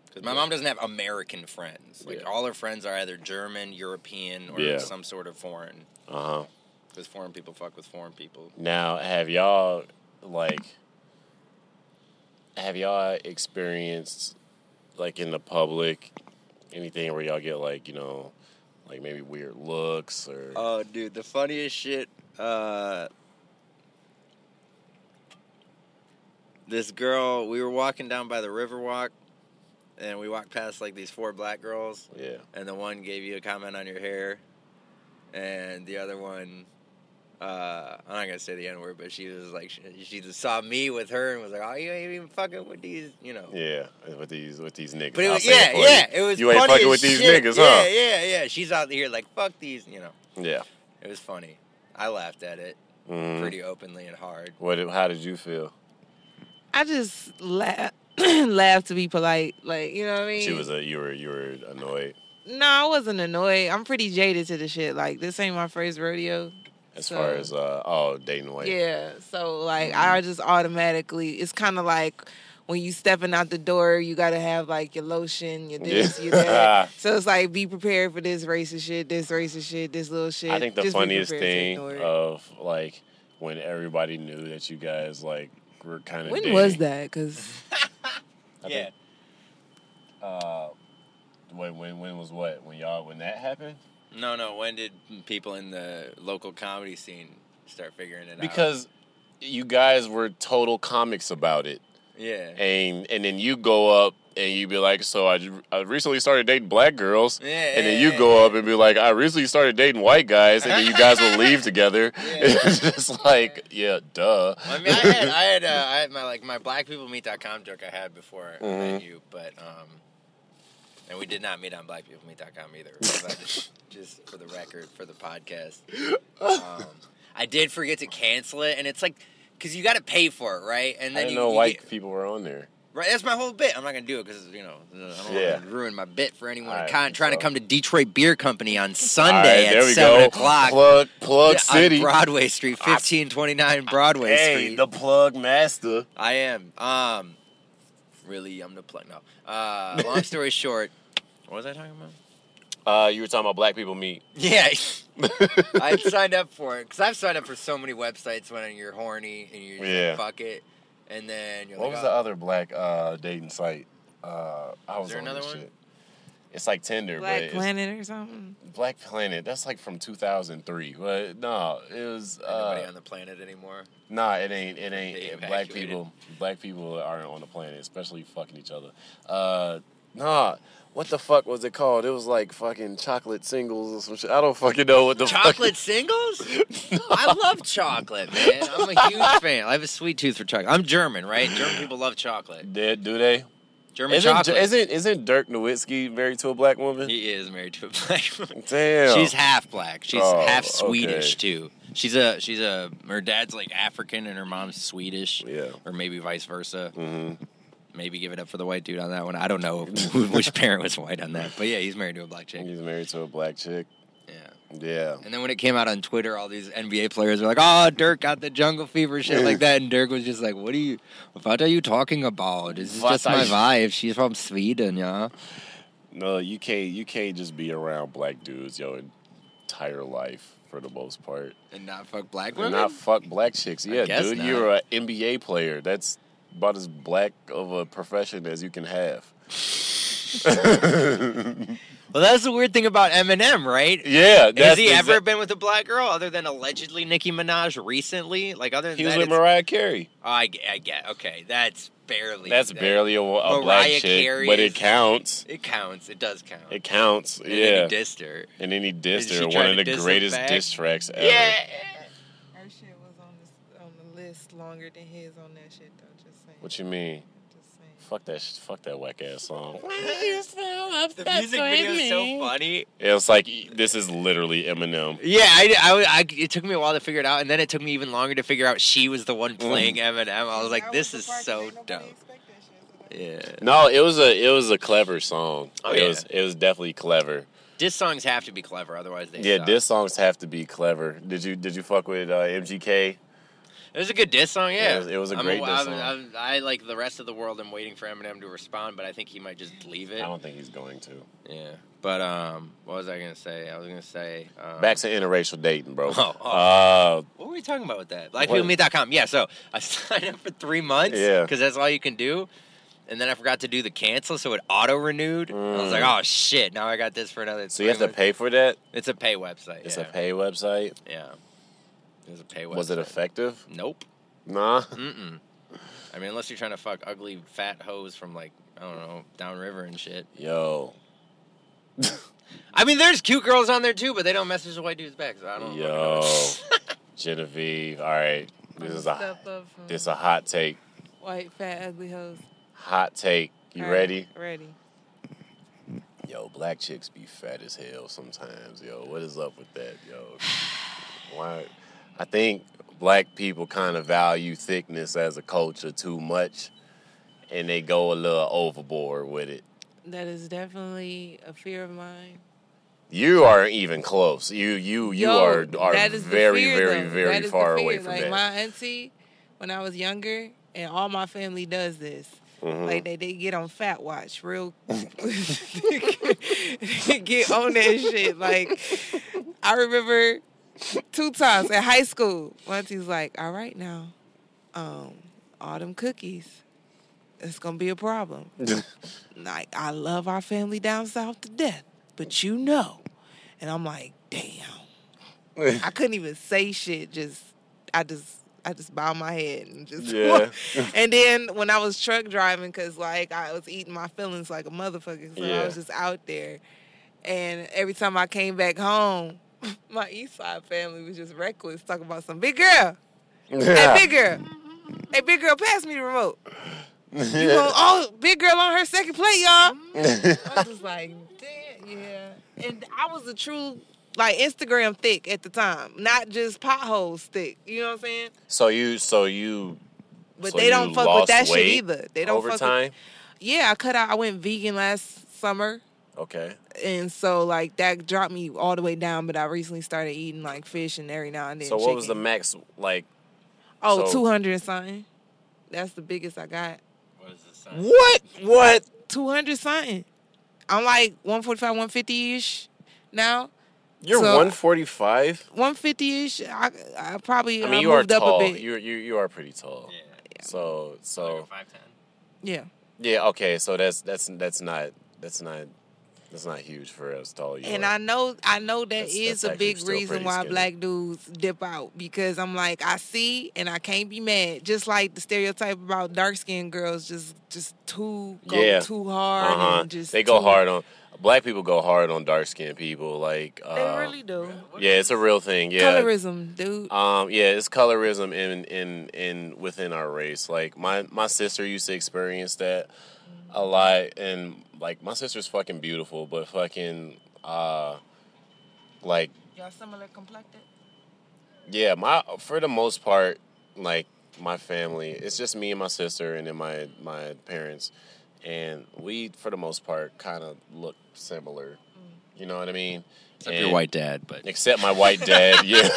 D: Because my mom doesn't have American friends. Like
C: Yeah.
D: all her friends are either German, European, or
C: Yeah.
D: some sort of foreign.
C: Uh huh.
D: Because foreign people fuck with foreign people.
C: Now, have y'all like have y'all experienced like in the public anything where y'all get like you know like maybe weird looks or
D: Oh, dude, the funniest shit. Uh, this girl, we were walking down by the Riverwalk, and we walked past like these four black girls,
C: yeah
D: and the one gave you a comment on your hair, and the other one, uh, I'm not gonna say the N word, but she was like, she, she just saw me with her and was like, "Oh, you ain't even fucking with these," you know.
C: yeah with these with these niggas.
D: But it
C: I'll
D: was,
C: say
D: yeah,
C: for you.
D: yeah, it was.
C: You ain't
D: funny
C: fucking
D: as
C: with these
D: shit.
C: niggas,
D: yeah,
C: huh?
D: Yeah, yeah, She's out here like, "Fuck these," you know.
C: Yeah.
D: It was funny. I laughed at it
C: Mhm.
D: pretty openly and hard.
C: What? How did you feel?
E: I just laugh, laugh to be polite. Like you know what I mean?
C: She was a you were you were annoyed.
E: no, I wasn't annoyed. I'm pretty jaded to the shit. Like this ain't my first rodeo.
C: As
E: So-
C: far as uh, oh, dating white.
E: Yeah. So like
C: mm-hmm.
E: I just automatically it's kinda like when you stepping out the door, you gotta have like your lotion, your this,
C: Yeah.
E: your that. So it's like be prepared for this racist shit, this racist shit, this little shit.
C: I think the
E: Just be
C: funniest
E: prepared to
C: thing
E: ignore it.
C: of like when everybody knew that you guys like we're kind of.
E: When was that? Because
D: Yeah.
C: Uh, wait, when when was what? When y'all when that happened?
D: No, no. When did people in the local comedy scene start figuring it out?
C: Because you guys were total comics about it,
D: yeah,
C: and and then you go up and you be like, so I, ju- I recently started dating black girls,
D: Yeah,
C: and then
D: yeah,
C: you
D: yeah,
C: go up and be like, I recently started dating white guys, and then you guys will leave together. It's just like, yeah, duh.
D: I mean, I had, I had, uh, I had my like my blackpeoplemeet.com joke I had before I
C: Mm-hmm.
D: met you, but um, and we did not meet on blackpeoplemeet.com either. but just, just for the record, for the podcast, um, I did forget to cancel it, and it's like because you got to pay for it, right? And
C: I
D: then
C: didn't
D: you,
C: know
D: you
C: white
D: get-
C: people were on there.
D: right, that's my whole bit. I'm not gonna do it because you know I don't
C: Yeah.
D: want to ruin my bit for anyone
C: All right,
D: con- trying
C: so-
D: to come to Detroit Beer Company on
C: All right,
D: Sunday
C: there
D: at
C: we
D: seven
C: go.
D: o'clock.
C: Plug, plug
D: yeah,
C: city.
D: on Broadway Street, fifteen twenty nine Broadway
C: Hey,
D: Street.
C: the plug master.
D: I am. Um, really, I'm the plug. No. Uh, long story short, what was I talking about?
C: Uh, you were talking about black people meet.
D: Yeah, I signed up for it because I've signed up for so many websites when you're horny and you're just
C: Yeah.
D: like, fuck it, and then you're
C: What
D: like,
C: was
D: oh,
C: the other black uh, dating site? Uh, I was
D: there
C: on
D: another
C: this
D: one?
C: shit. It's like Tinder, but
E: Black
C: it's-
E: Planet or something.
C: Black Planet. That's like from 2003. But no, it was
D: Ain't nobody
C: uh,
D: on the planet anymore.
C: nah. It ain't. It ain't.
D: They
C: it- black
D: evacuated.
C: people. Black people aren't on the planet, especially fucking each other. Uh, nah. What the fuck was it called? It was like fucking chocolate singles or some shit. I don't fucking know what the fuck-
D: Chocolate singles? I love chocolate, man. I'm a huge fan. I have a sweet tooth for chocolate. I'm German, right? German people love chocolate.
C: Did do they?
D: German
C: Isn't,
D: chocolate.
C: isn't isn't Dirk Nowitzki married to a black woman?
D: he is married to a black woman.
C: Damn.
D: She's half black. She's
C: Oh,
D: half
C: okay.
D: Swedish too. She's a she's a her dad's like African and her mom's Swedish.
C: Yeah.
D: Or maybe vice versa. Mm-hmm. Maybe give it up for the white dude on that one. I don't know who- which parent was white on that, but yeah, he's married to a black chick.
C: He's married to a black chick.
D: Yeah.
C: Yeah.
D: And then when it came out on Twitter, all these NBA players were like, "Oh, Dirk got the jungle fever, shit like that," and Dirk was just like, "What are you? What are you talking about? This is
C: What
D: just
C: are
D: my
C: you-
D: wife. She's from Sweden, yeah."
C: No, you can't. You can't just be around black dudes your entire life for the most part.
D: And not fuck black
C: And
D: women.
C: not fuck black chicks. Yeah,
D: guess
C: dude,
D: not.
C: you're an NBA player. That's about as black of a profession as you can have.
D: Well, that's the weird thing about Eminem, right?
C: Yeah.
D: Has
C: that's
D: he
C: the
D: ever
C: exact-
D: been with a black girl other than allegedly Nicki Minaj recently? Like other than
C: He was
D: that,
C: with
D: it's-
C: Mariah Carey.
D: Oh, I, get- I get okay. That's barely.
C: That's
D: that-
C: barely a, a black
D: Mariah
C: chick,
D: Carey
C: but
D: is-
C: it counts.
D: It counts. It does count.
C: It counts.
D: And
C: yeah.
D: Then he dissed her.
C: and then he dissed
D: she
C: her.
D: tried
C: One of
D: to
C: the
D: diss him
C: greatest
D: back?
C: diss tracks ever.
E: Her shit was on this on the list longer than his on that shit though. Just saying.
C: What you mean?
E: Just saying.
C: Fuck that. sh- Fuck that whack ass song.
D: The music video is so funny.
C: It was like this is literally Eminem.
D: Yeah, I, I, I- it took me a while to figure it out, and then it took me even longer to figure out she was the one
C: Mm.
D: playing Eminem. I was like, this is so dumb. Yeah,
C: No, it was a it was a clever song.
D: Oh,
C: it
D: yeah.
C: was it was definitely clever.
D: diss songs have to be clever, otherwise they
C: Yeah,
D: suck.
C: diss songs have to be clever. Did you did you fuck with uh, MGK?
D: It was a good diss song, yeah.
C: it was- it was a
D: I'm
C: great diss
D: I'm-
C: song.
D: I'm- i like the rest of the world. I'm waiting for Eminem to respond, but I think he might just leave
C: I
D: it.
C: don't think he's going to.
D: Yeah. But um, what was I gonna say? I was gonna say um,
C: Back to interracial dating, bro.
D: Oh, oh.
C: Uh,
D: What were we talking about with that?
C: What?
D: Blackpeoplemeet.com. Yeah. So I signed up for three months.
C: Yeah.
D: Because that's all you can do. And then I forgot to do the cancel, so it auto renewed. I was
C: Mm.
D: like, oh shit! Now I got this for another.
C: so you have
D: three
C: to pay for that.
D: months. It's a pay website.
C: It's
D: yeah.
C: a pay website.
D: Yeah. It's a pay website.
C: Was it effective?
D: Nope.
C: Nah.
D: Mm-mm. I mean, unless you're trying to fuck ugly fat hoes from like I don't know downriver and shit.
C: Yo,
D: I mean, there's cute girls on there too, but they don't message the white dudes back. So I don't. fucking
C: yo,
D: know.
C: Genevieve. All right, this is a
E: Step up from
C: this is a hot take.
E: white fat ugly hoes.
C: Hot take. You
E: All right,
C: ready?
E: Ready.
C: Yo, black chicks be fat as hell sometimes. Yo, what is up with that? Yo, why? I think black people kind of value thickness as a culture too much, and they go a little overboard with it.
E: That is definitely a fear of mine.
C: You aren't even close. You, you, you
E: Yo,
C: are are
E: that is the
C: very,
E: fear,
C: very,
E: though.
C: very
E: That is the
C: far
E: fear.
C: away from
E: like,
C: that.
E: My auntie, when I was younger, and all my family does this.
C: Mm-hmm.
E: Like they, they get on Fat Watch, real. they get on that shit. Like I remember two times in high school, my auntie's like, "All right now, um, all them cookies. It's gonna be a problem. like I love our family down south to death, but you know. And I'm like, damn. I couldn't even say shit. Just I just I just bowed my head and just.
C: Yeah.
E: and then when I was truck driving, cause like I was eating my feelings like a motherfucker, so
C: Yeah.
E: I was just out there. And every time I came back home, my East Side family was just reckless, talking about some big girl. Hey, big girl. Hey, big girl, pass me the remote. You gon' oh, big girl on her second plate, y'all.
C: Mm-hmm.
E: I was like, damn, yeah. And I was a true like Instagram thick at the time, not just potholes thick. You know what I'm saying?
C: so you, so you,
E: But
C: so
E: they don't
C: you
E: fuck with
C: lost
E: that shit
C: weight
E: either. They don't
C: over
E: fuck
C: time.
E: with. Yeah, I cut out. I went vegan last summer,
C: Okay.
E: and so like that dropped me all the way down. But I recently started eating like fish and every now and then.
C: So what was the
E: chicken.
C: max like?
E: oh
C: so-
E: 200 and something? That's the biggest I got.
D: What is the sign?
C: What? What?
E: two hundred something. I'm like one forty five, one fifty ish now.
C: You're
E: So-
C: 145.
E: One fifty ish. I I probably
C: I
E: uh,
C: mean, you are
E: moved up
C: tall.
E: a bit.
C: You you you are pretty tall. So so
D: five ten.
E: yeah.
C: yeah. Okay. So that's that's that's not that's not that's not huge for us tall. You
E: And
C: are.
E: I know I know that
C: That's-
E: is
C: that's
E: a
C: actually
E: big
C: still
E: reason
C: pretty
E: why
C: skinny.
E: black dudes dip out because I'm like I see and I can't be mad. Just like the stereotype about dark skinned girls just just too go
C: Yeah.
E: too hard
C: uh-huh.
E: and just
C: they go
E: too-
C: hard on black people. Go hard on dark skinned people. Like
E: They
C: uh,
E: really do.
C: yeah, it's a real thing. Yeah.
E: Colorism, dude.
C: Um, yeah, it's colorism in in in within our race. Like my my sister used to experience that a lot, and like my sister's fucking beautiful, but fucking uh, like
E: Y'all similar complected.
C: yeah, my for the most part, like my family, it's just me and my sister, and then my my parents, and we for the most part kind of look similar. You know what I mean?
D: Except
C: And-
D: your white dad, but
C: except my white dad. yeah.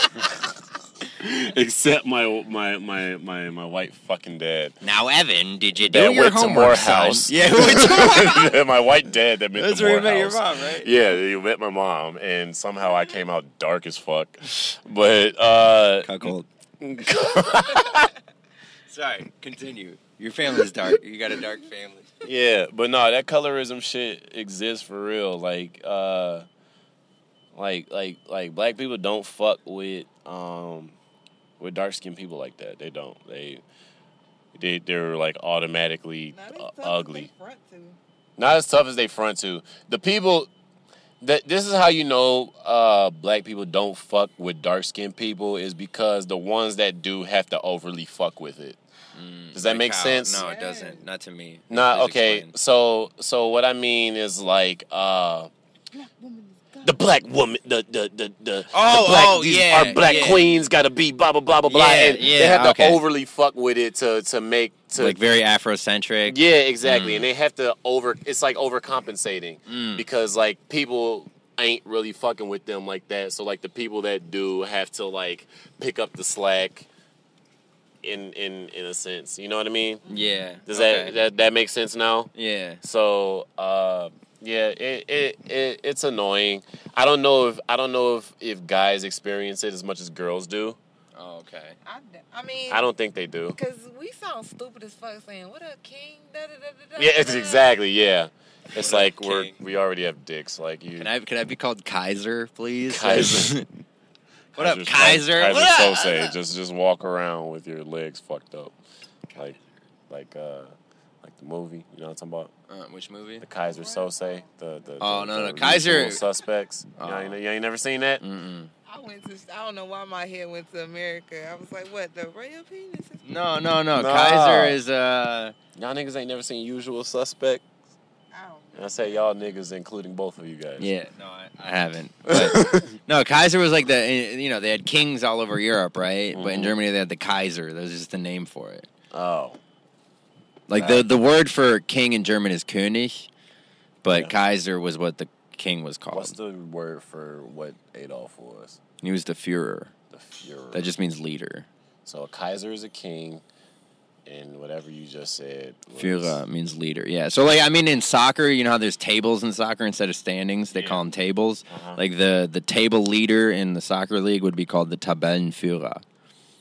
C: except my my my my my white fucking dad.
D: now Evan, did you do
C: That
D: your
C: went to
D: homework? son?
C: Morehouse.
D: Yeah, who went to
C: my white dad that met
D: That's
C: the
D: where you met your
C: Morehouse.
D: mom, right?
C: Yeah, you met my mom, and somehow I came out dark as fuck. But uh,
D: Cuckold. Sorry, continue. Your family's dark. You got a dark family.
C: yeah, but no, that colorism shit exists for real. Like, uh, like, like, like, black people don't fuck with um with dark skinned people like that. They don't. They they they're like automatically uh, ugly. Not as tough as they front to the people. That this is how you know uh, black people don't fuck with dark skinned people is because the ones that do have to overly fuck with it. Does that
D: Mm, Like
C: make
D: how-
C: sense?
D: No, it doesn't. Not to me.
C: Nah,
D: Please
C: okay.
D: explain.
C: So so what I mean is like uh the black woman, the the the the,
D: Oh,
C: the black,
D: oh,
C: these,
D: yeah,
C: our black
D: yeah.
C: queens gotta be blah blah blah blah blah,
D: Yeah,
C: and they
D: yeah,
C: have to
D: okay.
C: overly fuck with it to to make to
D: like very Mm. Afrocentric.
C: yeah exactly, and they have to over it's like overcompensating
D: Mm.
C: because like people ain't really fucking with them like that, so like the people that do have to like pick up the slack in in in a sense, you know what I mean?
D: Yeah.
C: Does
D: okay.
C: that, that that make sense now?
D: Yeah.
C: So uh, yeah, it, it it it's annoying. I don't know if I don't know if if guys experience it as much as girls do.
D: Oh, okay.
E: I, I mean,
C: I don't think they do.
E: Cause we sound stupid as fuck saying what a king. Da, da, da, da, da,
C: Yeah, it's
E: da."
C: exactly yeah. It's like we're
D: king.
C: we already have dicks. Like you,
D: Can I can I be called Kaiser, please?
C: Kaiser.
D: what up, Kaiser?
C: Kaiser
D: What up?
C: Sose. Just just walk around with your legs fucked up, like like uh like the movie. You know what I'm talking about?
D: Uh, which movie?
C: The Kaiser Sose. The the
D: Oh,
C: the-
D: no,
C: the
D: no, Kaiser-
C: Usual suspects. You, know,
D: Oh. Mm.
C: you, know- you ain't never seen that?
D: Mm-mm.
E: I went to. I don't know why my head went to America. I was like, what the royal penis? Is-
D: No, no, no.
C: No.
D: Kaiser is uh.
C: Y'all niggas ain't never seen Usual Suspect.
E: I don't
C: And I say y'all niggas, including both of you guys.
D: Yeah. No, I, I haven't. But, no, Kaiser was like the you know they had kings all over Europe, right? But in
C: Mhm.
D: Germany they had the Kaiser. That was just the name for it.
C: Oh.
D: Like the the word for king in German is König, but Kaiser was what the king was called.
C: What's the word for what Adolf was?
D: he was the Führer.
C: The Fuhrer.
D: That just means leader.
C: so a Kaiser is a king, and whatever you just said. was-
D: Führer means leader. Yeah. So like I mean in soccer, you know how there's tables in soccer instead of standings, they call 'em call them tables.
C: Uh-huh.
D: Like the the table leader in the soccer league would be called the Tabellenführer.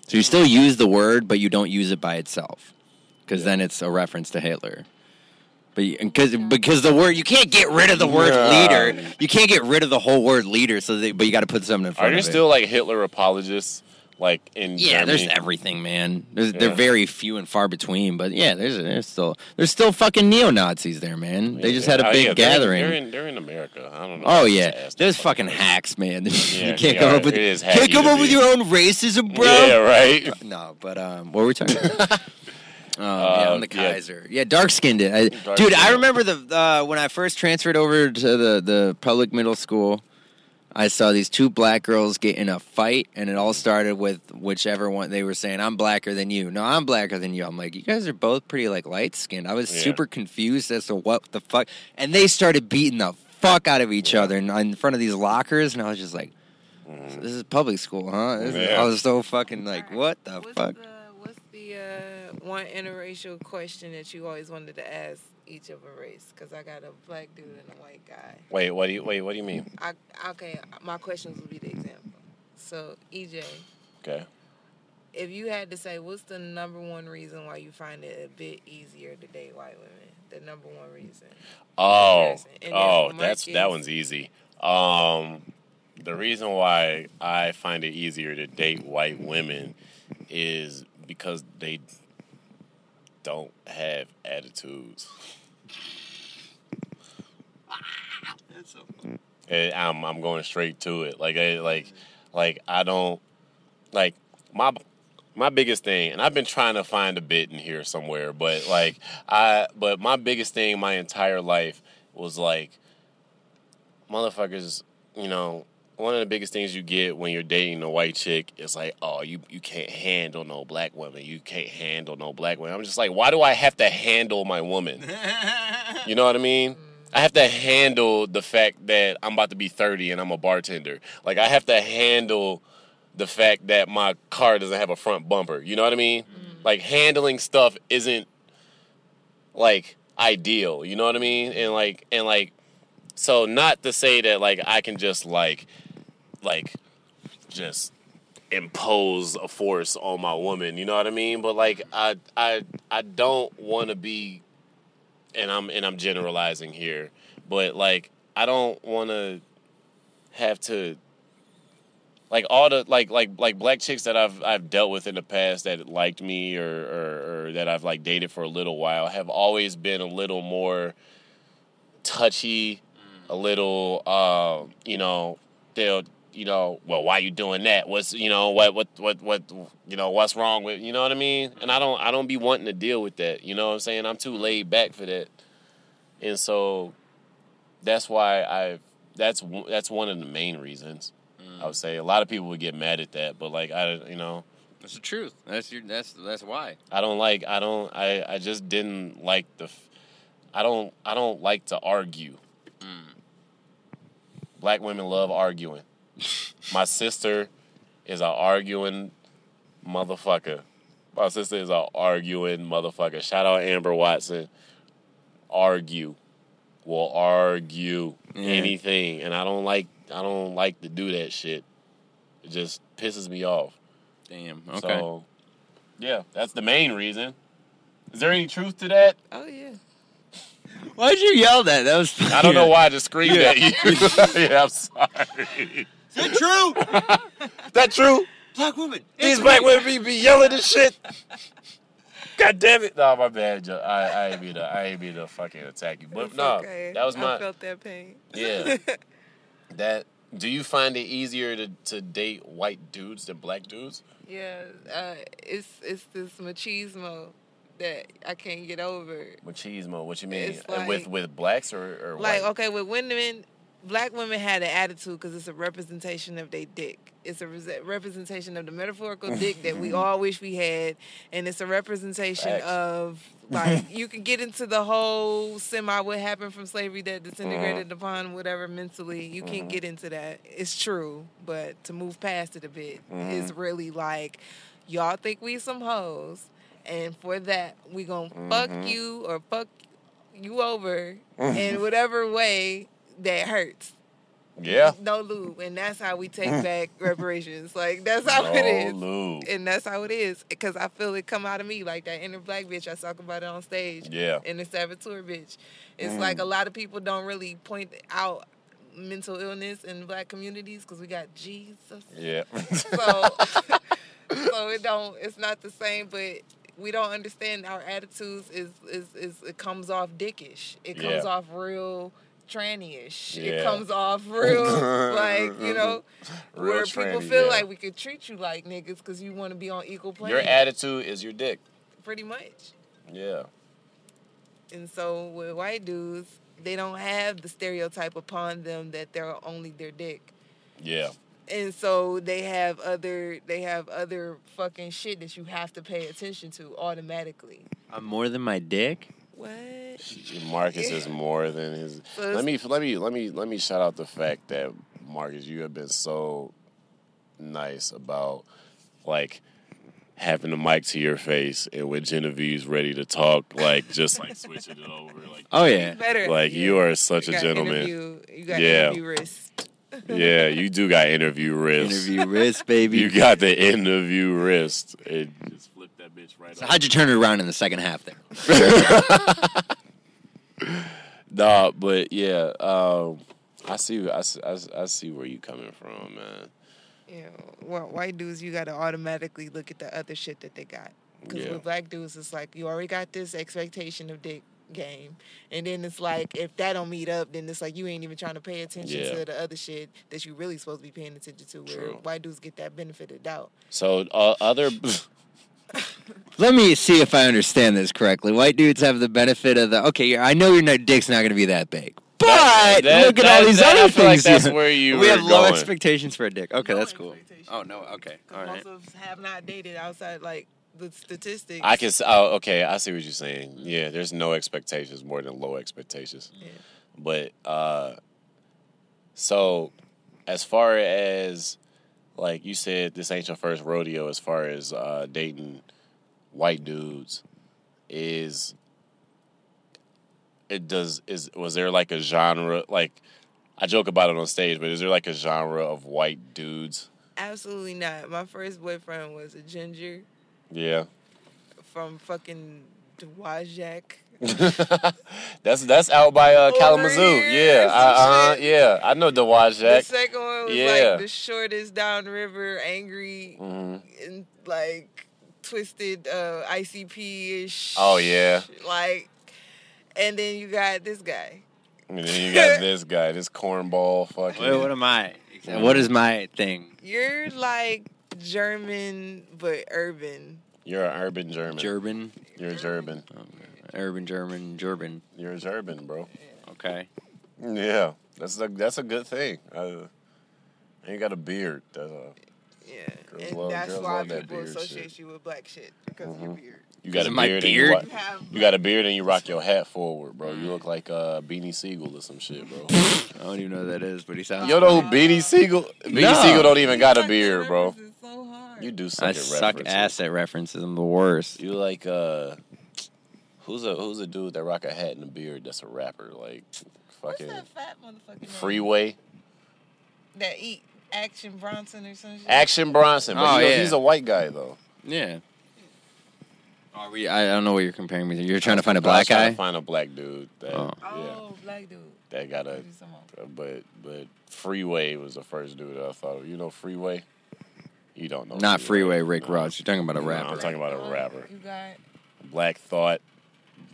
D: So you still use the word, but you don't use it by itself. because then it's a reference to Hitler. But because because the word you can't get rid of the word
C: Yeah.
D: leader, you can't get rid of the whole word leader. So, they, but you got to put something in front
C: Are
D: of
C: there
D: it.
C: still like Hitler apologists? Like in
D: Yeah, there's
C: Germany?
D: everything, man. There's, They're
C: Yeah.
D: very few and far between, but yeah, there's, there's still there's still fucking neo Nazis there, man. They just had a
C: Oh,
D: big
C: yeah, they're-
D: gathering.
C: They're in, they're in America. I don't know.
D: oh
C: It's
D: yeah,
C: ass.
D: there's fucking hacks, man.
C: Yeah,
D: you can't come
C: yeah,
D: up with
C: it is
D: can't
C: hacky
D: come
C: to
D: up with
C: be.
D: your own racism, bro.
C: Yeah, right.
D: No, but um, what were we talking about? Um, yeah,
C: Uh,
D: I'm the
C: yeah.
D: Kaiser. Yeah, dark skinned it. I,
C: Dark
D: dude, I
C: skinned.
D: remember the uh, when I first transferred over to the the public middle school. I saw these two black girls get in a fight, and it all started with whichever one they were saying, "I'm blacker than you." No, I'm blacker than you. I'm like, you guys are both pretty like light skinned. I was
C: Yeah.
D: super confused as to what the fuck, and they started beating the fuck out of each other in, in front of these lockers, and I was just like, "This is public school, huh?" This is-
C: Mm-hmm. Yeah.
D: I was so fucking like, "What the
E: what's
D: fuck?"
E: The, what's the uh, one interracial question that you always wanted to ask each of a race? Because I got a black dude and a white guy.
C: Wait, what do you wait? What do you mean?
E: I, okay, my questions will be the example. So, EJ,
C: Okay.
E: if you had to say, what's the number one reason why you find it a bit easier to date white women? The number one reason.
C: Oh,
E: comparison. And
C: oh,
E: if
C: that's
E: Marcus-
C: that one's easy. Um, the reason why I find it easier to date white women is because they don't have attitudes. And I'm I'm going straight to it. Like I like like I don't like my my biggest thing, and I've been trying to find a bit in here somewhere, but like I, but my biggest thing my entire life was like, motherfuckers, you know, one of the biggest things you get when you're dating a white chick is like, oh, you you can't handle no black woman, you can't handle no black woman. I'm just like, why do I have to handle my woman? You know what I mean? I have to handle the fact that I'm about to be 30 and I'm a bartender. Like I have to handle the fact that my car doesn't have a front bumper. You know what I mean? Like handling stuff isn't like ideal. You know what I mean? And like and like so not to say that like I can just like like just impose a force on my woman, you know what I mean? But like I I I don't want to be and I'm and I'm generalizing here, but like I don't want to have to like all the like like like black chicks that I've I've dealt with in the past that liked me or or, or that I've like dated for a little while have always been a little more touchy, a little uh, you know they'll you know well why you doing that what's you know what what what what you know what's wrong with you know what I mean and I don't I don't be wanting to deal with that you know what I'm saying I'm too laid back for that and so that's why I that's one- that's one of the main reasons I would say a lot of people would get mad at that, but like I, you know,
D: That's the truth. That's your. That's that's why.
C: I don't like. I don't. I. I just didn't like the. f- I don't. I don't like to argue.
D: Mm.
C: Black women love arguing. My sister is a arguing motherfucker. My sister is a arguing motherfucker. Shout out Amber Watson. Argue, will argue
D: Yeah.
C: anything, and I don't like. I don't like to do that shit. It just pisses me off.
D: Damn. Okay.
C: So, yeah, that's the main reason. Is there any truth to that?
E: Oh, yeah.
D: Why'd you yell that? That was.
C: I don't know why I just screamed at you. yeah, I'm sorry.
D: Is true?
C: that true?
D: Black woman.
C: These black women be, be yelling and shit. God damn it! No, my bad. Joe. I I ain't mean to. I ain't mean to fucking attack you. But
E: It's
C: no,
E: okay.
C: that was my
E: I felt that pain.
C: yeah. That do you find it easier to to date white dudes than black dudes?
E: Yeah, uh, it's it's this machismo that I can't get over.
C: Machismo. What you mean
E: It's
C: Uh, with
E: like-
C: with blacks or or
E: Like,
C: white?
E: okay, with women, black women had an attitude because it's a representation of their dick. It's a res- representation of the metaphorical dick that we all wish we had, and it's a representation
C: Facts.
E: of like you can get into the whole semi what happened from slavery that disintegrated
C: Mm-hmm.
E: upon whatever mentally. You can get into that. It's true, but to move past it a bit is
C: Mm-hmm.
E: really like y'all think we some hoes, and for that we gonna
C: Mm-hmm.
E: fuck you or fuck you over in whatever way that hurts.
C: Yeah. Mm-hmm.
E: No lube, and that's how we take back reparations. Like that's how it
C: No
E: is,
C: lube.
E: and that's how it is. Cause I feel it come out of me, like that inner black bitch I talk about it on stage.
C: Yeah.
E: and the saboteur bitch. It's like a lot of people don't really point out mental illness in black communities because we got Jesus.
C: Yeah.
E: So, so it don't. It's not the same, but we don't understand our attitudes. Is is is it comes off dickish? It comes
C: Yeah.
E: off real tranny-ish.
C: Yeah.
E: It comes off real like you know
C: Real
E: where people
C: tranny,
E: feel
C: yeah.
E: like we could treat you like niggas because you want to be on equal plane.
C: Your attitude is your dick.
E: pretty much.
C: Yeah.
E: And so with white dudes, they don't have the stereotype upon them that they're only their dick.
C: Yeah.
E: And so they have other they have other fucking shit that you have to pay attention to automatically.
D: I'm more than my dick.
E: What?
C: Marcus is more than his.
E: So it's-
C: Let me let me let me let me shout out the fact that Marcus, you have been so nice about like having the mic to your face and when Genevieve's ready to talk, like just like switching it over, like
D: Oh yeah.
E: Better.
C: like you are such a
E: got
C: gentleman.
E: interview- You got
C: Yeah.
E: interview risk.
C: Yeah, you do got interview wrist.
D: Interview wrist, baby.
C: You got the interview wrist. It,
F: Just flip that bitch right
D: So how'd you turn it around in the second half there?
C: nah, but yeah, um, I see, I, see- I, see- I see where you coming from, man.
E: You know, well, white dudes, you got to automatically look at the other shit that they got. Because
C: Yeah.
E: with black dudes, it's like you already got this expectation of dick game, and then it's like if that don't meet up, then it's like you ain't even trying to pay attention
C: Yeah.
E: to the other shit that you really supposed to be paying attention to. Where
C: True.
E: white dudes get that benefit of doubt.
C: So uh, other,
D: Let me see if I understand this correctly. White dudes have the benefit of the okay. I know your dick's not going to be that big, but
C: that-
D: look at
C: that-
D: all these
C: that- I
D: other
C: feel like
D: things.
C: that's
D: here.
C: where you
D: we
C: were
D: have low
C: going.
D: expectations for a dick. Okay,
E: No
D: that's cool.
E: expectations.
D: Oh no. Okay. All
E: Because
D: right.
E: most of us have not dated outside like the statistics.
C: I can. s- Oh, okay, I see what you're saying. Yeah, there's no expectations more than low expectations.
E: Yeah.
C: But uh, so as far as like you said, this ain't your first rodeo. As far as uh, dating white dudes, is it does is was there like a genre like I joke about it on stage, but is there like a genre of white dudes?
E: Absolutely not. My first boyfriend was a ginger
C: Yeah.
E: from fucking Dwajak.
C: That's that's out by uh,
E: Over
C: Kalamazoo.
E: here,
C: Yeah,
E: some
C: uh, uh
E: shit.
C: yeah. I know
E: The
C: the Wajak.
E: second one was
C: Yeah.
E: like the shortest downriver, angry,
C: Mhm.
E: and like twisted uh, ICP ish.
C: Oh, yeah.
E: Like, and then you got this guy.
C: And then you got this guy, this cornball fucking.
D: Wait, what am I? What is my thing?
E: You're like German but urban.
C: You're an urban German.
D: German,
C: You're a German.
D: urban German, German.
C: You're a German, bro.
D: Okay.
C: Yeah, that's a that's a good thing. Uh, and you got a beard. That's a,
E: Yeah,
C: Girls
E: and
C: love-
E: that's
C: girls
E: why
C: love that
E: people
C: beard
E: associate
C: shit.
E: you with black shit because of your beard.
C: you got
D: Is
C: a
D: it my
C: beard.
D: beard?
C: And
E: You
C: you, rock,
E: have
C: you got a beard and you rock your hat forward, bro. You look like uh, Beanie Siegel or some shit, bro.
D: I don't even know who that is, but he sounds.
C: Yo, know who Beanie Siegel. Beanie
D: No.
C: Siegel don't even got a
E: Fucking
C: beard, bro.
E: references so hard.
C: You do suck
D: I
C: at
D: suck
C: references.
D: ass at references. I'm the worst.
C: You like uh who's a who's a dude that rock a hat and a beard that's a rapper like
E: What's
C: fucking
E: that fat motherfucking name?
C: Freeway
E: that eat Action Bronson or some shit?
C: Action Bronson but
D: Oh,
C: you know,
D: yeah.
C: he's a white guy though.
D: Yeah. Are we? I don't know what you're comparing me to. You're trying to find a black
C: I was trying
D: guy.
C: to find a black dude that
D: Oh.
C: yeah
E: Oh, black dude.
C: that got a
E: Maybe someone.
C: but but Freeway was the first dude that I thought of. You know Freeway? You don't know.
D: Not Freeway Rick
C: No.
D: Ross. You're talking about a
C: No,
D: rapper.
C: I'm talking about a rapper.
E: uh, You got
C: Black Thought.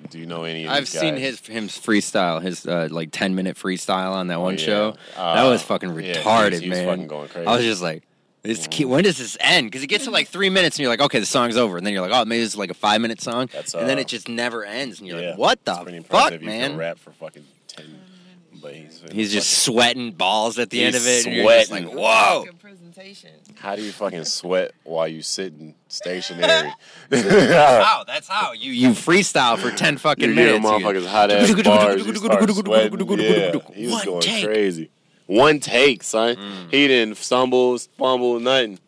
C: Do you know any of these
D: I've seen
C: guys?
D: his him freestyle, his uh, like ten minute freestyle on that one
C: Oh, yeah.
D: show. that
C: Uh,
D: was fucking
C: yeah, he
D: retarded,
C: was- he was
D: man.
C: fucking Mm. going crazy.
D: I was just like, this kid, when does this end? Because it gets to like three minutes, and you're like, okay, the song's over, and then you're like, oh, maybe it's like a five minute song,
C: That's,
D: and then
C: uh,
D: it just never ends, and you're
C: Yeah.
D: like, what
C: It's pretty
D: the
C: impressive
D: fuck,
C: you can
D: man?
C: rap for fucking ten, but he's
D: He's just sweating balls at the end
C: He's
D: of it. And you're just like,
C: sweating.
D: whoa.
E: fucking presentation.
C: How do you fucking sweat while you sitting stationary?
D: Wow, that's how you you freestyle for ten fucking
C: you hear
D: minutes. You-
C: motherfuckers hot ass bars. You start sweating. Yeah, he was
D: One
C: going
D: take. Mm.
C: crazy. One take, son. He didn't stumble, fumble, nothing.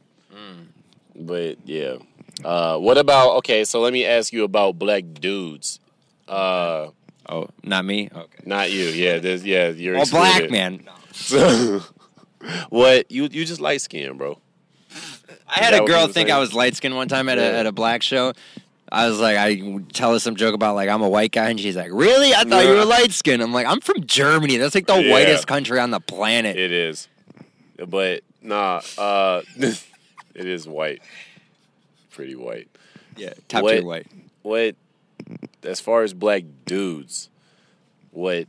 C: But yeah. Uh, what about okay? So let me ask you about black dudes. Uh,
D: Oh, not me. Okay.
C: not you. Yeah, there's, yeah, you're
D: Well, black
C: excluded.
D: man.
C: So, what you you just light skinned, bro?
D: I had
C: that what
D: a
C: you
D: girl
C: were
D: think
C: saying?
D: I was light skinned one time at a
C: Yeah.
D: at a black show. I was like, I tell her some joke about like I'm a white guy, and she's like, "Really? I thought you
C: Yeah.
D: were light skinned." I'm like, "I'm from Germany. That's like the
C: Yeah.
D: whitest country on the planet."
C: It is, but nah, uh, it is white, pretty white.
D: yeah, top
C: What-
D: tier white.
C: What, as far as black dudes, what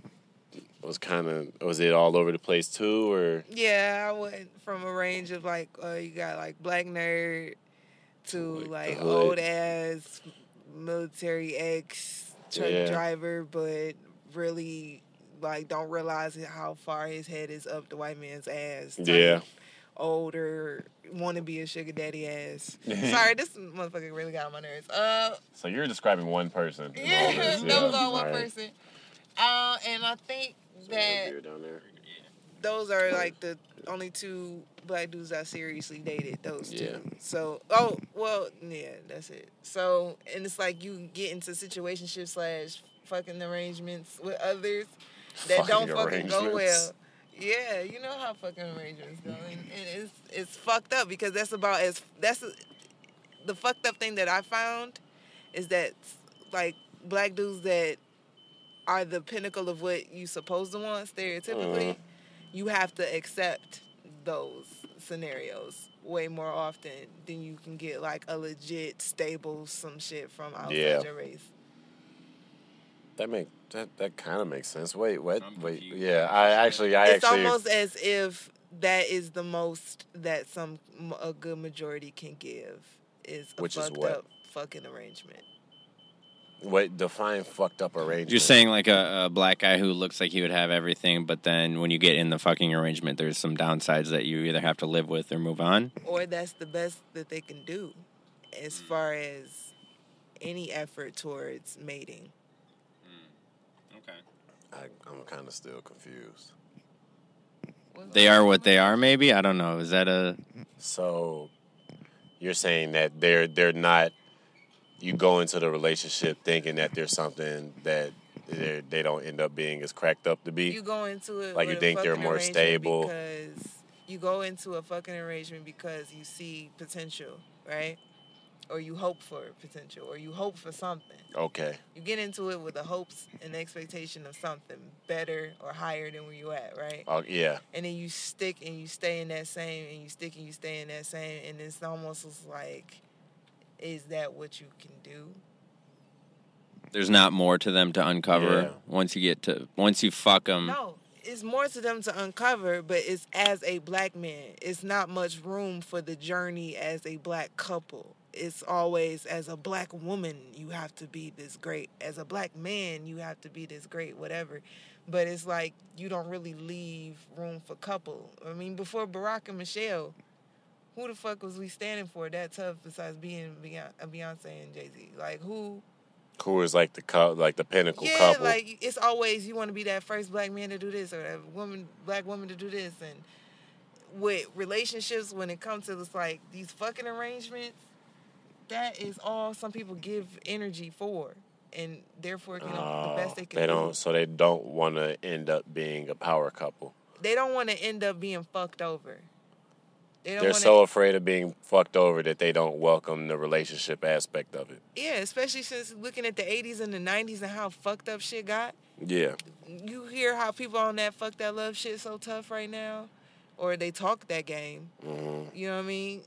C: was kind of was it all over the place too, or
E: Yeah, I went from a range of like, uh, you got like black nerd to
C: Like
E: like,
C: the hood.
E: old ass military ex truck
C: Yeah.
E: driver, but really like don't realize it- how far his head is up the white man's ass. type
C: yeah,
E: Older, want to be a sugar daddy ass. Sorry, this motherfucker really got on my nerves. Uh,
C: So you're describing one person. in all
E: yeah,
C: this,
E: that was all one
C: Alright.
E: person. Uh, and I think that
C: Beer down there.
E: those are like the only two black dudes I seriously dated. Those
C: Yeah.
E: two. So oh well yeah that's it. So and it's like you get into situationships slash fucking arrangements with others that
C: Fucking
E: don't fucking go
C: arrangements.
E: well. Yeah, you know how fucking arrangements go, and, and it's it's fucked up because that's about as that's the fucked up thing that I found is that like black dudes that are the pinnacle of what you supposed to want
C: Mm-hmm.
E: stereotypically, you have to accept those scenarios way more often than you can get like a legit stable some shit from outside
C: Yeah.
E: your race.
C: That make that that kind of makes sense. Wait, what?
D: I'm
C: Wait,
D: confused.
C: yeah. I actually, I
E: it's
C: actually.
E: almost as if that is the most that some a good majority can give is a
C: Which is
E: fucked
C: what?
E: up fucking arrangement.
C: Wait, define fucked up arrangement.
D: You're saying like a, a black guy who looks like he would have everything, but then when you get in the fucking arrangement, there's some downsides that you either have to live with or move on.
E: or that's the best that they can do as far as any effort towards mating.
D: Okay.
C: I, I'm kind of still confused.
D: They are what they are. Maybe I don't know. Is that a
C: So, you're saying that they're they're not. You go into the relationship thinking that there's something that they they don't end up being as cracked up to be.
E: You go into it
C: Like, you
E: with a
C: think they're
E: fucking
C: more
E: arrangement
C: stable.
E: because you go into a fucking arrangement because you see potential, right? Or you hope for potential, or you hope for something.
C: okay.
E: You get into it with the hopes and expectation of something better or higher than where you at, right?
C: Oh yeah.
E: and then you stick and you stay in that same and you stick and you stay in that same and it's almost as like is that what you can do
D: there's not more to them to uncover once you get to once you fuck them.
E: no it's more to them to uncover but it's as a black man it's not much room for the journey as a black couple it's always as a black woman you have to be this great as a black man you have to be this great whatever but it's like you don't really leave room for couple i mean before barack and michelle who the fuck was we standing for that tough besides being Beyonce, Beyonce and Jay Z? Like who?
C: Who is like the cou- like the pinnacle
E: yeah,
C: couple?
E: like it's always you want to be that first black man to do this or that woman, black woman to do this, and with relationships when it comes to this like these fucking arrangements, that is all some people give energy for, and therefore you know
C: Oh,
E: the best they can.
C: they
E: do.
C: don't. So they don't want to end up being a power couple.
E: They don't want to end up being fucked over. They don't
C: They're
E: wanna-
C: so afraid of being fucked over that they don't welcome the relationship aspect of it.
E: yeah, especially since looking at the '80s and the '90s and how fucked up shit got.
C: Yeah.
E: you hear how people on that fuck that love shit so tough right now, or they talk that game. You know what I mean?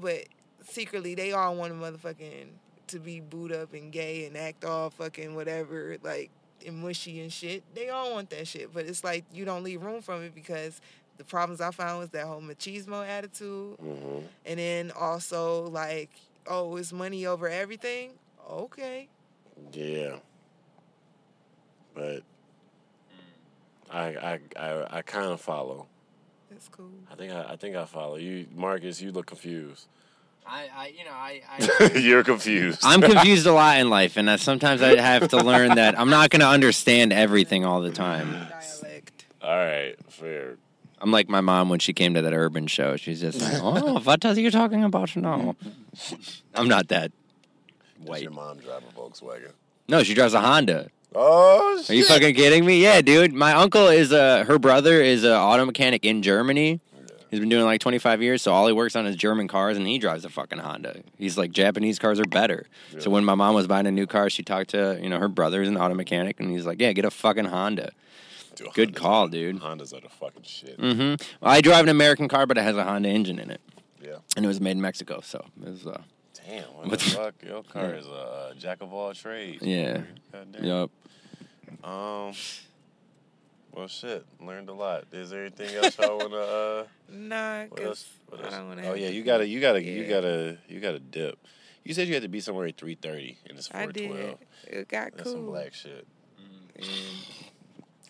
E: But secretly, they all want a motherfucking to be booed up and gay and act all fucking whatever, like and mushy and shit. They all want that shit, but it's like you don't leave room from it because the problems I found was that whole machismo attitude, and then also like, oh, it's money over everything. Okay.
C: Yeah. But I I I, I kind of follow.
E: That's cool.
C: I think I, I think I follow you, Marcus. You look confused.
D: I, I you know, I,
C: You're confused.
D: I'm confused a lot in life, and I, sometimes I have to learn that I'm not going to understand everything all the time.
E: Dialect.
C: All right, fair.
D: I'm like my mom when she came to that urban show. She's just like, "Oh, what are you talking about now?" I'm not that
C: Does
D: white.
C: your mom drive a Volkswagen?
D: No, she drives a Honda.
C: Oh shit!
D: Are you fucking kidding me? Yeah, dude. My uncle is a her brother is a auto mechanic in Germany. He's been doing it like 25 years, so all he works on is German cars, and he drives a fucking Honda. He's like Japanese cars are better. So when my mom was buying a new car, she talked to you know her brother is an auto mechanic, and he's like, yeah, get a fucking Honda.
C: Dude,
D: Good
C: Hondas-
D: call, dude.
C: Hondas are the fucking shit.
D: hmm I drive an American car, but it has a Honda engine in it,
C: Yeah.
D: and it was made in Mexico, so it was uh,
C: Damn, what,
D: What
C: the
D: the-
C: fuck? Your car is a uh, jack of all trades.
D: yeah,
C: God damn.
D: yep.
C: Um. Well, shit. Learned a lot. Is there anything else y'all wanna? Uh,
E: Nah,
C: what
E: because
C: else? What
E: I
C: else?
E: don't want to.
C: Oh yeah, you gotta, you gotta, you
E: Yeah.
C: gotta, you gotta dip. You said you had to be somewhere at three thirty, and it's
E: I
C: four
E: did.
C: twelve.
E: It got
C: That's some
E: cool. Mm.
C: black shit.
E: And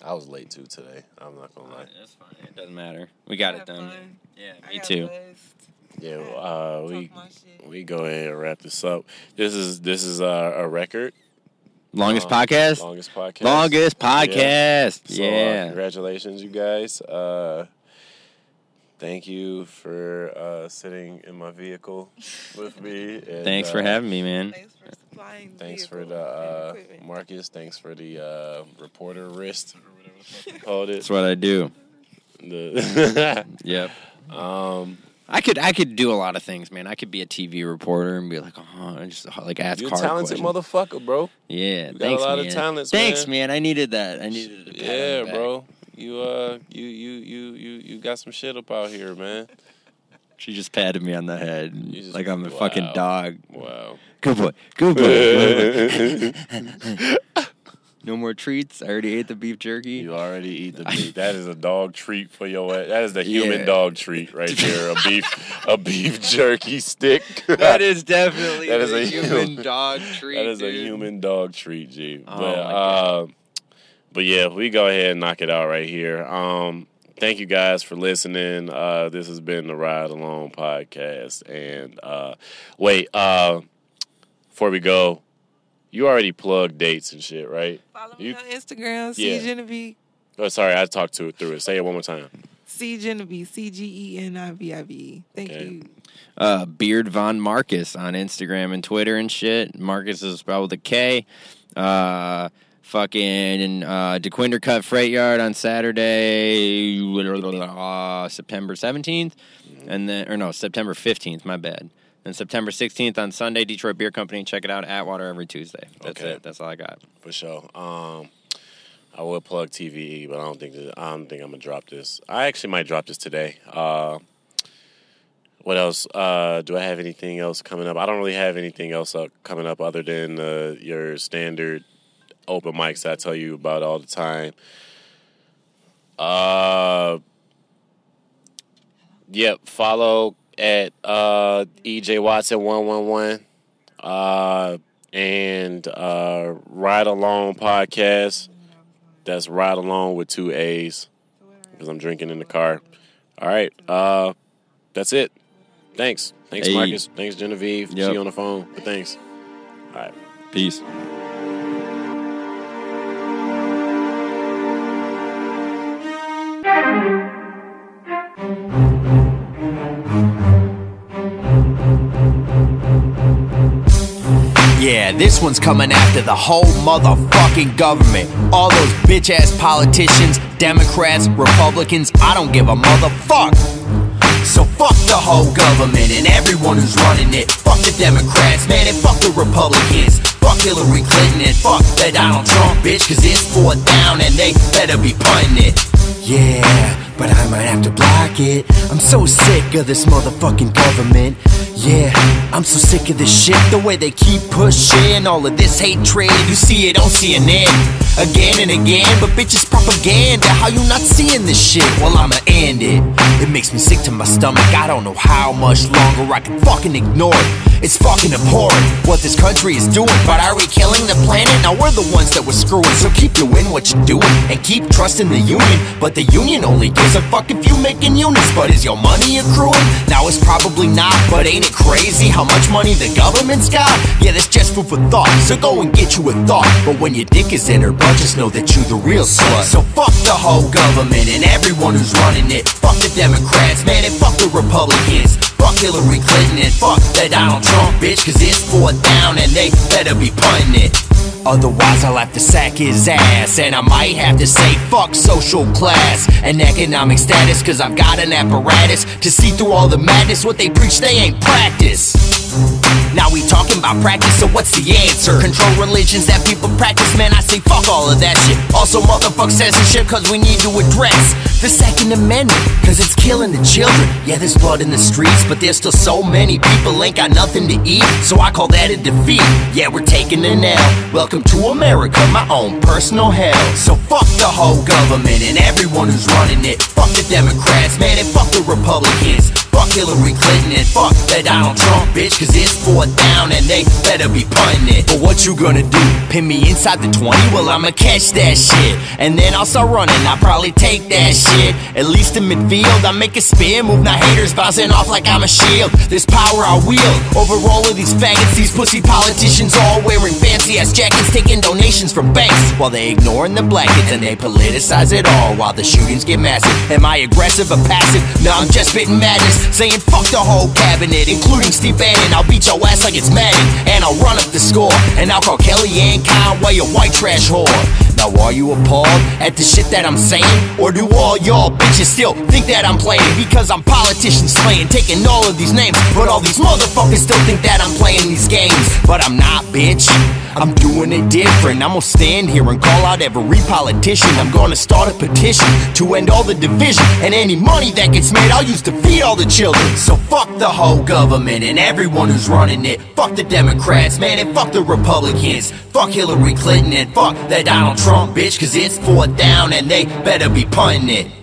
C: I was late too today. I'm not gonna lie.
D: That's fine. It doesn't matter. We got
E: I
D: it
E: had
D: done.
E: fun.
D: Yeah,
E: I
D: me
E: got
D: too.
E: blessed.
C: Yeah, well, uh,
E: Talk
C: we
E: my shit.
C: we go ahead and wrap this up. This is this is uh, a record
D: Longest
C: Uh,
D: podcast.
C: longest podcast.
D: Longest podcast.
C: So, uh,
D: yeah.
C: congratulations, you guys. Uh, thank you for uh, sitting in my vehicle with me. and,
D: Thanks
C: uh,
D: for having me, man.
E: Thanks for supplying. the
C: Thanks for
E: vehicle
C: the
E: and
C: uh,
E: equipment.
C: Marcus. Thanks for the uh, reporter wrist or whatever the fuck you called it.
D: That's what I do.
C: The-
D: Yep.
C: um,
D: I could I could do a lot of things, man. I could be a TV reporter and be like, oh, and just like ask
C: you
D: car
C: talented
D: questions.
C: motherfucker, bro.
D: Yeah,
C: got a
D: thanks,
C: lot of
D: man.
C: talents,
D: thanks,
C: man.
D: man. I needed that. I needed. a pat on the
C: Yeah,
D: back.
C: bro. You uh, you you you you you got some shit up out here, man.
D: She just patted me on the head,
C: You just-
D: like I'm a
C: wow.
D: fucking dog.
C: Wow.
D: Good boy. Good boy. no more treats. I already ate the beef jerky.
C: You already eat the beef. That is a dog treat for your ass. That is the human
D: Yeah.
C: dog treat right there. A beef, a beef jerky stick.
D: That is definitely
C: That is
D: the
C: a
D: human
C: human-
D: dog treat.
C: That is a
D: dude.
C: human dog treat, G.
D: Oh,
C: but
D: my
C: uh, but yeah, we go ahead and knock it out right here. Um, thank you guys for listening. Uh, this has been the Ride Along podcast. And uh, wait, uh, before we go, you already plugged dates and shit, right?
E: Follow me
C: You-
E: on Instagram,
C: Yeah.
E: C Genevieve.
C: Oh, sorry, I talked to it through it. Say it one more time.
E: C Genevieve, C G E N I V I V E. Thank
C: Okay.
E: you.
D: uh, Beard Von Marcus on Instagram and Twitter and shit. Marcus is spelled with a K. Uh, fucking uh, DeQuinder Cut Freight Yard on Saturday, uh, September 17th. And then, or no, September 15th, my bad. And September 16th on Sunday, Detroit Beer Company. Check it out at Water every Tuesday. That's
C: Okay.
D: it. That's all I got.
C: For sure. Um, I would plug TVE, but I don't think that, I don't think I'm gonna drop this. I actually might drop this today. Uh, what else? Uh, do I have anything else coming up? I don't really have anything else up, coming up other than uh, your standard open mics I tell you about all the time. Uh, yep. Follow at uh, EJ Watson one one one uh, and uh, Ride Along podcast. That's Ride Along with two A's because I'm drinking in the car. All right, uh, that's it. Thanks, thanks
D: Hey.
C: Marcus, thanks Genevieve.
D: Yep.
C: See you on the phone, but thanks. All right.
D: Peace.
B: Yeah, this one's coming after the whole motherfucking government. All those bitch ass politicians, Democrats, Republicans, I don't give a motherfuck. So fuck the whole government and everyone who's running it. Fuck the Democrats, man, and fuck the Republicans. Fuck Hillary Clinton and fuck that Donald Trump, bitch, cause it's four down and they better be punting it. Yeah, but I might have to block it. I'm so sick of this motherfucking government. Yeah, I'm so sick of this shit. The way they keep pushing all of this hatred. You see it on CNN again and again. But bitch, it's propaganda. How you not seeing this shit? Well, I'ma end it. It makes me sick to my stomach. I don't know how much longer I can fucking ignore it. It's fucking abhorrent what this country is doing. But are we killing the planet? Now we're the ones that were screwing. So keep doing what you're doing and keep trusting the union. But the union only gives a fuck if you making units. But is your money accruing? Now it's probably not. But ain't it crazy how much money the government's got? Yeah, that's just food for thought. So go and get you a thought. But when your dick is in her butt, just know that you the real slut. So fuck the whole government and everyone who's running it. Fuck the Democrats, man, and fuck the Republicans. Fuck Hillary Clinton and fuck that Donald Trump, bitch, cause it's four down and they better be punting it. Otherwise, I'll have to sack his ass. And I might have to say, fuck social class and economic status, cause I've got an apparatus to see through all the madness. What they preach, they ain't practice. Now we talking about practice, so what's the answer? Control religions that people practice, man, I say fuck all of that shit. Also, motherfuck censorship, cause we need to address the Second Amendment, cause it's killing the children. Yeah, there's blood in the streets, but there's still so many people ain't got nothing to eat, so I call that a defeat. Yeah, we're taking an L. Welcome to America, my own personal hell. So fuck the whole government and everyone who's running it. Fuck the Democrats, man, and fuck the Republicans. Fuck Hillary Clinton and fuck that Donald Trump, bitch, cause it's four down and they better be punting it. But what you gonna do? Pin me inside the 20? Well, I'ma catch that shit. And then I'll start running, I'll probably take that shit. At least in midfield, I make a spin, move now haters bouncing off like I'm a shield. This power I wield over all of these faggots, these pussy politicians all wearing fancy ass jackets, taking donations from banks while they ignoring the black kids and they politicize it all while the shootings get massive. Am I aggressive or passive? No, I'm just spitting madness, saying fuck the whole cabinet, including Steve Bannon. I'll beat your ass like it's Madden, and I'll run up the score, and I'll call Kellyanne Conway a white trash whore. Now are you appalled at the shit that I'm saying, or do all y'all bitches still think that I'm playing? Because I'm politician slaying, taking all of these names, but all these motherfuckers still think that I'm playing these games. But I'm not, bitch. I'm doing it different. I'm gonna stand here and call out every politician. I'm gonna start a petition to end all the division. And any money that gets made, I'll use to feed all the children. So fuck the whole government and everyone who's running it. Fuck the Democrats, man, and fuck the Republicans. Fuck Hillary Clinton and fuck that Donald Trump, bitch, cause it's four down and they better be punting it.